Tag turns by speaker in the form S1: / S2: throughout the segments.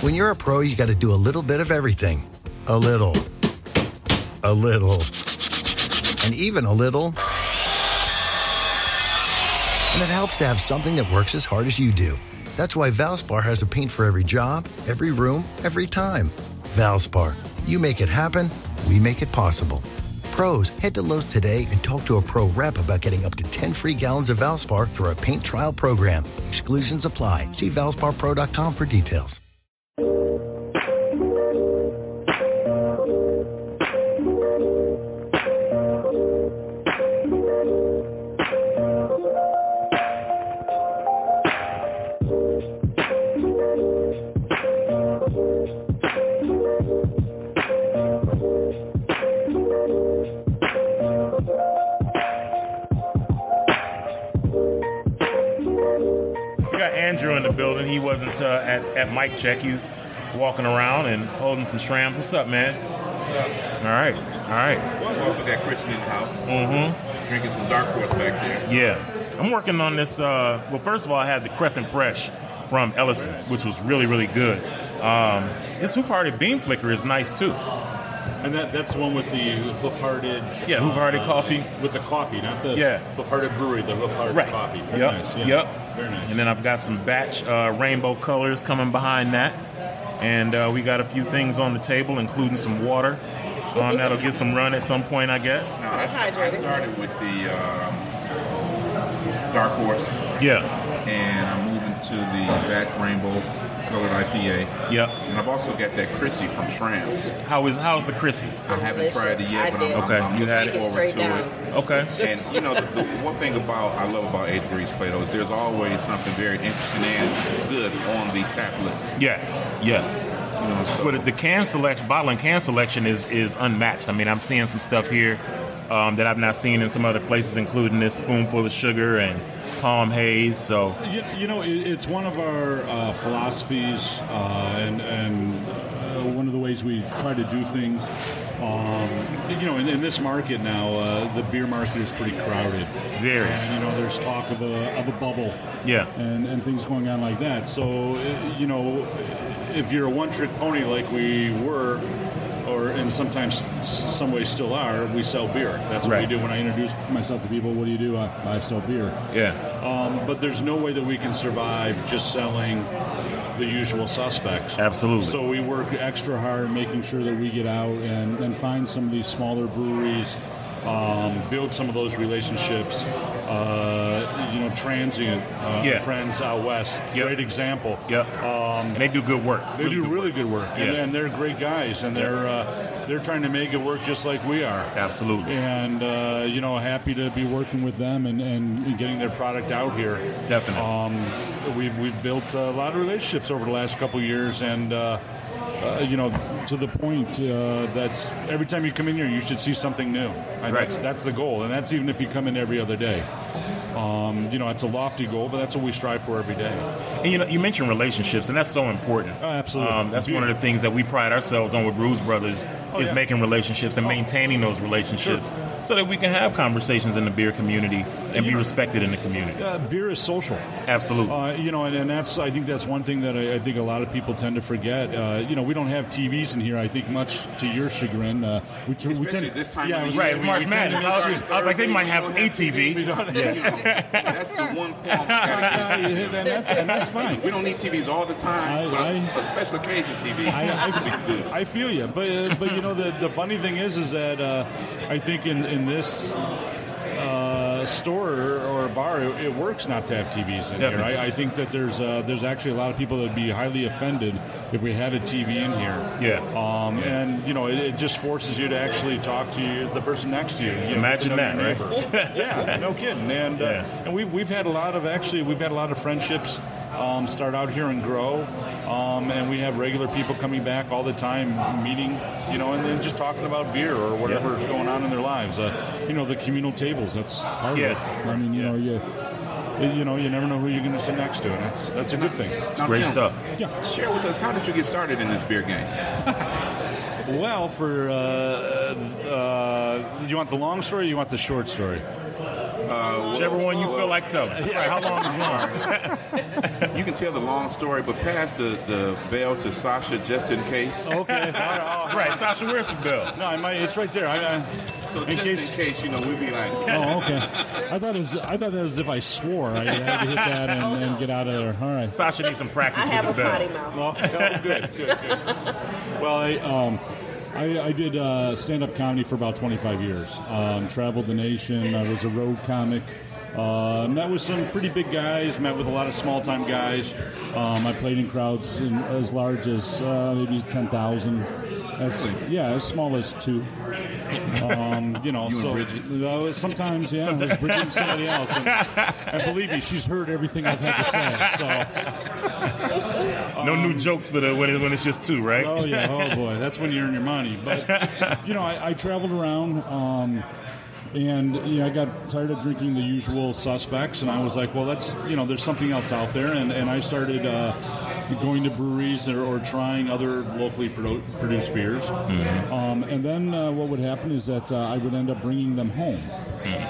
S1: When you're a pro, you got to do a little bit of everything. A little. A little. And even a little. And it helps to have something that works as hard as you do. That's why Valspar has a paint for every job, every room, every time. Valspar. You make it happen, we make it possible. Pros, head to Lowe's today and talk to a pro rep about getting up to 10 free gallons of Valspar through our paint trial program. Exclusions apply. See valsparpro.com for details.
S2: We got Andrew in the building. He wasn't uh, at, at mic check. He's walking around and holding some shrams. What's up, man? All right, all right.
S3: Well, we also got Christian in the house,
S2: Mm-hmm.
S3: drinking some dark horse back there.
S2: Yeah, I'm working on this. Uh, well, first of all, I had the Crescent Fresh from Ellison, which was really, really good. Um, this Hoof Hearted Bean Flicker is nice too.
S4: And that, that's the one with the hoof-hearted. uh,
S2: Yeah, hoof-hearted coffee.
S4: With the coffee, not the
S2: Yeah.
S4: hoof-hearted brewery, the hoof-hearted
S2: Right.
S4: coffee. Very
S2: yep.
S4: nice. Yeah.
S2: Yep.
S4: Very nice.
S2: And then I've got some batch uh, rainbow colors coming behind that, and uh, we got a few things on the table, including some water. Um, that'll get some run at some point, I guess.
S3: Now, I, I started with the um, dark horse,
S2: Yeah.
S3: and I'm moving to the batch rainbow colored IPA.
S2: Yep.
S3: And I've also got that Chrissy from Shrams.
S2: How is how's the Chrissy's?
S3: I haven't tried it yet,
S5: I
S3: but
S5: did.
S3: I'm,
S2: Okay,
S3: I'm, I'm
S2: you had
S3: looking
S5: it.
S3: forward
S5: Take it
S3: to
S5: straight
S3: it.
S5: down.
S2: Okay.
S3: And you know, the, the one thing about I love about Eight Degrees Play-Doh is there's always something very interesting and good on the tap list.
S2: Yes. Yes.
S3: You know, so
S2: But the can selection, bottle and can selection is is unmatched. I mean, I'm seeing some stuff here um, that I've not seen in some other places, including this spoonful of sugar and palm haze. So
S4: You, you know, it, it's one of our uh, philosophies, uh, and, and uh, one of the ways we try to do things. Um, you know, in, in this market now, uh, the beer market is pretty crowded.
S2: Very.
S4: And, you know, there's talk of a, of a bubble.
S2: Yeah.
S4: And, and things going on like that. So, uh, you know, if you're a one trick pony like we were, or and sometimes s- some ways still are, we sell beer. That's what
S2: Right.
S4: we do. When I introduce myself to people, what do you do? I, I sell beer.
S2: yeah,
S4: Um, but there's no way that we can survive just selling the usual suspects.
S2: absolutely.
S4: So we work extra hard making sure that we get out and, and find some of these smaller breweries, um, build some of those relationships. Uh, you know, transient uh,
S2: Yeah.
S4: friends out west,
S2: Yep.
S4: great example.
S2: yep. and they do good work.
S4: Um, They do really good work, and,
S2: Yeah.
S4: and they're great guys, and they're uh, they're trying to make it work just like we are
S2: Absolutely.
S4: and uh, you know happy to be working with them and, and getting their product out here.
S2: Definitely.
S4: Um, we've we've built a lot of relationships over the last couple of years, and uh, uh, you know to the point uh, that every time you come in here, you should see something new. And
S2: Right.
S4: That's that's the goal, and that's even if you come in every other day. Um, you know, it's a lofty goal, but that's what we strive for every day.
S2: And you know, you mentioned relationships, and that's so important.
S4: Oh, absolutely.
S2: Um, that's one of the things that we pride ourselves on with Bruise Brothers
S4: Oh,
S2: is
S4: yeah.
S2: making relationships and maintaining those relationships, so that we can have conversations in the beer community and be respected in the community.
S4: Uh, beer is social.
S2: Absolutely.
S4: Uh, you know, and, and that's I think that's one thing that I, I think a lot of people tend to forget. Uh, you know, we don't have TVs in here. I think much to your chagrin, uh, we, t- we
S3: Especially
S4: tend
S3: this time
S4: yeah,
S3: of the
S4: we-
S3: year.
S2: Right, it's
S3: we-
S2: March
S3: we
S2: Madness.
S3: tend to
S2: I was-
S3: start
S2: I was like, they
S3: Thursday,
S2: might
S3: we
S2: have
S3: don't
S2: ATV.
S3: We don't have
S2: Yeah.
S3: TVs. That's the one qualm.
S4: Yeah,
S3: I
S4: and that's, and that's fine.
S3: got. We don't need TVs all the time,
S4: I-
S3: but
S4: I-
S3: a special occasion TV
S4: I-
S3: would be good.
S4: I feel you, but uh, but you know the the funny thing is is that uh, I think in in this. Uh, store or bar, it, it works not to have TVs in here.
S2: Definitely.
S4: I, I think that there's uh, there's actually a lot of people that'd be highly offended if we had a TV in here.
S2: Yeah.
S4: Um, And you know, it, it just forces you to actually talk to you, the person next to you. you know,
S2: Imagine
S4: to know
S2: that,
S4: your
S2: right?
S4: neighbor. yeah, no kidding. And uh,
S2: Yeah.
S4: and we've we've had a lot of actually we've had a lot of friendships um, start out here and grow, um, and we have regular people coming back all the time, meeting, you know, and, and just talking about beer or whatever is going on in their lives. Uh, you know, the communal tables. That's part
S2: Yeah.
S4: of it. I mean, you know, you. You know, you never know who you're going to sit next to, and that's, that's a good thing.
S3: Now,
S2: Great
S3: Tim,
S2: stuff.
S4: Yeah.
S3: Share with us how did you get started in this beer game?
S4: Well, for uh, uh, you want the long story, or you want the short story?
S3: Uh,
S6: Uh,
S2: Whichever one you feel
S6: well-
S2: like telling. Right, how long is long?
S6: You can tell the long story, but pass the, the bell to Sasha just in case.
S7: Okay. all right, all right.
S2: right, Sasha, where's the bell?
S7: No, I might, it's right there. I, I,
S6: So
S7: in
S6: just
S7: case.
S6: in case, you know, we'd be like,
S4: Oh, okay. I thought it was. I thought that was if I swore. I had to hit that and, and get out of there. All right.
S2: Sasha needs some practice
S8: I have a
S2: with the bell.
S8: potty mouth.
S7: Oh, good, good, good.
S4: Well, I um, I, I did uh, stand up comedy for about 25 years. Um, traveled the nation. I was a road comic. Uh, met with some pretty big guys. Met with a lot of small time guys. Um, I played in crowds in, as large as uh, maybe 10,000. As yeah, as small as two. Um, you know,
S6: You and
S4: so
S6: Bridget?
S4: Uh, sometimes yeah, it was Bridget and somebody else. And, and believe me, she's heard everything I've had to say. So.
S2: No new jokes for the when, it, when it's just two, right?
S4: Oh yeah, oh boy, that's when you earn your money. But you know, I, I traveled around, um, and you know, I got tired of drinking the usual suspects, and I was like, well, that's you know, there's something else out there, and and I started. Uh, Going to breweries or, or trying other locally produ- produced beers,
S2: Mm-hmm.
S4: um, and then uh, what would happen is that uh, I would end up bringing them home.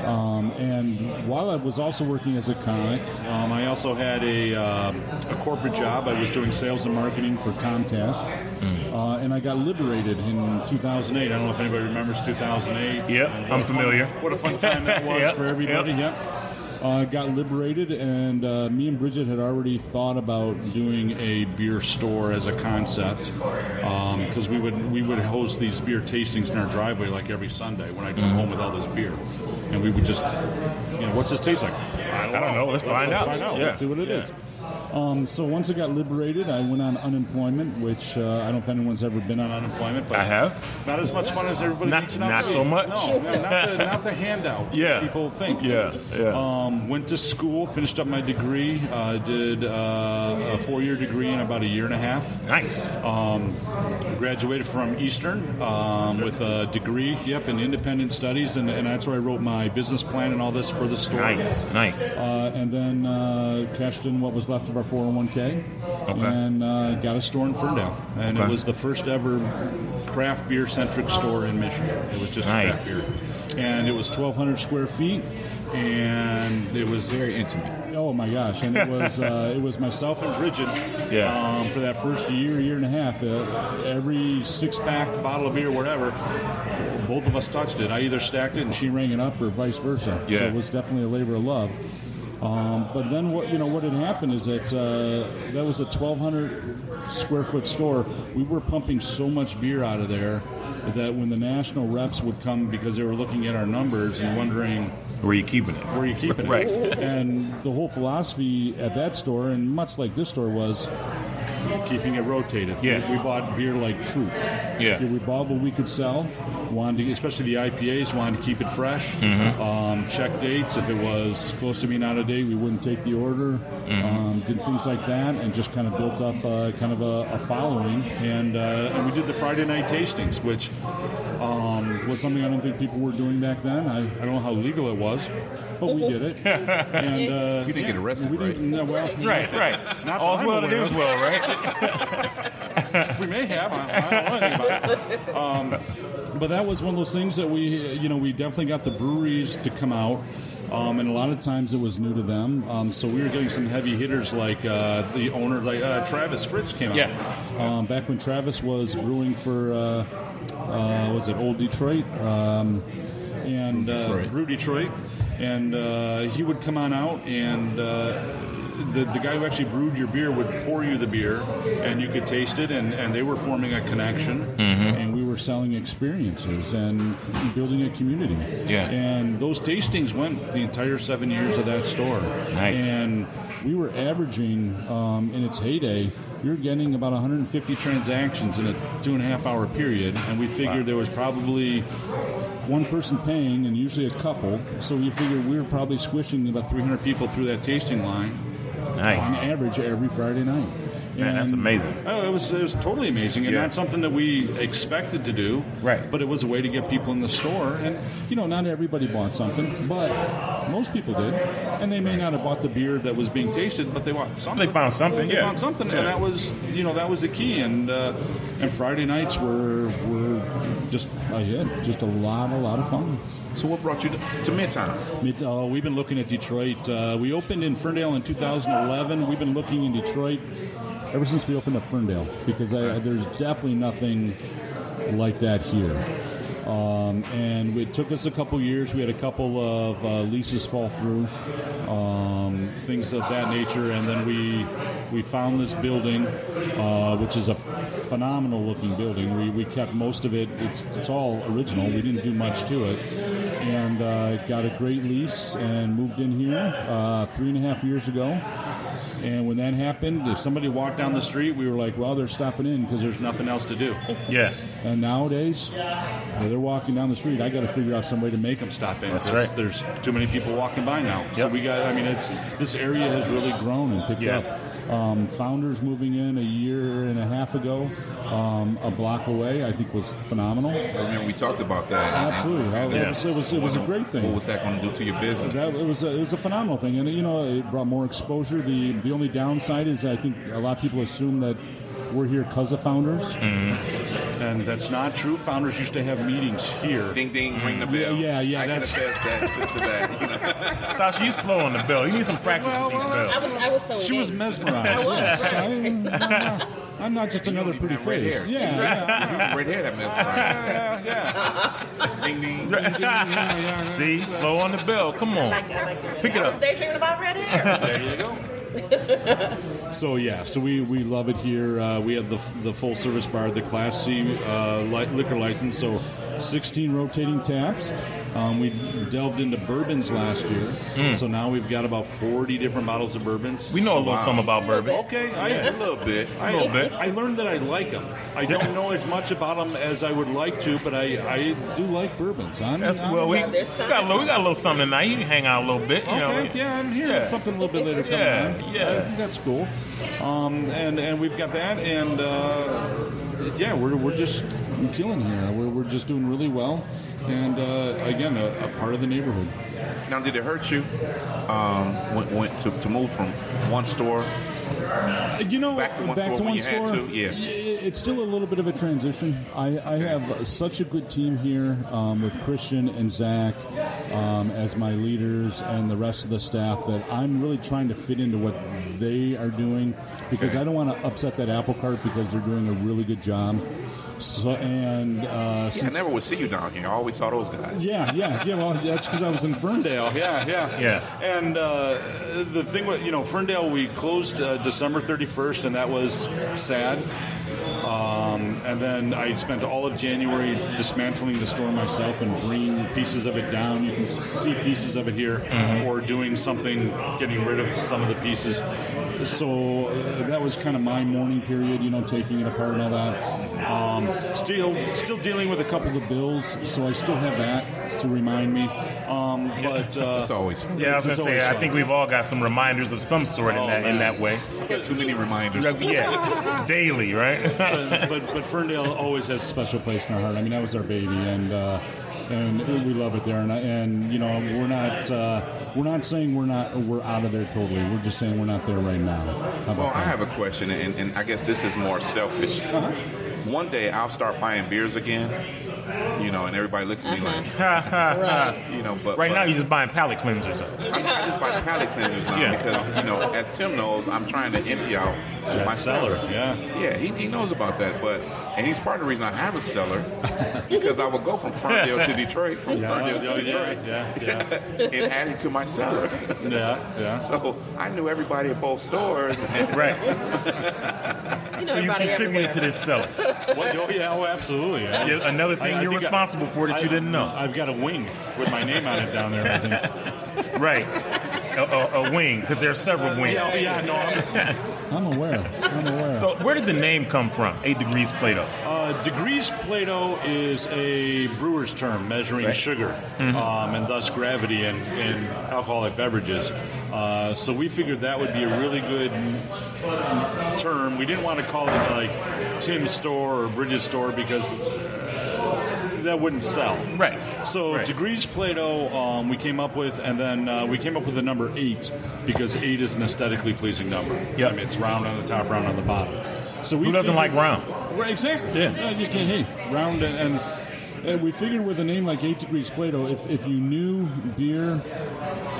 S4: Um, and while I was also working as a comic, um, I also had a, uh, a corporate job. I was doing sales and marketing for Comcast, uh, and I got liberated in 2008. I don't know if anybody remembers 2008.
S2: Yep,
S4: Uh,
S2: I'm familiar.
S4: What a fun time that was
S2: Yep,
S4: for everybody.
S2: yep.
S4: Yep. Uh, got liberated, and uh, me and Bridget had already thought about doing a beer store as a concept because we would we would host these beer tastings in our driveway like every Sunday when I'd come
S2: Mm-hmm.
S4: home with all this beer, and we would just, you know, what's this taste like? I
S2: I don't know. Let's find out.
S4: Find out.
S2: Yeah.
S4: Let's see what it
S2: Yeah.
S4: is. Um, so once I got liberated, I went on unemployment, which uh, I don't know if anyone's ever been on unemployment, but
S2: I have.
S7: Not as much fun as everybody.
S2: Not-
S7: reaching out
S2: not
S7: to
S2: so
S7: me.
S2: much.
S7: No, no, not, the, not the handout. that
S2: Yeah.
S7: People think.
S2: Yeah, yeah.
S4: Um,
S7: Went to school, finished up my degree. Uh, did uh, a four-year degree in about a year and a half. Um,
S2: Nice.
S7: Graduated from Eastern um, with a degree, yep, in independent studies, and, and that's where I wrote my business plan and all this for the store.
S2: Nice, nice.
S4: uh, and then uh, cashed in what was left of our 401k
S2: Okay.
S4: and uh, got a store in Ferndale. And
S2: Okay.
S4: it was the first ever craft beer centric store in Michigan. It was just
S2: Nice.
S4: craft beer. And it was 1,200 square feet. And it was
S6: very intimate.
S4: Oh my gosh! And it was uh, it was myself and Bridget.
S2: Yeah.
S4: Um, for that first year, year and a half, uh, every six pack, bottle of beer, whatever, both of us touched it. I either stacked it and she rang it up, or vice versa. So
S2: Yeah.
S4: it was definitely a labor of love. Um, but then what you know what had happened is that uh, that was a 1,200 square foot store. We were pumping so much beer out of there that when the national reps would come because they were looking at our numbers and wondering
S2: Where you keeping it?
S4: where you keep it.
S2: Right.
S4: And the whole philosophy at that store, and much like this store, was keeping it rotated.
S2: Yeah.
S4: We, we bought beer like fruit.
S2: Yeah.
S4: We bought what we could sell. Wanted to, especially the IPAs, wanted to keep it fresh.
S2: Mm-hmm.
S4: Um, check dates. If it was close to being out of date, we wouldn't take the order.
S2: Mm-hmm.
S4: Um, did things like that, and just kind of built up uh, kind of a, a following. And uh, and we did the Friday night tastings, which um, was something I don't think people were doing back then. I, I don't know how legal it was, but we did it. And uh,
S6: You didn't get arrested,
S4: we
S6: right?
S4: didn't. No, well,
S2: Oh, Right, right.
S7: Not
S2: All's
S7: that I'm
S2: well that
S7: aware
S2: ends
S7: of.
S2: well, right?
S7: We may have. I, I don't know anything about it.
S4: Um, But that was one of those things that we, you know, we definitely got the breweries to come out. Um, and a lot of times it was new to them. Um, so we were getting some heavy hitters like uh, the owner, like uh, Travis Fritz came out.
S2: Yeah.
S4: Um, back when Travis was brewing for, uh, uh, was it Old Detroit? Um, and uh,
S6: Detroit.
S4: Brew Detroit. And uh, he would come on out and uh, the, the guy who actually brewed your beer would pour you the beer and you could taste it and, and they were forming a connection
S2: Mm-hmm.
S4: and we were selling experiences and building a community
S2: Yeah.
S4: and those tastings went the entire seven years of that store
S2: Nice.
S4: and we were averaging um, in its heyday we were getting about 150 transactions in a two and a half hour period and we figured there was probably one person paying and usually a couple so we figured we were probably squishing about 300 people through that tasting line on
S2: Nice.
S4: average every Friday night.
S2: Man, that's
S4: And-
S2: amazing.
S4: Oh, it was it was totally amazing, and
S2: Yeah.
S4: not something that we expected to do.
S2: Right.
S4: But it was a way to get people in the store, and you know, not everybody bought something, but most people did, and they may not have bought the beer that was being tasted, but they bought something.
S2: They found something,
S4: They
S2: yeah.
S4: found something,
S2: Yeah.
S4: and that was you know that was the key, and uh, and Friday nights were were just a hit, just a lot a lot of fun.
S6: So what brought you to, to Midtown?
S4: Mid- Uh, we've been looking at Detroit. Uh, we opened in Ferndale in 2011. We've been looking in Detroit ever since we opened up Ferndale because I, there's definitely nothing like that here. Um, and it took us a couple years. We had a couple of uh, leases fall through, um, things of that nature, and then we we found this building, uh, which is a phenomenal looking building. We, we kept most of it. It's, it's all original. We didn't do much to it, and uh, got a great lease and moved in here uh, three and a half years ago. And when that happened, if somebody walked down the street, we were like, "Well, they're stopping in because there's nothing else to do."
S2: Yeah.
S4: And nowadays, when they're walking down the street. I got to figure out some way to make them stop in.
S2: That's
S4: 'cause
S2: right.
S4: There's too many people walking by now. So
S2: Yep.
S4: we got. I mean, it's this area has really grown and picked
S2: Yeah.
S4: up. Um, founders moving in a year and a half ago, um, a block away, I think was phenomenal.
S6: I remember we talked about that. and-
S4: Absolutely,
S6: and- and
S4: it was, it was, it was a great thing.
S6: What was that going to do to your business?
S4: That, it was a, it was a phenomenal thing, and you know it brought more exposure. The the only downside is I think a lot of people assume that we're here because of founders.
S7: Mm-hmm. And that's not true. Founders used to have meetings here.
S6: Ding ding, ring the
S2: Mm.
S6: bell.
S4: Yeah, yeah,
S6: I
S4: that's-
S6: can attest that to, to that. You know?
S2: Sasha, you slow on the bell. You need some practice with these
S8: I
S2: bells.
S8: was, I was so
S4: She was
S8: engaged.
S4: mesmerized.
S8: I was,
S4: Yes,
S8: right.
S4: I- I'm not- I'm not just another pretty
S6: Even red
S4: face.
S6: hair.
S4: Yeah, yeah,
S6: Right here, that mesmerized. Ding ding.
S4: yeah, yeah, yeah.
S2: See, slow on the bell. Come
S8: I
S2: on.
S8: like it, I like it.
S2: Pick it
S8: I was
S2: up.
S8: daydreaming about red hair.
S7: There you go.
S4: So yeah, so we, we love it here. Uh, we have the, the full service bar, the Class C uh, li- liquor license, so 16 rotating taps. Um, we delved into bourbons last year, so now we've got about 40 different bottles of bourbons.
S2: Hmm.
S4: Oh,
S2: We know a little something about bourbon.
S4: okay,
S6: A
S4: I,
S6: little bit.
S4: I,
S2: A little bit.
S4: I learned that I like them. I don't know as much about them as I would like to, but I, I do like bourbons. I'm,
S2: That's
S4: I'm-
S2: well, we, we
S8: So there's time.
S2: got a little, we got a little something tonight. You can hang out a little bit. You know,
S4: Okay, yeah, I'm here.
S2: Yeah.
S4: Something a little bit later coming
S2: Yeah,
S4: on.
S2: yeah.
S4: I think that's cool. Um, and, and we've got that, and uh, yeah, we're, we're just killing here. We're, we're just doing really well. And uh, again, a, a part of the neighborhood.
S6: Now, did it hurt you? Um, went, went to, to move from one store.
S4: You know,
S6: Back to one store when you had to, yeah.
S4: y- It's still a little bit of a transition. I, I have such a good team here um, with Christian and Zach um, as my leaders and the rest of the staff that I'm really trying to fit into what they are doing because I don't want to upset that apple cart because they're doing a really good job. So and uh,
S6: I
S4: since-
S6: never would see you down here. I always saw those guys.
S4: yeah, yeah, yeah. Well, that's because I was in Ferndale.
S7: Yeah, yeah,
S2: Yeah.
S7: And uh, the thing with you know Ferndale, we closed uh, December 31st, and that was sad. Um, and then I spent all of January dismantling the store myself and bringing pieces of it down. You can see pieces of it here, or doing something, getting rid of some of the pieces.
S4: So uh, that was kind of my mourning period, you know, taking it apart and all that. Um,
S7: Still, still dealing with a couple
S4: couple of bills, so I still have that to remind me. Um, but uh,
S6: It's always.
S2: Yeah, I was
S4: This
S2: gonna
S4: is
S2: say.
S4: always
S2: I
S4: fun.
S2: think we've all got some reminders of some sort in that in that way.
S6: I Oh, got too many reminders.
S2: Yeah, daily, right?
S4: but, but but Ferndale always has a special place in our heart. I mean, that was our baby, and uh, and we love it there. And I- and you know, we're not uh, we're not saying we're not we're out of there totally. We're just saying we're not there right now. How about
S6: Well, I
S4: that?
S6: have a question, and, and I guess this is more selfish.
S4: Uh-huh.
S6: One day I'll start buying beers again, you know, and everybody looks at me like, you know, but
S2: Uh-huh. right
S6: but
S2: now, you're just buying palate cleansers.
S6: I, I just buy the palate cleansers now
S2: Yeah.
S6: because you know, as Tim knows, I'm trying to empty out my cellar.
S7: yeah.
S6: Yeah, he, he knows about that, but and he's part of the reason I have a cellar because I would go from Ferndale to Detroit, from Ferndale to
S7: Yeah,
S6: Detroit,
S7: yeah, yeah,
S6: and add it to my cellar.
S7: yeah, yeah.
S6: so I knew everybody at both stores.
S2: Right.
S8: You know
S2: So you
S8: everybody
S2: contributed
S8: everywhere.
S2: to this cellar.
S7: Well, oh, yeah, oh, absolutely. yeah.
S2: Yeah, Another
S7: I-
S2: thing
S7: I
S2: you're
S7: think I-
S2: responsible for that
S7: I-
S2: you didn't know.
S7: I've got a wing with my name on it down there. I think.
S2: Right. A, a, a wing, because there are several wings.
S7: Yeah, oh, yeah, no, I'm-
S4: I'm aware. I'm aware.
S2: So where did the name come from? Eight degrees Plato.
S4: Uh, degrees Plato is a brewer's term measuring
S2: Right.
S4: sugar
S2: Mhm.
S4: um, and thus gravity in, in alcoholic beverages. Uh, so we figured that would be a really good term. We didn't want to call it like Tim's store or Bridget's store because that wouldn't sell.
S2: Right.
S4: So degrees Plato um, we came up with, and then uh, we came up with the number eight because eight is an aesthetically pleasing number. Yeah, I mean, it's round on the top, round on the bottom. So we
S2: Who doesn't like
S4: figured-
S2: round?
S9: Right, exactly.
S4: Yeah.
S9: Uh, you can't hey, round and, and and we figured with a name like Eight Degrees Plato, if if you knew beer,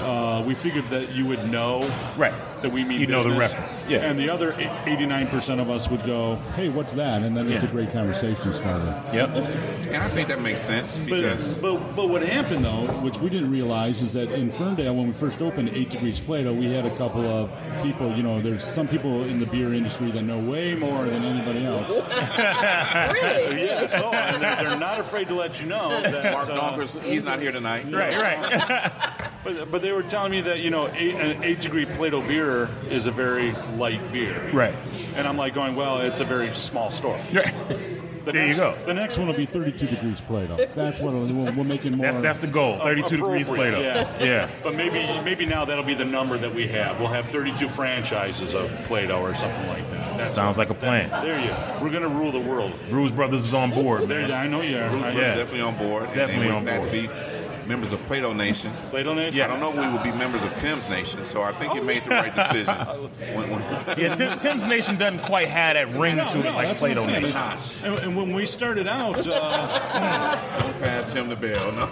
S4: uh, we figured that you would know
S2: right
S4: that we mean
S9: You know the
S4: business.
S9: reference, yeah.
S4: And the other eighty nine percent of us would go.
S9: hey, what's that? And then it's
S4: Yeah.
S9: a great conversation starter.
S2: Yep.
S3: And I think that makes sense because
S9: But, but but what happened though, which we didn't realize, is that in Ferndale when we first opened Eight Degrees Plato, we had a couple of people. You know, there's some people in the beer industry that know way more than anybody else.
S4: really? Yeah. Oh, and they're, they're not afraid to let you know that
S3: Mark
S4: uh,
S3: Donkers, he's not here tonight.
S2: right.
S4: but, but they were telling me that you know eight, an eight degree Plato beer is a very light beer.
S2: Right.
S4: And I'm like going, well, it's a very small store.
S2: Right.
S4: The
S2: There you
S4: next-
S2: go.
S9: The next one will be 32 degrees Plato. That's what it'll- we'll, we'll make it more.
S2: That's that's the goal. Thirty-two degrees
S4: Appropriate,
S2: Plato.
S4: Yeah. But maybe maybe now that'll be the number that we have. We'll have 32 franchises of Play-Doh or something like that.
S2: Sounds like a plan.
S4: there you. go. We're gonna rule the world.
S2: Bruce Brothers is on board,
S4: There
S2: man.
S4: you- I know you are.
S3: Bruce
S4: I-
S3: was definitely on board. and
S2: Definitely
S3: they
S2: on
S3: would
S2: board.
S3: Be members of Plato Nation.
S4: Plato Nation.
S3: I don't know if we would be members of Tim's Nation, so I think you made the right decision. When- when-
S2: Yeah, Tim, Tim's Nation doesn't quite have that ring
S4: No,
S2: to it
S4: no,
S2: like
S4: that's what
S2: Plato
S4: I'm saying. Ah,
S2: Nation.
S4: And, and when we started out, uh,
S3: Don't pass Tim the bell. No.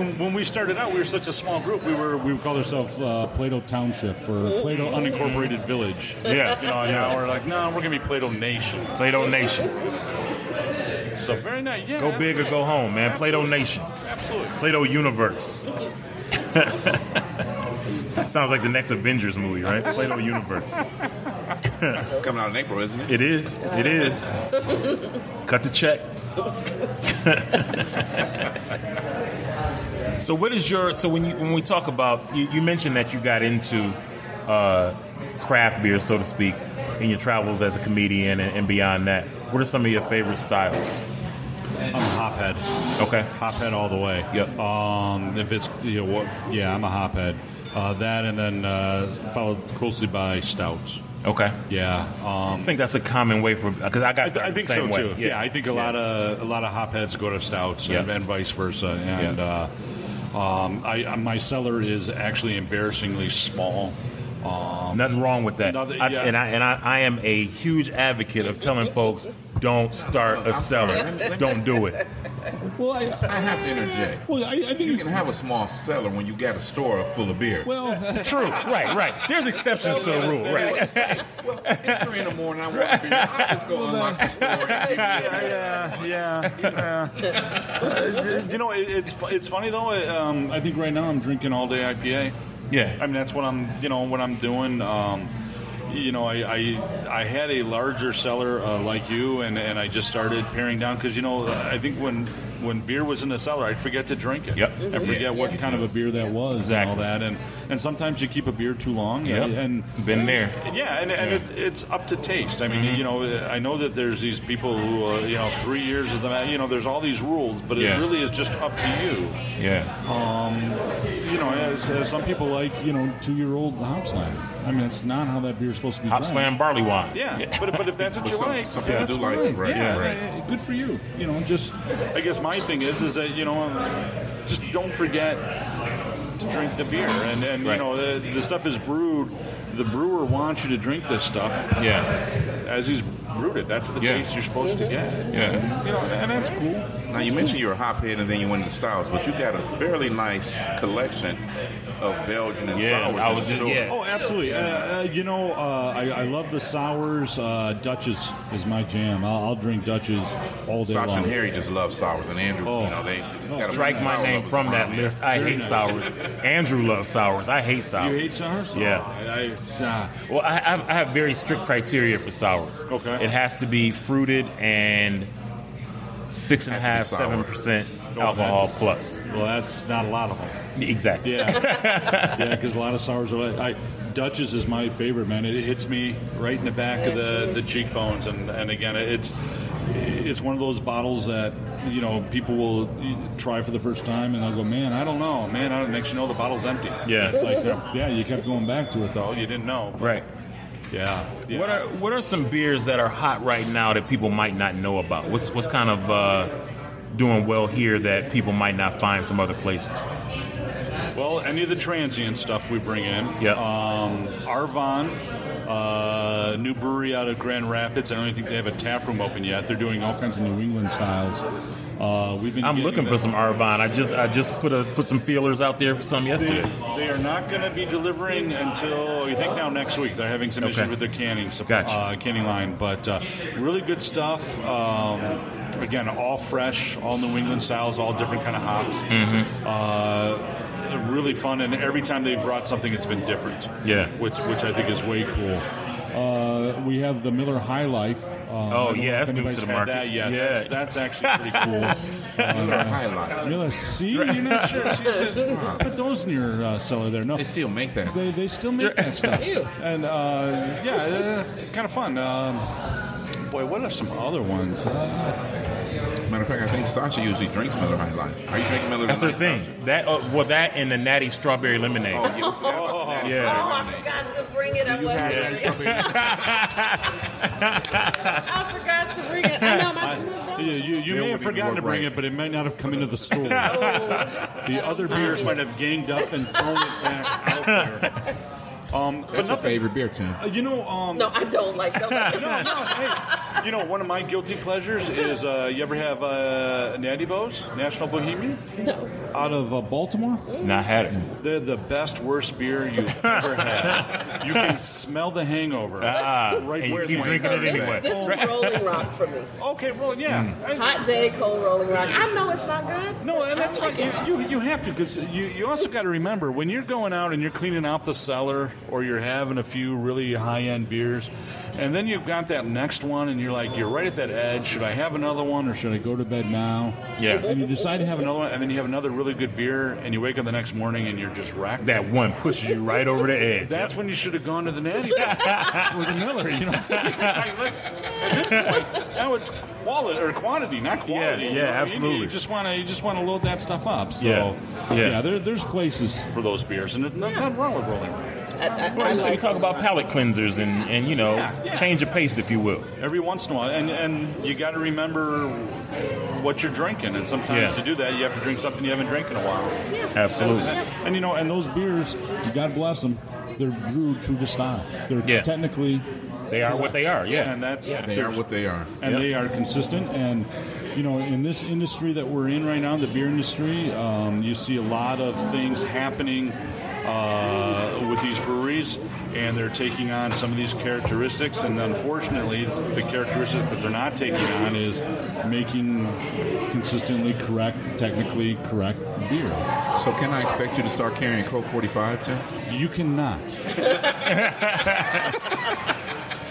S4: when, when we started out, we were such a small group. We were
S9: we would call ourselves uh, Plato Township or Plato
S4: Plato unincorporated village.
S2: Yeah.
S4: You know, and now we're like, no, we're gonna be Plato Nation.
S2: Plato Nation.
S4: So very nice. Yeah.
S2: Go big or go home, man. Plato Nation.
S4: Absolutely.
S2: Plato Universe. Sounds like the next Avengers movie, right? Plato Universe.
S3: It's coming out in April, isn't it?
S2: It is. It is. Cut the check. so what is your so when you when we talk about you, you mentioned that you got into uh, craft beer, so to speak, in your travels as a comedian and, and beyond that. What are some of your favorite styles?
S4: I'm a hophead.
S2: Okay.
S4: Hophead all the way.
S2: Yep.
S4: Um, if it's you know what, yeah, I'm a hophead. Uh, that and then uh, followed closely by stouts.
S2: Okay.
S4: Yeah. Um,
S2: I think that's a common way for because I got
S4: I,
S2: started
S4: I think
S2: the
S4: so
S2: same way.
S4: too. Yeah. I think a lot of a lot of hopheads go to stouts and,
S2: Yeah.
S4: and vice versa. And uh, um, I, uh, my cellar is actually embarrassingly small. Um,
S2: Nothing wrong with that.
S4: Nothing-
S2: I,
S4: yeah.
S2: And I and I, I am a huge advocate of telling folks don't start a cellar, don't do it.
S9: Well, I,
S3: I have to interject.
S9: well, I, I think
S3: You can have a small cellar when you got a store full of beer.
S9: well,
S2: True. Right. Right. There's exceptions to the rule. Right.
S3: It's three in the morning. I want beer. I just go unlock the store.
S4: yeah, yeah. you know, it, it's fu- it's funny though. it, um, I think right now I'm drinking all day IPA.
S2: Yeah.
S4: I mean, that's what I'm you know what I'm doing. Um, you know, I, I I had a larger cellar uh, like you, and, and I just started paring down because you know I think when when beer was in the cellar, I'd forget to drink it.
S2: Yep.
S4: I forget what kind of a beer that was and all that, and and sometimes you keep a beer too long.
S2: Yep.
S4: And,
S2: Been there. Mm-hmm.
S4: yeah, and, and It, it's up to taste. I mean, you know, I know that there's these people who, uh, you know, three years of the ma you know, there's all these rules, but
S2: Yeah.
S4: it really is just up to you.
S2: Yeah.
S4: Um, You know, as, as some people like,
S9: you know, two-year-old hop slam. I mean, that's not how that beer's supposed to be.
S2: Hop
S9: drank.
S2: slam barley wine.
S4: yeah, but, but if that's what
S3: But
S4: you
S3: some-
S4: like,
S3: some
S4: yeah,
S3: people
S4: that's
S3: do like it,
S4: fine.
S3: right,
S4: Yeah,
S2: right.
S4: I-
S9: Good for you. You know, just
S4: Just, I guess my thing is, is that you know, just don't forget to drink the beer, and and
S2: Right.
S4: you know, the, the stuff is brewed. The brewer wants you to drink this stuff
S2: Yeah.
S4: as he's brewed it. That's the
S2: Yeah.
S4: taste you're supposed to get.
S2: Yeah.
S4: You know, and that's cool.
S3: Now you mentioned you're a hophead and then you went into styles, but you got a fairly nice collection of Belgian and
S2: Yeah,
S3: sours
S2: I
S3: in
S2: was
S3: the
S2: just-
S3: store.
S2: yeah.
S9: Oh, absolutely. Uh, uh, you know, uh, I, I love the sours. Uh, Dutch's is my jam. I'll, I'll drink Dutch's
S4: Uh,
S9: all day
S3: Sasha
S9: long.
S3: and Harry just love sours, and Andrew, you know they got a
S2: Strike my
S3: sour
S2: name
S3: lovers
S2: from that
S3: around
S2: list. I hate sours. Andrew loves sours. I hate sours.
S9: You hate sours?
S2: Yeah.
S9: Oh, I, I, uh,
S2: Well, I, I I have very strict criteria for sours.
S4: Okay.
S2: It has to be fruited and six and a half,
S3: Has to be
S2: seven
S3: sour.
S2: percent alcohol plus.
S9: well, that's not a lot of them.
S2: Exactly.
S9: Yeah, yeah, because a lot of sours are. Like, I
S4: Dutch's is my favorite, man. It hits me right in the back of the, the cheekbones, and, and again, it's it's one of those bottles that you know people will try for the first time, and they'll go, "Man, I don't know, man." I don't, next you know, the bottle's empty.
S2: Yeah.
S4: it's like yeah, you kept going back to it though. You didn't know, but
S2: Right.
S4: Yeah, yeah.
S2: What are what are some beers that are hot right now that people might not know about? What's what's kind of uh, doing well here that people might not find some other places?
S4: Well, any of the transient stuff we bring in.
S2: Yeah.
S4: Um, Arvon, uh, new brewery out of Grand Rapids. I don't even think they have a tap room open yet. They're doing all kinds of New England styles. Uh, we've been.
S2: I'm
S4: getting
S2: looking
S4: them.
S2: for some Arvon. I just I just put a put some feelers out there for some
S4: They,
S2: yesterday.
S4: they are not going to be delivering until you think now next week. They're having some
S2: Okay.
S4: issues with their canning, supp-
S2: Gotcha.
S4: uh, canning line, but uh, really good stuff. Um, again, all fresh, all New England styles, all different kind of hops.
S2: Mm-hmm.
S4: Uh, really fun, and every time they brought something, it's been different.
S2: Yeah.
S4: which which I think is way cool. Uh, we have the Miller High Life. Um,
S2: Oh, yeah, that's new to the market.
S4: That yet.
S2: Yeah.
S4: That's, that's actually pretty cool. Uh,
S6: Highlight.
S4: Miller, see, you're not sure. She says, Put those in your uh, cellar there. No,
S6: They still make that.
S4: they, they still make that stuff.
S8: Ew.
S4: And uh, yeah, uh, kind of fun. Um, boy, what are some other ones? Uh,
S6: Matter of fact, I think Sasha usually drinks Miller High Life. Are you drinking Miller
S2: That's
S6: High
S2: her thing. That uh, well, that and the Natty Strawberry Lemonade.
S6: Oh, yeah. we forgot about that.
S2: Yeah.
S8: Oh, I forgot to bring it. I
S6: You had
S8: wasn't.
S6: that strawberry-
S8: I forgot to bring it. I know my.
S4: I- you you,
S6: They
S4: you
S6: won't
S4: may have
S6: even
S4: forgotten to
S6: look
S4: bring
S6: right.
S4: it, but it might not have come into the store. the other beers might have ganged up and thrown it back out there. Um, but
S6: That's your
S4: nothing.
S6: favorite beer, Tim.
S4: uh, You know, um,
S8: No, I don't like that.
S4: no, no, hey. You know, one of my guilty pleasures is uh, you ever have uh, Natty Bows, National Bohemian?
S8: No.
S4: Out of uh, Baltimore?
S2: Not had it.
S4: They're the best, worst beer you've ever had. You can smell the hangover.
S2: Ah,
S4: Right
S2: and you
S4: where's
S2: keep
S4: my
S2: drinking it
S8: This,
S2: anyway.
S8: this is Rolling Rock for me.
S4: Okay, well, yeah.
S2: Hmm.
S4: I-
S8: Hot day, cold Rolling Rock. I know it's not good.
S4: no,
S8: I
S4: and that's
S8: like
S4: like you,
S8: it.
S4: you, you have to because you, you also got to remember when you're going out and you're cleaning out the cellar or you're having a few really high end beers, and then you've got that next one and you're like you're right at that edge. Should I have another one or should I go to bed now?
S2: Yeah.
S4: And you decide to have another one, and then you have another really good beer, and you wake up the next morning and you're just racked.
S2: That one pushes you right over the edge.
S4: That's when you should have gone to the natty or the Miller. You know, Like, let's- at this point, now it's quality or quantity, not quality. you
S2: Yeah, yeah,
S4: know? You- You,
S2: absolutely.
S4: just want to you just want to load that stuff up. So,
S2: Yeah, yeah.
S4: there, there's places for those beers, and there's nothing wrong with rolling. Rock.
S8: I, I, I
S2: Well, so we
S8: like
S2: talk about palate cleansers and, and you know
S4: Yeah, yeah.
S2: change of pace, if you will.
S4: Every once in a while, and and you got to remember what you're drinking, and sometimes
S2: Yeah.
S4: to do that, you have to drink something you haven't drank in a while.
S2: Absolutely.
S4: And you know, and those beers, God bless them, they're brewed true to style. They're
S2: Yeah.
S4: technically,
S2: They are what they are. Yeah.
S4: and that's
S6: They are what they are.
S4: and
S2: Yep.
S4: they are consistent. And you know, in this industry that we're in right now, the beer industry, um, you see a lot of things happening uh, with these breweries, and they're taking on some of these characteristics. And unfortunately, it's the characteristics that they're not taking on is making consistently correct, technically correct beer.
S6: So can I expect you to start carrying Coke 45, Tim?
S4: You cannot.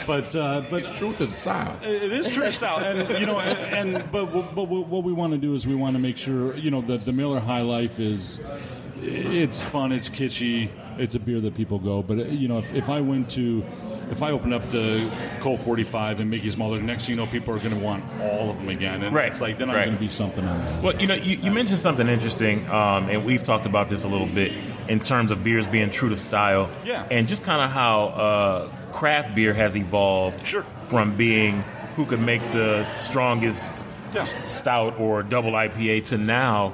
S4: But uh, but
S6: It's truth to the side.
S4: It is true style, and you know, and, and but but what what we want to do is we want to make sure you know that the Miller High Life is it's fun, it's kitschy, it's a beer that people go. But uh, you know, if, if I went to if I opened up the Cole 45 and Mickey's Mother, next thing you know, people are going to want all of them again, and
S2: Right,
S4: it's like then I'm
S2: right.
S4: going to be something on that.
S2: Well, you know, you, you mentioned something interesting, um, and we've talked about this a little bit in terms of beers being true to style.
S4: Yeah.
S2: And just kind of how uh, craft beer has evolved
S4: Sure.
S2: from being who could make the strongest
S4: Yeah.
S2: s- stout or double IPA to now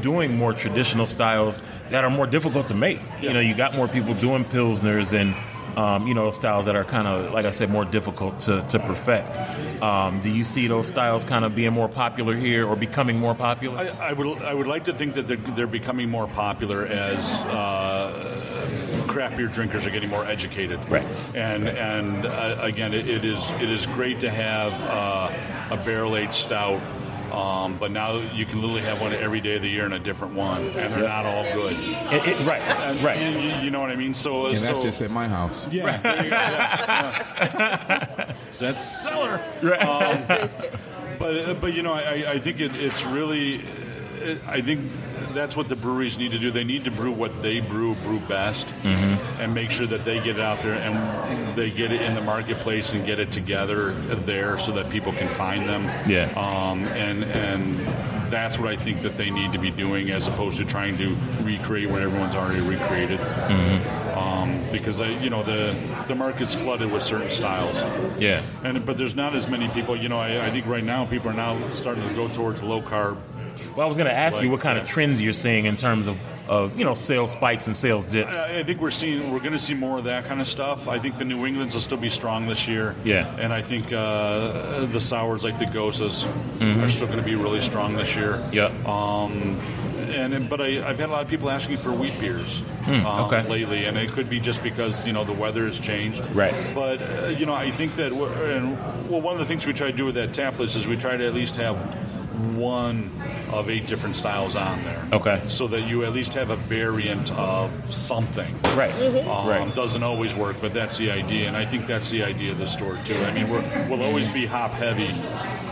S2: doing more traditional styles that are more difficult to make. You
S4: Yeah.
S2: know, you got more people doing Pilsners and. Um, you know styles that are kind of, like I said, more difficult to, to perfect. Um, do you see those styles kind of being more popular here or becoming more popular?
S4: I, I would I would like to think that they're, they're becoming more popular as uh, craft beer drinkers are getting more educated.
S2: Right.
S4: And and uh, again, it, it is it is great to have uh, a barrel aged stout. Um, but now you can literally have one every day of the year and a different one, and they're not all good.
S2: It- it- right,
S4: And,
S2: right.
S4: and you, you know what I mean. So,
S6: And
S4: so
S6: that's just at my house.
S4: yeah. Yeah. So that's Um, cellar.
S2: Right.
S4: But but you know I, I think it, it's really uh, I think that's what the breweries need to do. They need to brew what they brew, brew best,
S2: Mm-hmm.
S4: and make sure that they get it out there and they get it in the marketplace and get it together there so that people can find them.
S2: Yeah.
S4: Um, and and that's what I think that they need to be doing as opposed to trying to recreate what everyone's already recreated.
S2: Mm-hmm.
S4: Um, because I, you know, the the market's flooded with certain styles.
S2: Yeah.
S4: And but there's not as many people. You know, I, I think right now people are now starting to go towards low carb.
S2: Well, I was going to ask you
S4: Like,
S2: what kind of
S4: yeah.
S2: trends you're seeing in terms of, of you know sales spikes and sales dips.
S4: I, I think we're seeing we're going to see more of that kind of stuff. I think the New England's will still be strong this year.
S2: Yeah.
S4: And I think uh, the sours like the Gosas are still going to be really strong this year.
S2: Mm-hmm. Yep.
S4: Um, and and- but I, I've had a lot of people asking for wheat beers um,
S2: Hmm, okay.
S4: lately, and it could be just because you know the weather has changed.
S2: Right.
S4: But uh, you know, I think that we're, and well, one of the things we try to do with that tap list is we try to at least have one of eight different styles on there.
S2: Okay.
S4: So that you at least have a variant of something.
S2: Right. Mm-hmm.
S4: Um,
S2: Right.
S4: Doesn't always work, but that's the idea, and I think that's the idea of the store too. I mean, we're, we'll always be hop heavy,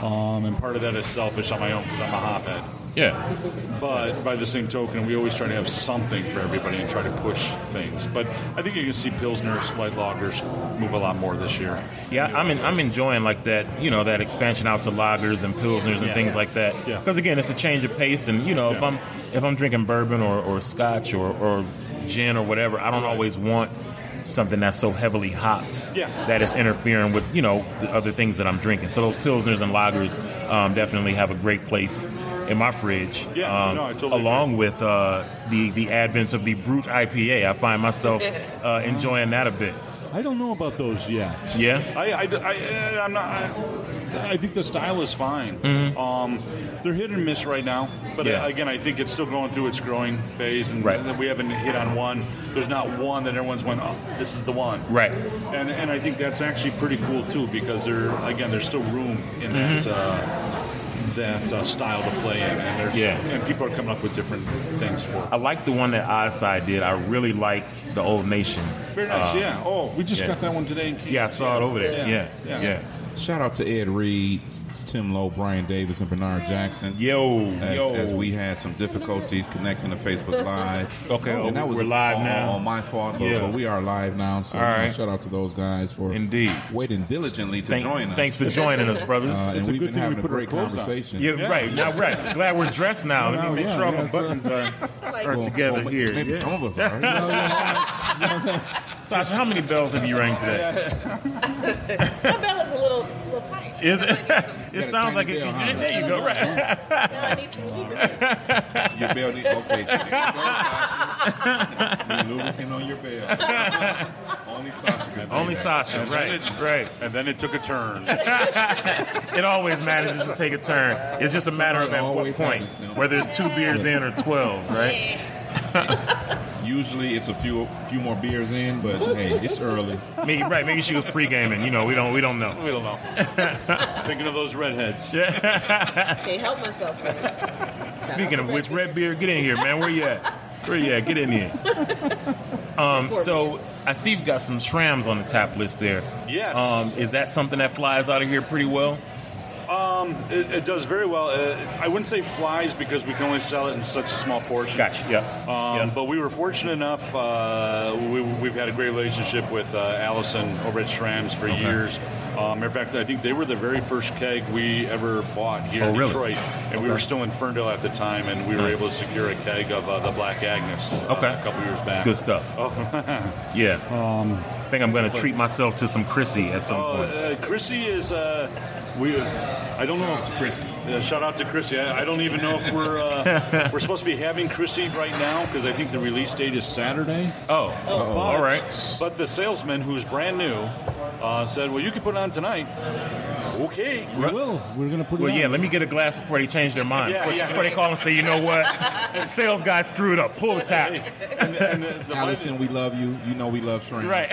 S4: um, and part of that is selfish on my own because I'm a hop head.
S2: Yeah.
S4: But by the same token, we always try to have something for everybody and try to push things. But I think you can see pilsners, light lagers move a lot more this year.
S2: Yeah, I'm in, I'm enjoying like that, you know, that expansion out to lagers and pilsners and
S4: Yeah.
S2: things like that.
S4: Yeah.
S2: Because again, it's a change of pace, and you know, if
S4: Yeah.
S2: I'm if I'm drinking bourbon or, or scotch or, or gin or whatever, I don't always want something that's so heavily hopped
S4: Yeah.
S2: that it's interfering with you know the other things that I'm drinking. So those pilsners and lagers um, definitely have a great place in my fridge. um,
S4: Yeah, no, I totally
S2: along with uh, the the advent of the brute IPA, I find myself uh, enjoying that a bit.
S10: I don't know about those yet.
S2: Yeah.
S4: I, I, I, uh, I'm not. I, I think the style is fine. Um, they're hit and miss right now, but
S2: Mm-hmm. Yeah.
S4: uh, again, I think it's still going through its growing phase, and
S2: Right.
S4: we haven't hit on one. There's not one that everyone's went, oh, this is the one.
S2: Right.
S4: And and I think that's actually pretty cool too, because there again, there's still room in
S2: Mm-hmm.
S4: that. Uh, that uh, style to play in, and, there's,
S2: Yeah.
S4: and people are coming up with different things for. it.
S2: I like the one that Oddside did. I really liked the Old Nation.
S4: Very nice, yeah. Oh, we just
S2: Uh, yeah.
S4: got that one today. In Keene.
S2: Yeah, I saw it over there. Yeah,
S4: Yeah.
S2: yeah.
S4: Yeah.
S3: Shout out to Ed Reed, Tim Lowe, Brian Davis, and Bernard Jackson.
S2: Yo,
S3: As,
S2: yo.
S3: as we had some difficulties connecting to Facebook Live.
S2: Okay, oh,
S3: and that was
S2: we're live
S3: all
S2: now.
S3: my fault, but,
S2: Yeah.
S3: but we are live now. So
S2: All
S3: you know,
S2: right.
S3: shout out to those guys for
S2: Indeed.
S3: waiting diligently to
S2: Thank-
S3: join us.
S2: Thanks for joining us, brothers.
S3: Uh, and
S10: It's a
S3: we've
S10: good
S3: been
S10: thing we
S3: having a
S10: put our
S3: great
S10: clothes on.
S3: conversation.
S2: yeah, right. Now, right. Glad we're dressed now. Let
S10: No,
S2: me make
S10: yeah,
S2: sure all
S10: yeah,
S2: my buttons are, are
S3: Well,
S2: together
S3: well, ma-
S2: here.
S3: Maybe
S2: Yeah.
S3: some of us are. You know,
S2: Sasha, how many bells have you rang today?
S8: My bell is a little, little tight.
S2: Is it?
S8: I need some-
S2: it
S3: a
S2: sounds
S3: tiny
S2: like it.
S3: bell,
S2: yeah,
S3: huh?
S2: There you go. Right.
S8: I need some lubricant.
S3: your bell needs okay. there you go, Sasha. Need lubricant on your bell. Only Sasha can say
S2: Only
S3: that.
S2: Sasha. Right. Right.
S4: And then it took a turn.
S2: It always manages to take a turn. It's just a matter of at what
S3: Always
S2: point,
S3: happens, you know.
S2: whether it's two beers in or twelve. Right.
S3: Usually it's a few few more beers in, but hey, it's early.
S2: Maybe, right. Maybe she was pre gaming. You know, we don't. We don't know.
S4: We don't know. Thinking of those redheads.
S8: Can't help myself.
S2: Speaking of which, Red Beard, get in here, man. Where you at? Where you at? Get in here. Um, so I see you've got some shrams on the tap list there.
S4: Yes.
S2: Um, is that something that flies out of here pretty well?
S4: Um, It, it does very well. Uh, I wouldn't say flies because we can only sell it in such a small portion.
S2: Gotcha. Yeah.
S4: Um,
S2: yeah.
S4: But we were fortunate enough. Uh, we, we've had a great relationship with uh, Allison over at Shrams for years. Um, matter of fact, I think they were the very first keg we ever bought here
S2: Oh,
S4: in
S2: really?
S4: Detroit, and we were still in Ferndale at the time, and we were
S2: Nice.
S4: able to secure a keg of uh, the Black Agnes. uh,
S2: Okay.
S4: a couple years back. Oh.
S2: It's good stuff. yeah. Um, I think I'm going to treat myself to some Chrissy at some
S4: Oh,
S2: point.
S4: uh, Chrissy is. Uh, we. I don't know if Chrissy. Uh, shout out to Chrissy. I, I don't even know if we're uh, we're supposed to be having Chrissy right now because I think the release date is Saturday.
S2: Oh, all right.
S4: But the salesman, who's brand new, uh, said, "Well, you can put it on tonight." Okay.
S10: We will. We're going to put
S2: Well,
S10: it on.
S2: yeah, let me get a glass before they change their mind.
S4: Yeah,
S2: before,
S4: yeah.
S2: before they call and say, you know what? The sales guy screwed up. Pull the tap.
S4: Hey, and, and the, the
S3: Allison, we love you. You know we love shrimp.
S2: Right.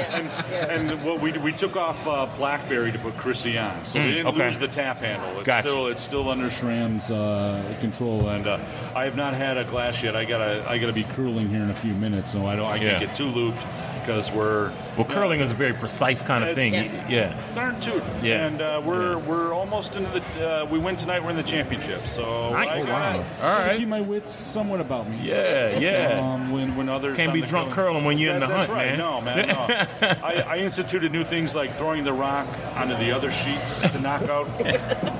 S4: And what we, we took off uh, BlackBerry to put Chrissy on, so
S2: Mm,
S4: we didn't
S2: okay.
S4: lose the tap handle. It's
S2: Gotcha.
S4: still it's still under Shrams
S10: Shram's uh, control and
S4: and uh, I have not had a glass yet. I gotta I gotta be
S10: curling here in a few minutes, so I
S4: I
S10: don't.
S4: don't. I
S2: Yeah.
S4: can't get too looped because we're
S2: Well, curling is a very precise kind of thing.
S8: Yes.
S2: Yeah.
S4: Darn toot.
S2: Yeah.
S4: And uh, we're we're almost into the. Uh, we win tonight. We're in the championship. So
S2: Nice. Oh,
S4: I gotta-
S2: All right.
S9: Keep my wits somewhat about me.
S2: Yeah, yeah.
S4: Um, when when others
S2: Can't
S4: on
S2: be
S4: the
S2: drunk curling when you're in the
S4: that's
S2: hunt,
S4: right.
S2: man.
S4: No, man. No. I, I instituted new things like throwing the rock onto the other sheets to knock out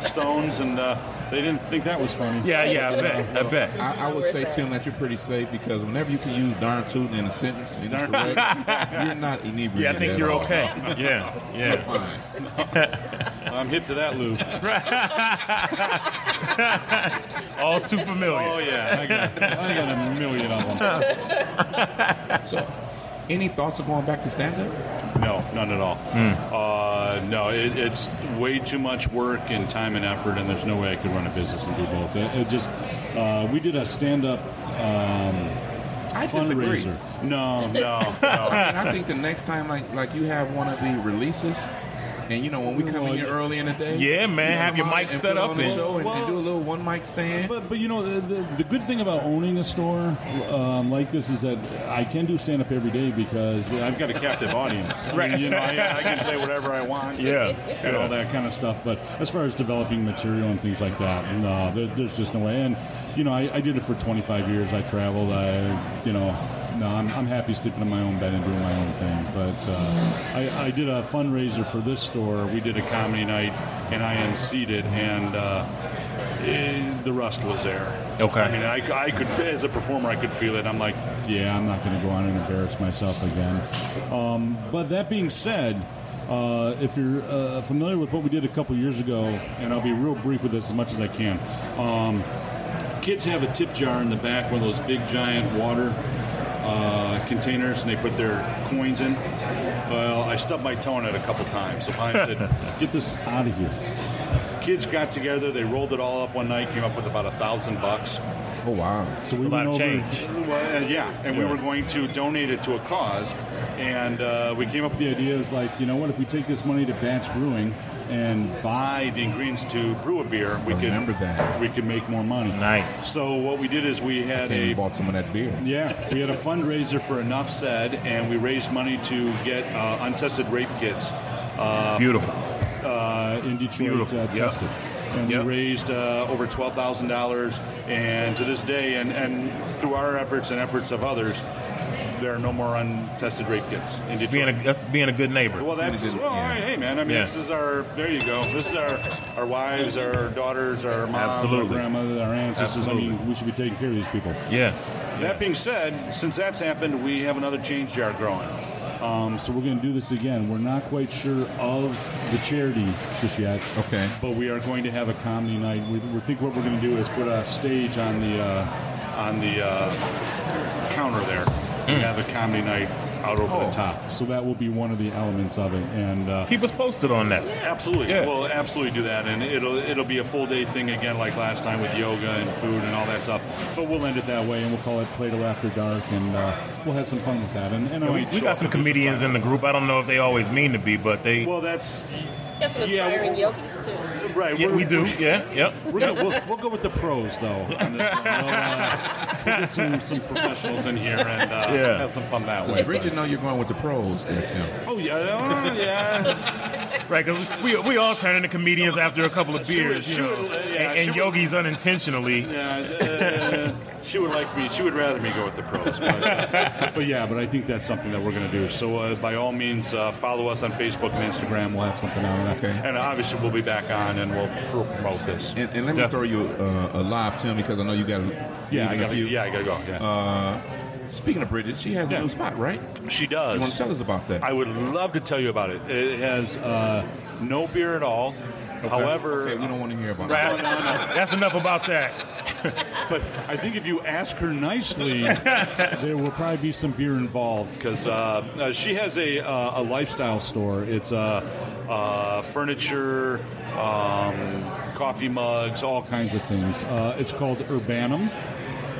S4: stones, and uh, they didn't think that was funny.
S2: Yeah, yeah. I bet. I bet.
S3: I, I would say, Tim, that you're pretty safe because whenever you can use darn tootin' in a sentence and it's correct, you're not inebriated.
S2: Yeah, I think
S3: at
S2: you're
S3: all.
S2: okay. Yeah, yeah.
S3: Fine.
S4: I'm hip to that, Lou.
S2: All too familiar.
S4: Oh yeah, I got, I got a million of them.
S3: So, any thoughts of going back to stand up?
S4: No, none at all.
S2: Hmm.
S4: Uh, no, it, it's way too much work and time and effort, and there's no way I could run a business and do both.
S9: It, it just uh, we did a stand up um,
S3: I disagree.
S9: fundraiser.
S4: No, no, no.
S3: And I think the next time, like like you have one of the releases, and you know when we come in here early in the day,
S2: Yeah, man,
S3: you
S2: have your
S3: come out
S2: mic
S3: and
S2: set
S3: put
S2: up
S3: on the
S2: and-
S3: show and, and do a little one mic stand.
S9: But, but you know the, the, the good thing about owning a store um, like this is that I can do stand up every day because I've got a captive audience. I mean,
S2: Right.
S9: you know, I,
S4: I, I can say whatever I want.
S2: Yeah,
S9: and all
S2: yeah.
S9: that kind of stuff. But as far as developing material and things like that, no, there, there's just no way. And you know, I, I did it for 25 years. I traveled. I, you know, no, I'm, I'm happy sleeping in my own bed and doing my own thing. But uh, I, I did a fundraiser for this store. We did a comedy night, and I emceed it, and uh, eh, the rust was there.
S2: Okay.
S9: I mean, I, I could, as a performer, I could feel it. I'm like, yeah, I'm not going to go on and embarrass myself again. Um, but that being said, uh, if you're uh, familiar with what we did a couple years ago, and I'll be real brief with this as much as I can. Um, kids have a tip jar in the back, one of those big giant water uh, containers, and they put their coins in.
S4: Well, I stubbed my toe in it a couple times. So I said,
S9: Get this out of here.
S4: kids got together, they rolled it all up one night, came up with about a thousand bucks.
S3: Oh wow!
S9: So
S2: It's a
S9: we
S2: lot
S9: went
S2: of
S9: over-
S2: change.
S4: Well, uh, yeah, and we were going to donate it to a cause, and uh, we came up with
S9: The idea is like, you know what? If we take this money to batch brewing and
S4: buy the ingredients to brew a beer. We could
S3: Remember that.
S4: We could make more money.
S2: Nice.
S4: So what we did is we had
S3: Came
S4: a
S3: and bought some of that beer.
S4: yeah we had a fundraiser for Enough Said, and we raised money to get uh, untested rape kits
S2: Beautiful.
S4: uh, in Detroit
S2: Beautiful.
S4: uh,
S2: Yep.
S4: tested. And
S2: Yep.
S4: we raised uh, over twelve thousand dollars, and to this day, and, and through our efforts and efforts of others, there are no more untested rape kits in Detroit.
S2: Being a that's being a good neighbor.
S4: Well, that's
S3: Really good,
S4: well, all
S3: yeah.
S4: right, hey man. I mean,
S2: Yeah.
S4: this is our. There you go. This is our our wives, our daughters, our moms.
S9: our
S2: Absolutely.
S9: grandmother, our ancestors, I mean, we should be taking care of these people.
S2: Yeah.
S4: That being said, since that's happened, we have another change jar growing.
S9: Um, so we're going to do this again. We're not quite sure of the charity just yet.
S3: Okay.
S9: But we are going to have a comedy night. We, we think what we're going to do is put a stage on the uh, on the uh,
S4: Counter there. We have a comedy night out over the top.
S9: top. So that will be one of the elements of it. And uh,
S2: Keep us posted on that.
S4: Absolutely,
S2: Yeah.
S4: we'll absolutely do that, and it'll it'll be a full day thing again, like last time with yoga and food and all that stuff.
S9: but we'll end it that way, and we'll call it Plato After Dark, and uh, we'll have some fun with that. And, and I
S2: We,
S9: mean,
S2: we got some comedians in the group. I don't know if they always mean to be, but they.
S4: Well, that's
S8: You have some
S4: Yeah,
S8: inspiring
S4: well-
S8: yogis too.
S4: right.
S2: yeah,
S4: we're-
S2: we do. Yeah. Yep.
S9: We're gonna, we'll, we'll go with the pros, though. On this one. We'll, uh, we'll get some, some professionals in here, and uh,
S2: Yeah.
S9: have some fun that way.
S3: Does Bridget know you're going with the pros there, Tim?
S4: Oh yeah, oh, yeah.
S2: Right. Because we we all turn into comedians after a couple of
S4: She would-
S2: beers,
S4: she
S2: you know,
S4: would, uh, yeah,
S2: and,
S4: she
S2: and
S4: would-
S2: yogis unintentionally.
S4: Yeah, uh, she would like me. She would rather me go with the pros. But, uh, but yeah, but I think that's something that we're going to do. So uh, by all means, uh, follow us on Facebook and Instagram. We'll have something on that.
S3: Okay.
S4: And uh, obviously, we'll be back on and we'll, we'll promote this.
S3: And, and let me
S4: Yeah.
S3: throw you uh, a live, Tim, because I know you got to
S4: Yeah, I
S3: in a
S4: gotta,
S3: few. Uh,
S4: yeah, I gotta go. Yeah.
S3: Speaking of Bridget, she has
S4: Yeah.
S3: a new spot, right?
S4: she
S3: You want to
S4: does.
S3: tell us about that?
S4: I would love to tell you about it. It has uh, no beer at all. However,
S3: okay, we don't want to hear about
S2: Right.
S3: that.
S2: That's enough about that.
S4: but I think if you ask her nicely,
S9: There will probably be some beer involved.
S4: because uh, uh, she has a, uh, a lifestyle store. It's uh, uh, furniture, um, coffee mugs, all
S9: all kinds of things. Uh, it's called Urbanum.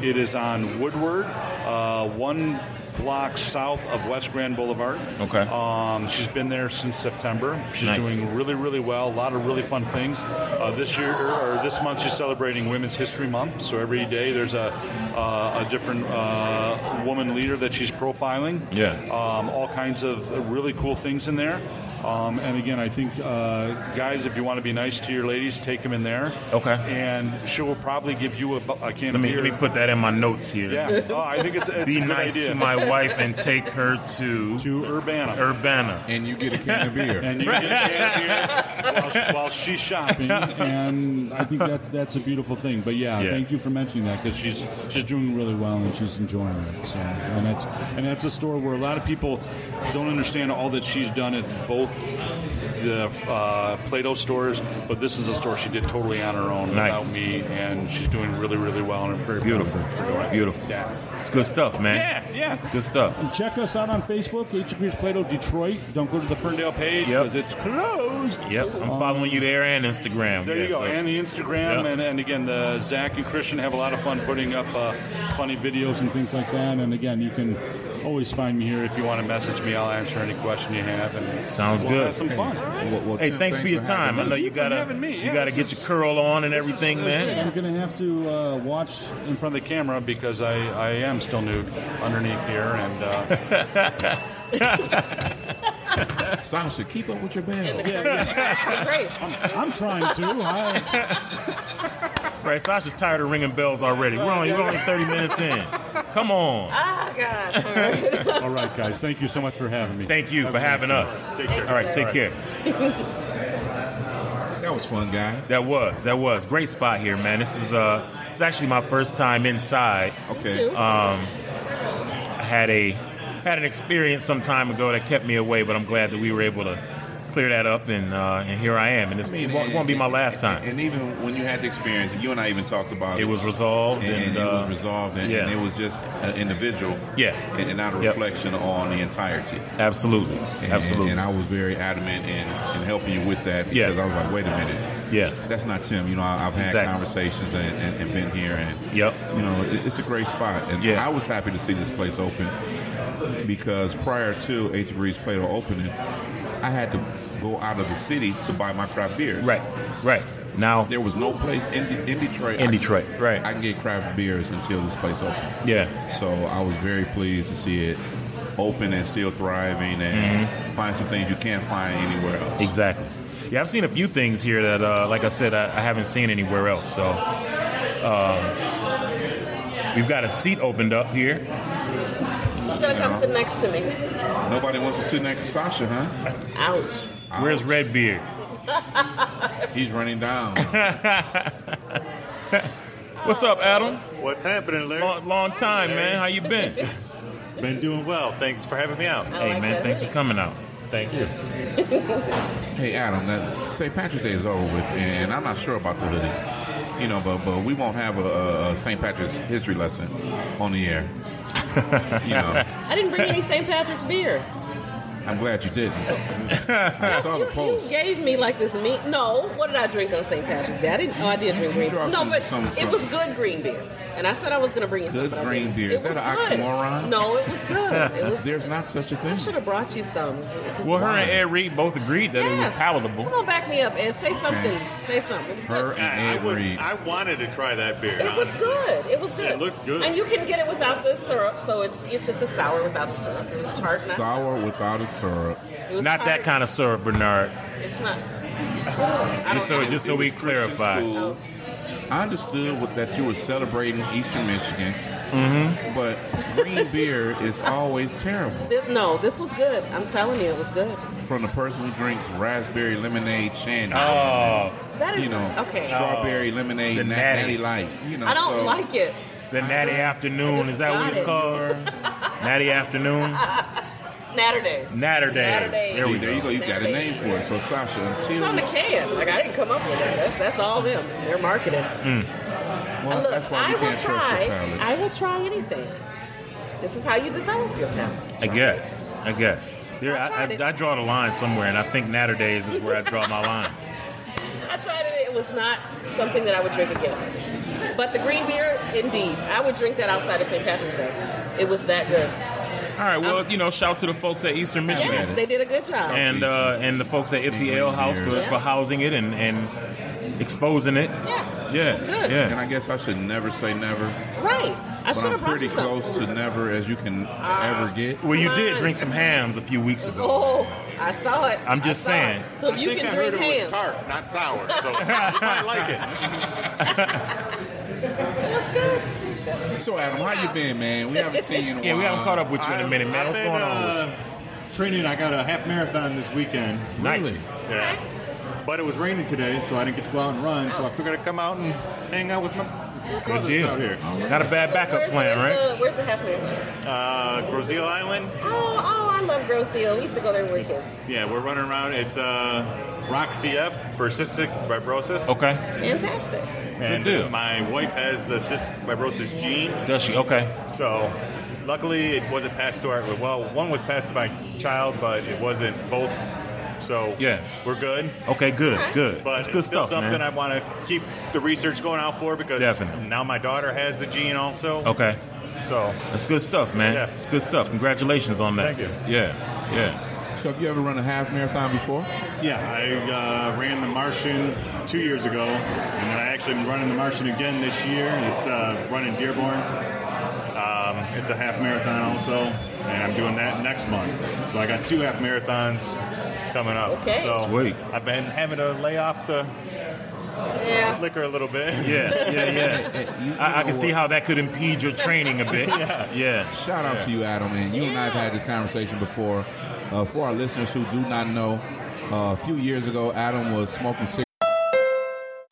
S4: It is on Woodward, uh, one
S7: blocks south of West Grand Boulevard.
S2: Okay.
S7: Um, she's been there since September. She's
S2: Nice.
S7: doing really, really well. A lot of really fun things. Uh, this year or this month, she's celebrating Women's History Month. So every day there's a uh, a different uh, woman leader that she's profiling.
S2: Yeah.
S7: Um, all kinds of really cool things in there. Um, and again, I think uh, guys, if you want to be nice to your ladies, take them in there.
S2: Okay.
S7: And she will probably give you a, bu- a can
S2: Let
S7: of
S2: me,
S7: beer.
S2: let me put that in my notes here.
S7: yeah. Oh, I think it's, it's a
S2: Be
S7: good
S2: nice
S7: idea.
S2: to my wife and take her to,
S7: to Urbana.
S2: Urbana.
S3: and you get a can of beer.
S4: And you get
S7: Yeah, dude. while, she- while she's shopping.
S4: shopping, and I think that's that's a beautiful thing. But yeah,
S2: Yeah.
S4: thank you for mentioning that because she's she's doing really well and she's enjoying it. So and that's and that's a store where a lot of people don't understand all that she's done at both
S7: The uh, Play-Doh stores, but this is a store she did totally on her own
S2: Nice.
S7: without me, and she's doing really, really well. And I'm very proud of
S2: Beautiful.
S7: her for doing it.
S2: Beautiful.
S7: Yeah.
S2: It's good stuff, man.
S7: Yeah, yeah.
S2: Good stuff.
S4: Check us out on Facebook, 8 Degrees Plato Detroit. Don't go to the Ferndale
S7: Ferndale page
S2: Yep.
S7: because it's closed.
S2: Yep. I'm following you there and Instagram.
S7: There
S2: yeah,
S7: you go,
S2: so-
S7: and the Instagram,
S2: Yeah.
S7: and, and again, the Zach and Christian have a lot of fun putting up uh, funny videos
S4: videos and things like that. And again, you can always find me here
S7: If you want to message me, I'll answer any question you have. And
S2: Sounds
S7: we'll
S2: good.
S7: Have some fun.
S3: Well, well,
S2: Hey,
S3: Tim,
S2: thanks for your time.
S3: having us.
S2: I know you
S7: for
S2: gotta
S7: having me.
S2: you
S7: Yeah,
S2: gotta
S7: this
S2: get
S7: is-
S2: your curl on and
S7: this is-
S2: everything,
S7: this is
S2: man.
S4: I'm gonna have to uh, watch.
S7: in front of the camera because I, I am still nude underneath here and uh,
S3: Sasha, keep up with your band.
S8: Grapes.
S4: I'm trying to. I,
S2: Right, Sasha's tired of ringing bells already. We're only, we're only 30 minutes in. Come on.
S8: Ah, God. All right.
S4: all right, guys. Thank you so much for having me.
S2: Thank you for having us.
S7: take care.
S2: All right, take care.
S3: That was fun, guys.
S2: That was, that was. Great spot here, man. This is uh it's actually my first time inside. Um,
S3: Okay.
S8: Two.
S2: I had a had an experience some time ago that kept me away, but I'm glad that we were able to clear that up and uh, and here I am. And this
S3: I mean,
S2: it won't,
S3: and-
S2: won't be my last time.
S3: And even when you had the experience, you and I even talked about it.
S2: It was resolved
S3: and, and
S2: and,
S3: it was
S2: uh,
S3: resolved, and,
S2: yeah.
S3: and it was just an individual,
S2: Yeah.
S3: and, and not a
S2: Yep.
S3: reflection on the entirety.
S2: absolutely,
S3: And,
S2: absolutely,
S3: And I was very adamant in, in helping you with that
S2: Yeah.
S3: because I was like, wait a minute,
S2: yeah,
S3: that's not Tim. You know, I, I've had
S2: Exactly.
S3: conversations and, and, and been here, and
S2: Yep.
S3: you know, it, it's a great spot. And
S2: Yeah.
S3: I was happy to see this place open because prior to Eight Degrees Plato opening, I had to go out of the city to buy my craft beer.
S2: right, right. Now,
S3: There was no place in, De- in Detroit.
S2: In
S3: I-
S2: Detroit, right.
S3: I can get craft beers until this place opens.
S2: yeah,
S3: So I was very pleased to see it open and still thriving and
S2: Mm-hmm.
S3: find some things you can't find anywhere else.
S2: Exactly. Yeah, I've seen a few things here that, uh, like I said, I, I haven't seen anywhere else. So um, we've got a seat opened up here.
S8: Who's going to come sit next to me?
S3: Nobody wants to sit next to Sasha, huh?
S8: Ouch.
S2: Where's Redbeard?
S3: He's running down.
S2: What's up, Adam?
S9: What's happening, Larry?
S2: Long, long time, man. How you been? hey,
S9: Been doing well. Thanks for having me out.
S8: I like
S2: man.
S8: that
S2: Thanks for
S8: hoodie.
S2: coming out.
S9: Thank you.
S3: hey, Adam, that St. Patrick's Day is over with, and I'm not sure about the hoodie. You know, but but we won't have a, a, a St. Patrick's history lesson on the air. you know,
S8: I didn't bring any St. Patrick's beer.
S3: I'm glad you didn't. I saw
S8: You,
S3: the
S8: you
S3: post.
S8: gave me like this meat. No, what did I drink on St. Patrick's Day? I didn't. Oh, I did drink green.
S3: dropped
S8: No,
S3: some-
S8: but
S3: some-
S8: it
S3: some-
S8: was good green beer, and I said I was going to bring you some.
S3: Good
S8: but I
S3: green
S8: didn't.
S3: beer.
S8: It
S3: Is
S8: was
S3: that
S8: good.
S3: an oxymoron?
S8: No, it was good. It was.
S3: There's not such a
S8: I
S3: thing.
S8: should have brought you some. because-
S2: Well, her and Ed Reed both agreed that it was
S8: Yes. Come
S2: palatable.
S8: on, back me up and say something. Say something. It was
S3: Her
S8: good.
S9: I,
S3: and
S9: I
S3: Ed
S9: would-
S3: Reed.
S9: I wanted to try that beer.
S8: It was
S9: honestly.
S8: good. It was good.
S9: It looked good.
S8: And you can get it without the syrup, so it's it's just a sour without the syrup. It was tart. Not,
S3: Sour without a syrup.
S8: it was
S2: Not that kind of syrup, Bernard.
S8: It's not. I don't
S2: Just so,
S8: know.
S2: just so we clarify.
S3: School. I understood what, that you were celebrating Eastern Michigan,
S2: Mm-hmm.
S3: but green beer is always terrible.
S8: Th- no, this was good. I'm telling you, it was good.
S3: From the person who drinks raspberry lemonade shandy,
S2: Oh,
S8: That is
S3: you know,
S8: okay.
S3: strawberry lemonade
S2: The
S3: nat-
S2: natty.
S3: natty. light. You know,
S8: I don't
S3: so
S8: like it.
S2: the Natty Afternoon. Is that what it's called? Natty Afternoon?
S8: Natterdays.
S2: Natterdays.
S8: Natterdays.
S2: There
S3: See,
S2: we
S3: there you go. You got a name for it. So Sasha, until
S8: It's on the can. Like I didn't come up with that. That's that's all them. They're marketing.
S3: well,
S8: And look,
S3: that's why
S8: I
S3: you
S8: will
S3: can't trust your
S8: try.
S3: palate.
S8: I will try anything. This is how you develop your palate.
S2: I guess. I guess. There, I, I, I draw the line somewhere, and I think Natterdays is where I draw my line.
S8: I tried it. It was not something that I would drink again. But the green beer, indeed, I would drink that outside of St. Patrick's Day. It was that good.
S2: All right. Well, you know, shout to the folks at Eastern Michigan.
S8: Yes, they did a good job.
S2: and uh, and the folks at Ipsy Ale House for,
S8: Yeah.
S2: for housing it and, and exposing it.
S8: yes,
S2: Yeah,
S8: it's good.
S2: yeah.
S3: And I guess I should never say never,
S8: Right. I
S3: but
S8: should
S3: I'm
S8: have brought
S3: pretty
S8: you some. Uh,
S3: close to never as you can ever get.
S2: Well, you
S8: Come
S2: did
S8: on.
S2: drink some hams a few weeks ago.
S8: Oh, I saw it.
S2: I'm
S8: I
S2: just
S8: saw
S2: saying.
S8: it. So if you
S9: I think
S8: can
S9: I
S8: drink
S9: heard it
S8: ham,
S9: was tart, not sour, so you might like it.
S8: that's good.
S3: So Adam, how you been, man? We haven't seen you in a while.
S2: Yeah, we haven't caught up with you in a minute, man.
S9: I've
S2: What's
S9: been,
S2: going on? with
S9: uh, training. I got a half marathon this weekend.
S2: you? Nice.
S9: Yeah. But it was raining today, so I didn't get to go out and run. So I figured I'd come out and hang out with my
S2: Good
S9: brothers out here.
S2: deal. Not a bad
S8: So
S2: backup
S8: where's,
S2: plan,
S8: where's
S2: right?
S8: The, where's the half marathon?
S9: Uh, Grozil Island.
S8: Oh, oh, I love Grosseal. We used to go there with kids.
S9: Yeah, we're running around. It's uh, Rock CF for cystic fibrosis.
S2: Okay.
S8: Fantastic.
S9: and
S2: deal.
S9: uh, my wife has the cystic fibrosis gene,
S2: Does she? Okay.
S9: so luckily it wasn't passed to our. Well, one was passed to my child, but it wasn't both. So
S2: Yeah.
S9: we're good.
S2: Okay. Good. Good.
S9: But
S2: That's
S9: it's
S2: good
S9: still
S2: stuff,
S9: something
S2: man.
S9: I want to keep the research going out for because
S2: Definitely.
S9: now my daughter has the gene also.
S2: Okay.
S9: So
S2: That's good stuff, man.
S9: Yeah.
S2: It's good stuff. Congratulations on that.
S9: Thank you.
S2: Yeah. Yeah.
S3: uh, So have you ever run a half marathon before?
S9: yeah, I uh, ran the Martian two years ago, and then I actually am running the Martian again this year. It's uh, running Dearborn. Um, it's a half marathon also, and I'm doing that next month. So I got two half marathons coming up.
S8: Okay.
S9: So
S2: Sweet.
S9: I've been having to lay off the
S8: Yeah.
S9: liquor a little bit.
S2: Yeah. Yeah. Yeah.
S3: Hey, you- you
S2: I, I
S3: know
S2: can see
S3: what?
S2: how that could impede your training a bit. yeah.
S3: Shout out to you, Adam, and you and I have had this conversation before. Uh, for our listeners who do not know, uh, a few years ago, Adam was smoking cigarettes.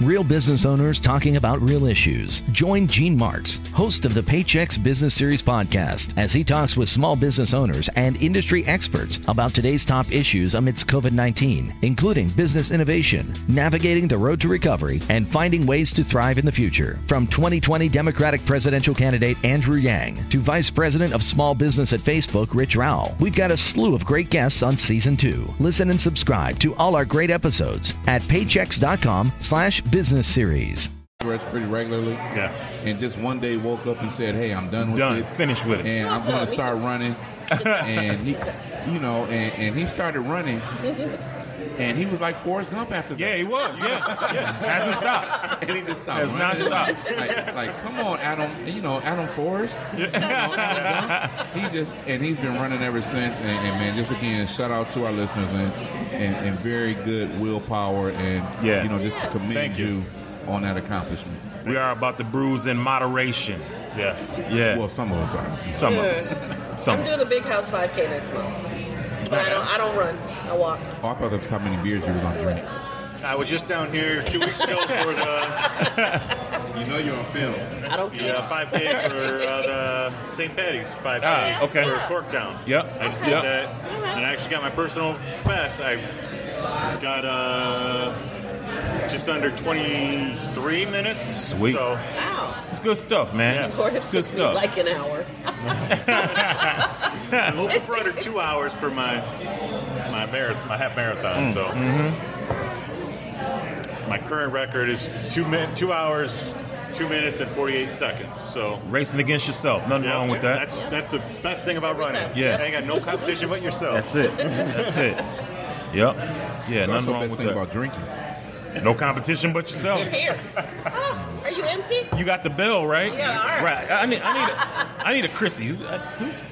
S11: Real business owners talking about real issues. Join Gene Marks, host of the Paychecks Business Series podcast, as he talks with small business owners and industry experts about today's top issues amidst COVID 19, including business innovation, navigating the road to recovery, and finding ways to thrive in the future. From 2020 Democratic presidential candidate Andrew Yang to Vice President of Small Business at Facebook, Rich Rao, we've got a slew of great guests on season two. Listen and subscribe to all our great episodes at paychecks.com slash business series.
S3: pretty regularly.
S9: Yeah.
S3: And just one day woke up and said, "Hey, I'm done with
S2: Done.
S3: it.
S2: Finished with it."
S3: And I'm going to start running." and he, you know, and, and he started running. And he was like Forrest Gump after that.
S2: Yeah, he was. Yeah, yeah. Hasn't stopped.
S3: and he just stopped.
S2: Has not
S3: running.
S2: stopped.
S3: Like, like, come on, Adam. and, You know, Adam Forrest. You know, Adam Dunn. he just and he's been running ever since. And, and man, just again, shout out to our listeners and and, and very good willpower and
S2: Yeah.
S3: you know just to commend
S2: Thank you.
S3: you. on that accomplishment.
S2: We are about to bruise in moderation.
S9: Yes.
S2: Yeah.
S3: Well, some of us are.
S2: some of us. Some.
S8: I'm doing a big house 5K next month. But I don't. I don't run. I walk.
S3: Oh, I thought that's how many beers you were going to drink.
S9: I was just down here two weeks ago for the
S3: You know you're on film.
S8: I don't care.
S9: yeah, 5K for uh, the St. Patty's 5K
S2: Ah, okay.
S9: for Corktown.
S2: Yep.
S9: I just did
S2: Yep.
S9: that, and I actually got my personal best. I got uh, just under 23 minutes.
S2: Sweet.
S9: So
S8: Wow.
S2: It's good stuff, man.
S8: Lord, it
S2: It's good
S8: took me
S2: stuff.
S8: like an hour.
S9: I'm hoping for under two hours for my my marathon, my half
S3: Hmm.
S2: Mm.
S9: marathon. so
S2: Mm-hmm.
S9: my current record is two min- two hours, two minutes and 48 seconds. So.
S2: Racing against yourself. Nothing
S9: Yeah,
S2: wrong with that.
S9: That's that's the best thing about running.
S2: Yeah.
S9: I ain't got no competition but yourself.
S2: That's it. That's it. Yep. Yeah,
S3: That's
S2: nothing
S3: the
S2: wrong
S3: best
S2: with
S3: thing
S2: that.
S3: about drinking.
S2: no competition but yourself.
S8: Here. Oh, are you empty?
S2: You got the bill, right?
S8: Yeah, all right.
S2: Right. I I need, I need, a, I need a Chrissy. Who's- uh, who's-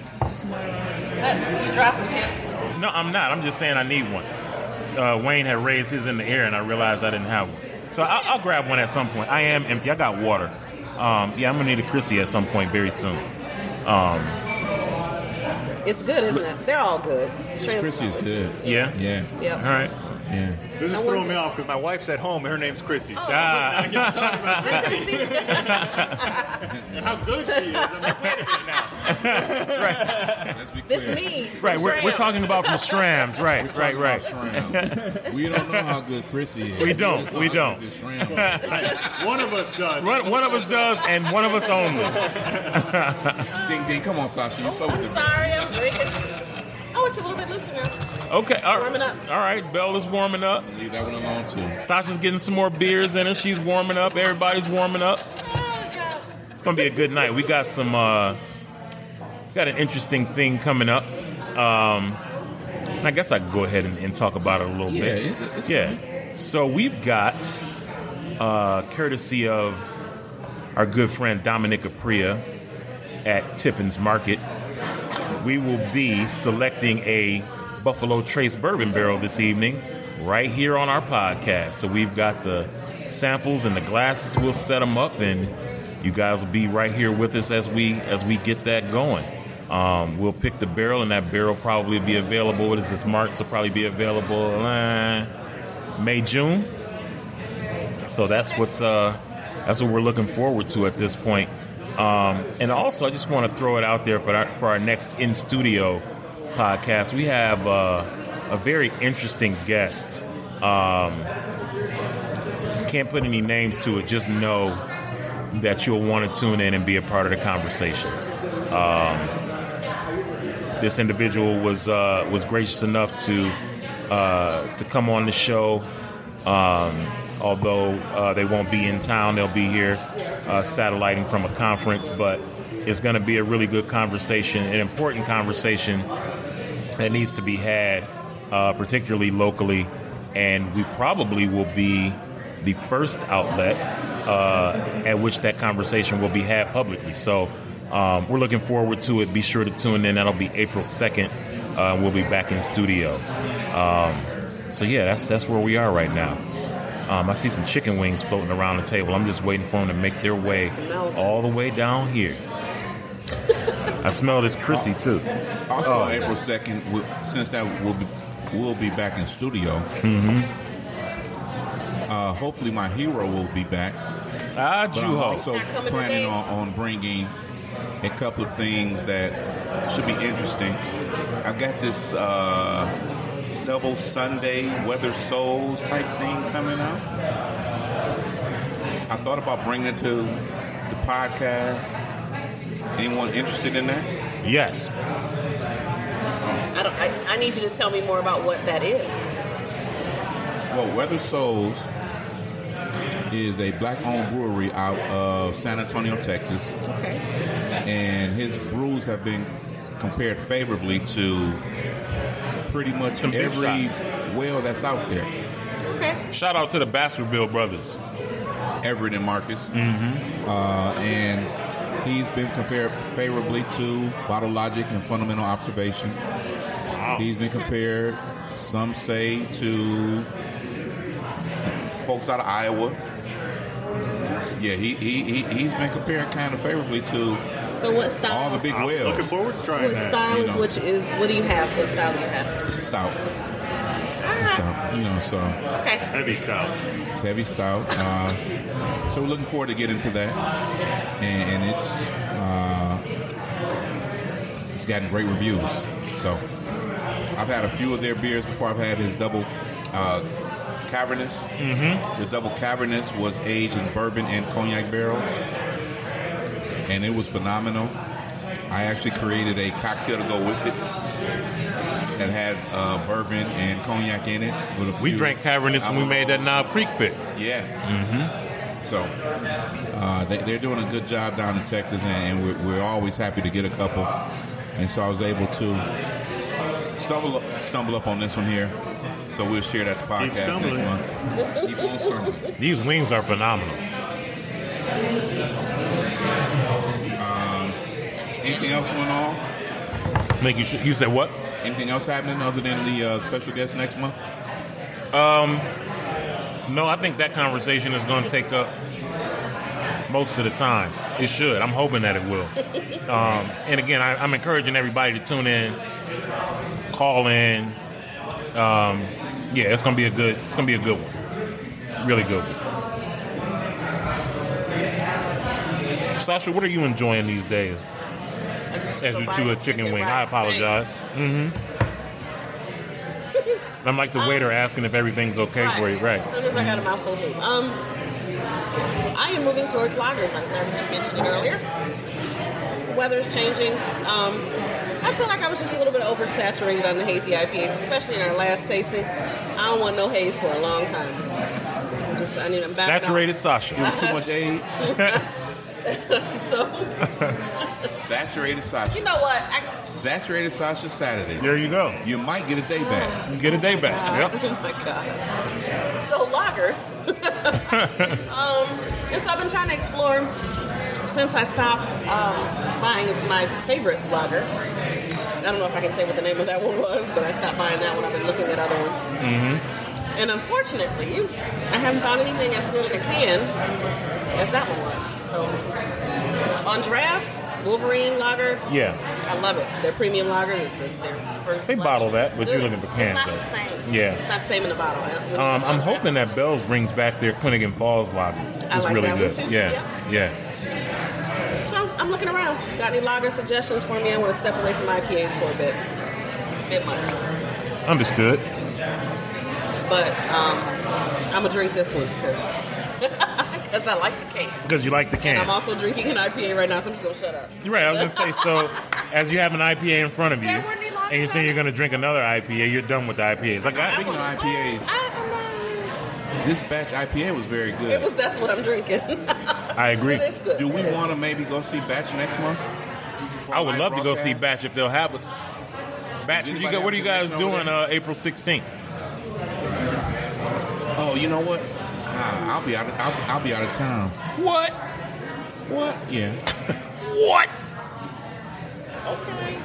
S8: You dropping hints?
S2: No, I'm not. I'm just saying I need one. Uh, Wayne had raised his in the air, and I realized I didn't have one. So I, I'll grab one at some point. I am empty. I got water. Um, yeah, I'm gonna need a Chrissy at some point very soon. Um,
S8: It's good, isn't it? They're all good.
S3: Chrissy is good.
S2: Yeah.
S3: Yeah.
S2: All
S8: Yeah.
S2: right.
S3: Yeah.
S9: This is throwing me off because my wife's at home. and Her name's Chrissy. So
S2: Ah.
S9: I get to talk about
S8: Nice to Oh. see you.
S9: Chrissy and how good she is. I'm like, wait a minute now.
S3: Let's be
S8: This
S3: clear.
S8: me.
S2: Right, we're, we're
S8: Shrams.
S2: talking about from Shrams, right, right, right.
S3: Shram. we don't know how good Chrissy is.
S2: We don't,
S3: just know
S2: we
S3: how
S2: don't.
S3: good this Shram is.
S9: One of us does.
S2: One, one of us does, and one of us only.
S3: ding ding, come on, Sasha. You so
S8: I'm
S3: with the
S8: sorry, I'm drinking. Oh, it's a little bit looser now.
S2: Okay, all right.
S8: Warming up.
S2: All right, Belle is warming up.
S3: Leave that one alone too.
S2: Sasha's getting some more beers in her. She's warming up. Everybody's warming up.
S8: Oh, gosh.
S2: It's gonna be a good night. We got some, uh, got an interesting thing coming up. Um, and I guess I can go ahead and, and talk about it a little
S3: Yeah,
S2: bit.
S3: it's- it's
S2: yeah. So we've got, uh, courtesy of our good friend Dominic Apria at Tippins Market, we will be selecting a Buffalo Trace bourbon barrel this evening right here on our podcast. So we've got the samples and the glasses. We'll set them up, and you guys will be right here with us as we as we get that going. Um, we'll pick the barrel, and that barrel probably be available. What is this? March will probably be available uh, May June. So that's what's uh, that's what we're looking forward to at this point. Um, and also, I just want to throw it out there for our, for our next in studio podcast. We have uh, a very interesting guest. Um, can't put any names to it. Just know that you'll want to tune in and be a part of the conversation. Um, this individual was uh, was gracious enough to uh, to come on the show um, although uh, they won't be in town, they'll be here uh, satelliting from a conference. But it's going to be a really good conversation, an important conversation that needs to be had, uh, particularly locally. And we probably will be the first outlet uh, at which that conversation will be had publicly. So um, we're looking forward to it. Be sure to tune in. That'll be April 2nd. Uh, we'll be back in studio. Um, so, yeah, that's, that's where we are right now. Um, I see some chicken wings floating around the table. I'm just waiting for them to make their way all the way down here. I smell this Chrissy, too.
S3: Also,
S2: Oh,
S3: April second, since that will be, we'll be back in studio.
S2: Mm-hmm.
S3: Uh, hopefully, my hero will be back.
S2: Ah,
S3: But I'm
S2: Juho.
S3: also
S8: Not coming
S3: planning
S8: today?
S3: on, on bringing a couple of things that should be interesting. I've got this uh, double Sunday Weather Souls type thing coming out. I thought about bringing it to the podcast. Anyone interested in that?
S2: Yes.
S8: I, don't, I, I need you to tell me more about what that is.
S3: Well, Weather Souls is a black-owned brewery out of San Antonio, Texas.
S8: Okay.
S3: and his brews have been compared favorably to pretty much
S2: Some big
S3: every
S2: shots.
S3: well that's out there.
S8: Okay.
S2: Shout out to the Baskerville brothers. Mm-hmm.
S3: Everett and Marcus, uh, and he's been compared favorably to Bottle Logic and Fundamental Observation. He's been compared, some say, to folks out of Iowa. Yeah, he, he, he, he's been compared kind of favorably to
S8: So what style?
S3: all the big
S9: I'm
S3: wells.
S9: looking forward to trying
S8: what
S9: that.
S8: style
S3: you
S8: is
S3: know.
S8: which is what do you have? What style do you have?
S3: Stout.
S8: Ah,
S3: So, you know, so
S8: okay.
S9: Heavy stout.
S3: it's heavy stout. Uh, so we're looking forward to getting to that, and, and it's uh, it's gotten great reviews. So I've had a few of their beers before. I've had his double uh, cavernous. Mm-hmm. The double cavernous was aged in bourbon and cognac barrels, and it was phenomenal. I actually created a cocktail to go with it that had uh, bourbon and cognac in it. With a
S2: We
S3: few
S2: drank Cavernous and we
S3: alcohol.
S2: made that Knob Creek bit.
S3: Yeah. Mm-hmm. So uh, they, they're doing a good job down in Texas, and, and we're, we're always happy to get a couple. And so I was able to stumble up, stumble up on this one here. So we'll share that to podcast
S9: stumbling.
S3: next month. Keep on stumbling.
S2: These wings are phenomenal.
S3: Um, Anything else going on?
S2: Make you sure, you said what?
S3: Anything else happening other than the uh, special guest next month?
S2: Um, No, I think that conversation is going to take up most of the time. It should. I'm hoping that it will. Um, and again, I, I'm encouraging everybody to tune in, call in, um, Yeah, it's gonna be a good. It's gonna be a good one. Really good one. Sasha, what are you enjoying these days
S8: I just
S2: as
S8: took
S2: you
S8: bite
S2: chew a
S8: of
S2: chicken wing?
S8: right.
S2: I apologize. hmm I'm like the waiter asking if everything's okay
S8: Thanks.
S2: for you, right?
S8: As soon as I got a mouthful of food. Um, I am moving towards lagers. I I mentioned it earlier. Weather's changing. Um, I feel like I was just a little bit oversaturated on the hazy IPAs, especially in our last tasting. I don't want no haze for a long time. I'm just, I need, I'm backing off.
S2: Saturated Sasha.
S3: Too much age.
S8: So,
S3: Saturated
S8: you
S3: Sasha.
S8: know what? I,
S3: Saturated Sasha Saturday.
S9: There you go.
S3: You might get a day back.
S2: You get a day back. Yep.
S8: Oh my god. So loggers. um, and so I've been trying to explore since I stopped um, buying my favorite lager. I don't know if I can say what the name of that one was, but I stopped buying that one. I've been looking at other ones. Mm-hmm. And unfortunately, I haven't found anything as good in a can as that one was. So on draft, Wolverine lager,
S2: Yeah.
S8: I love it. Their premium lager, their, their first.
S2: They
S8: selection.
S2: bottle that, but you look at the
S8: It's not
S2: cans,
S8: the
S2: though.
S8: same.
S2: Yeah.
S8: it's not the same in the bottle.
S2: Um, I'm hoping that Bell's brings back their Clinigan Falls lobby. It's
S8: I like
S2: really
S8: that one
S2: good.
S8: too.
S2: Yeah, yeah.
S8: So I'm looking around. Got any lager suggestions for me? I want to step away from IPAs for a bit, bit much.
S2: Understood.
S8: But um, I'm gonna drink this one because I like the can.
S2: Because you like the can.
S8: I'm also drinking an IPA right now, so I'm just gonna shut up.
S2: You're right. I was gonna say so. As you have an IPA in front of you,
S8: There weren't any
S2: and you're saying you're gonna drink another IPA, you're done with the IPAs. Like I,
S3: Speaking of
S8: Well,
S3: IPAs,
S8: I,
S3: this batch IPA was very
S8: i it
S3: good.
S8: was that's what I'm drinking.
S2: I agree.
S8: it's good.
S3: Do we
S8: It is
S3: want to maybe go see Batch next month? For
S2: I would
S3: live
S2: love to go
S3: broadcast?
S2: see Batch if they'll have us. Batch,
S3: Does
S2: what, you
S3: anybody
S2: got, what are you
S3: have
S2: guys
S3: connection over
S2: doing?
S3: there?
S2: Uh, April 16th.
S3: Oh, you know what? Ah, I'll be out. Of, I'll, I'll be out of town.
S2: What?
S3: What? Yeah.
S2: What?
S8: Okay.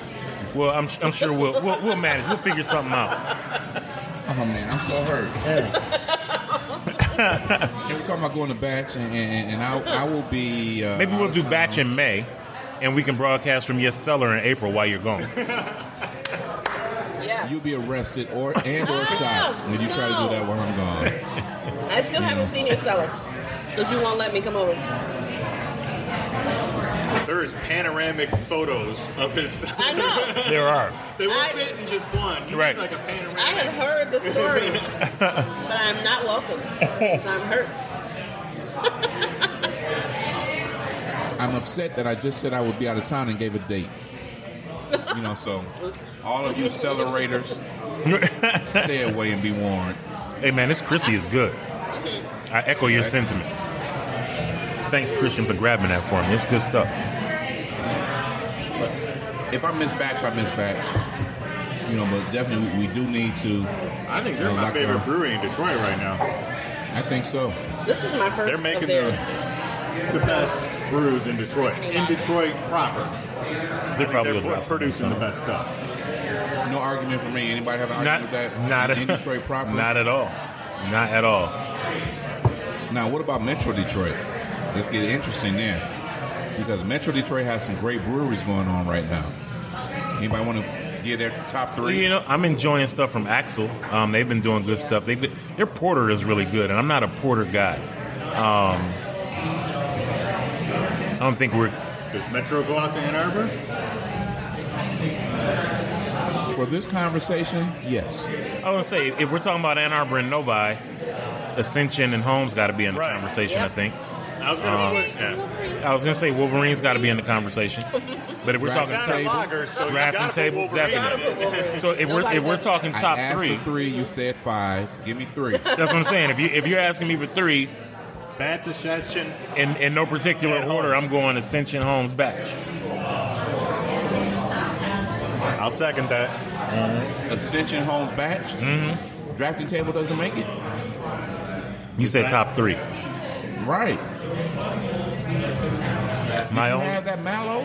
S2: Well, I'm, I'm sure we'll, we'll we'll manage. We'll figure something out.
S3: Oh man, I'm so hurt. Every time I go in the batch, and, and, and I, I will be. Uh,
S2: Maybe
S3: out
S2: we'll
S3: of
S2: do
S3: town.
S2: Batch in May, and we can broadcast from your cellar in April while you're gone.
S8: Yes.
S3: You'll be arrested or and or shot when you try to
S8: No.
S3: do that while I'm gone.
S8: I still haven't seen your cellar because you won't let me come over.
S9: There is panoramic photos of his.
S8: I know.
S2: There are.
S9: They won't
S8: I-
S9: fit in just one. You
S2: Right.
S9: need like a panoramic.
S8: I have heard the stories, but I'm not welcome. So I'm hurt.
S3: I'm upset that I just said I would be out of town and gave a date. You know, so all of you accelerators, stay away and be warned.
S2: Hey man, this Chrissy is good. I echo your sentiments. Thanks, Christian, for grabbing that for me. It's good stuff.
S3: If I miss batch, I miss batch. You know, but definitely we, we do need to.
S9: I think they're
S3: No,
S9: my
S3: not
S9: favorite
S3: gonna-
S9: brewery in Detroit right now.
S3: I think so.
S8: This is my first
S9: They're making
S8: of theirs.
S9: the best brews in
S8: Oh
S9: Detroit. In Detroit proper.
S2: They're probably
S9: They're
S2: gonna drop
S9: producing the
S2: something.
S9: best stuff.
S3: No argument for me. Anybody have an
S2: Not,
S3: argument with that?
S2: not,
S3: in Detroit proper.
S2: not at all. Not at all.
S3: Now, what about Metro Detroit? Let's get interesting there because Metro Detroit has some great breweries going on right now. Anybody want to get their top three?
S2: You know, I'm enjoying stuff from Axel. Um, they've been doing good stuff. They've been, their porter is really good, and I'm not a porter guy. Um, I don't think we're.
S9: Does Metro go out to Ann Arbor?
S3: For this conversation, yes.
S2: I was gonna say if we're talking about Ann Arbor and Novi, Ascension and Holmes got to be in the
S9: Right.
S2: conversation. I think. Um,
S9: I was gonna put yeah.
S2: I was gonna say Wolverine's got to be in the conversation, but if we're
S3: Draft
S2: talking
S9: Got a
S2: table,
S9: lager, so you
S2: drafting
S9: gotta put
S2: table,
S9: Wolverine.
S2: definitely.
S8: Wolverine.
S2: So if we're
S8: Nobody
S2: if we're
S8: does
S2: talking
S8: that.
S2: top
S3: I asked
S2: three,
S3: for three. You said five. Give me three.
S2: that's what I'm saying. If you if you're asking me for three
S9: Bad suggestion.
S2: in, in no particular
S9: And
S2: order, I'm going Ascension, Holmes, Batch.
S9: I'll second that.
S2: Uh-huh.
S3: Ascension Homes Batch.
S2: Mm-hmm.
S3: Drafting table doesn't make it.
S2: You said top three.
S3: Right.
S2: My
S3: You
S2: own,
S3: have that mallow.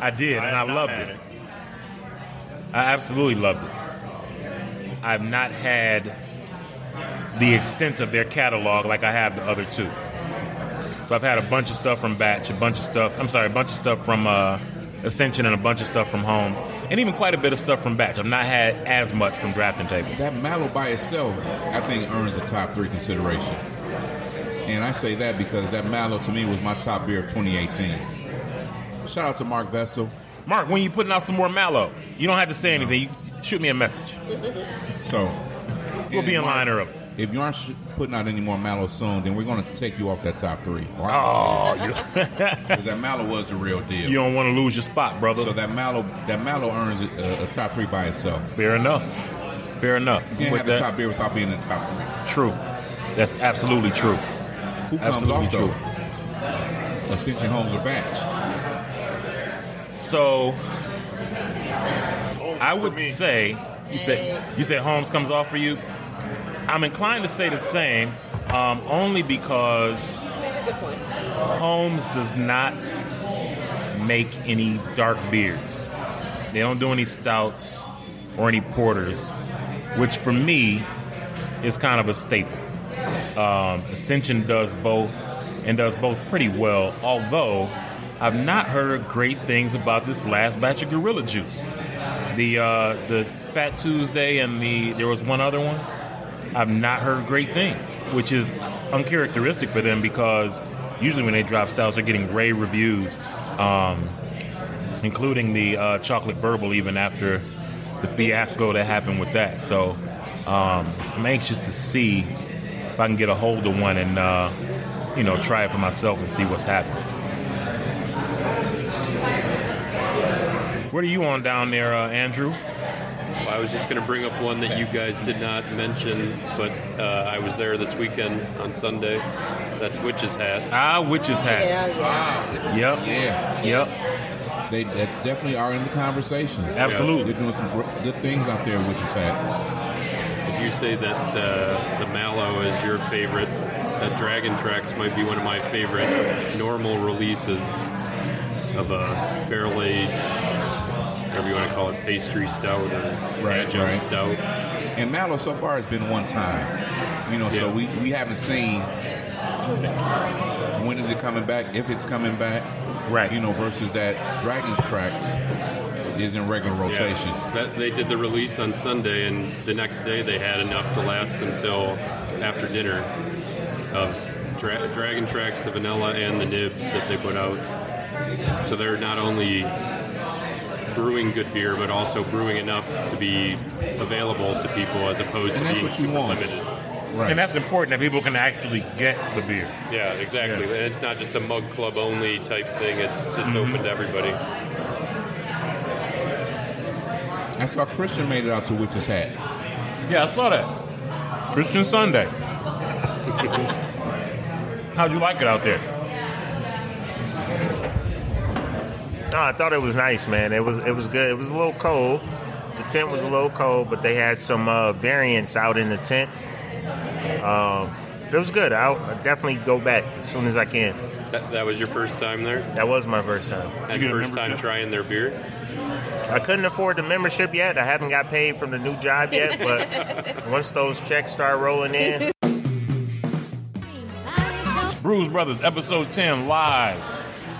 S2: I did, and I
S9: have not
S2: loved
S9: had
S2: it. I absolutely loved it. I've not had the extent of their catalog like I have the other two. So I've had a bunch of stuff from Batch, a bunch of stuff. I'm sorry, a bunch of stuff from uh, Ascension and a bunch of stuff from Holmes, and even quite a bit of stuff from Batch. I've not had as much from Drafting Table.
S3: That mallow by itself, I think, earns a top three consideration. And I say that because that mallow to me was my top beer of 2018. Shout out to Mark Vessel.
S2: Mark, when you putting out some more Mallow, you don't have to say anything. You shoot me a message.
S3: So
S2: We'll be in
S3: and Mark,
S2: line early.
S3: If you aren't sh- putting out any more mallow soon, then we're going to take you off that top three.
S2: Oh, you,
S3: because that mallow was the real deal.
S2: you don't want to lose your spot, brother.
S3: So that mallow, that mallow earns a, a top three by itself.
S2: Fair enough. Fair enough.
S3: You can't
S2: With
S3: have the
S2: that-
S3: top beer without being in the top three.
S2: True. That's absolutely true.
S3: Who comes
S2: Absolutely
S3: off though? Ascension Homes or Batch?
S2: So
S9: Oh,
S2: I
S9: for
S2: would
S9: me.
S2: say you said you said Holmes comes off for you. I'm inclined to say the same, um, only because Holmes does not make any dark beers. They don't do any stouts or any porters, which for me is kind of a staple. Um, Ascension does both and does both pretty well, although I've not heard great things about this last batch of Gorilla Juice. The uh, the Fat Tuesday and the there was one other one. I've not heard great things, which is uncharacteristic for them because usually when they drop styles, they're getting rave reviews, um, including the uh, chocolate burble, even after the fiasco that happened with that. So um, I'm anxious to see if I can get a hold of one and uh, you know try it for myself and see what's happening. What are you on down there, uh, Andrew?
S12: Well, I was just going to bring up one that you guys did not mention, but uh, I was there this weekend on Sunday. That's Witch's Hat.
S2: Ah, witch's hat.
S8: Yeah, yeah.
S2: Yep.
S3: Yeah,
S2: Yep.
S3: they, they definitely are in the conversation.
S2: Absolutely.
S3: They're doing some gr- good things out there, which is hat.
S12: Did you say that uh, the Mallow is your favorite? That Dragon Tracks might be one of my favorite normal releases of a barrel aged, whatever you want to call it, pastry stout or
S3: Right,
S12: adjunct
S3: right.
S12: stout.
S3: And Mallow so far has been one time. You know, so
S12: Yeah.
S3: we, we haven't seen when is it coming back, if it's coming back.
S2: Right.
S3: You know, versus that Dragon's Tracks is in regular
S12: Yeah.
S3: rotation.
S12: That, they did the release on Sunday, and the next day they had enough to last until after dinner of dra- Dragon Tracks, the vanilla, and the nibs that they put out. So they're not only brewing good beer, but also brewing enough to be available to people as opposed
S3: And
S12: to
S3: that's
S12: being
S3: what you
S12: super
S3: want.
S12: limited.
S3: Right.
S2: And that's important that people can actually get the beer.
S12: Yeah, exactly.
S2: Yeah. Mm-hmm.
S12: And it's not just a mug club only type thing. It's it's open to everybody.
S3: I saw Christian made it out to Witch's Hat.
S2: Yeah, I saw that. Christian Sunday. How'd you like it out there?
S13: No, I thought it was nice, man. It was it was good. It was a little cold. The tent was a little cold, but they had some uh, variants out in the tent. Uh, it was good. I'll I'll definitely go back as soon as I can.
S12: That, that was your first time there?
S13: That was my first time.
S12: That
S2: get a
S12: first time
S2: membership?
S12: trying their beer?
S13: I couldn't afford the membership yet. I haven't got paid from the new job yet, but once those checks start rolling in,
S2: Bruise Brothers, episode 10, live.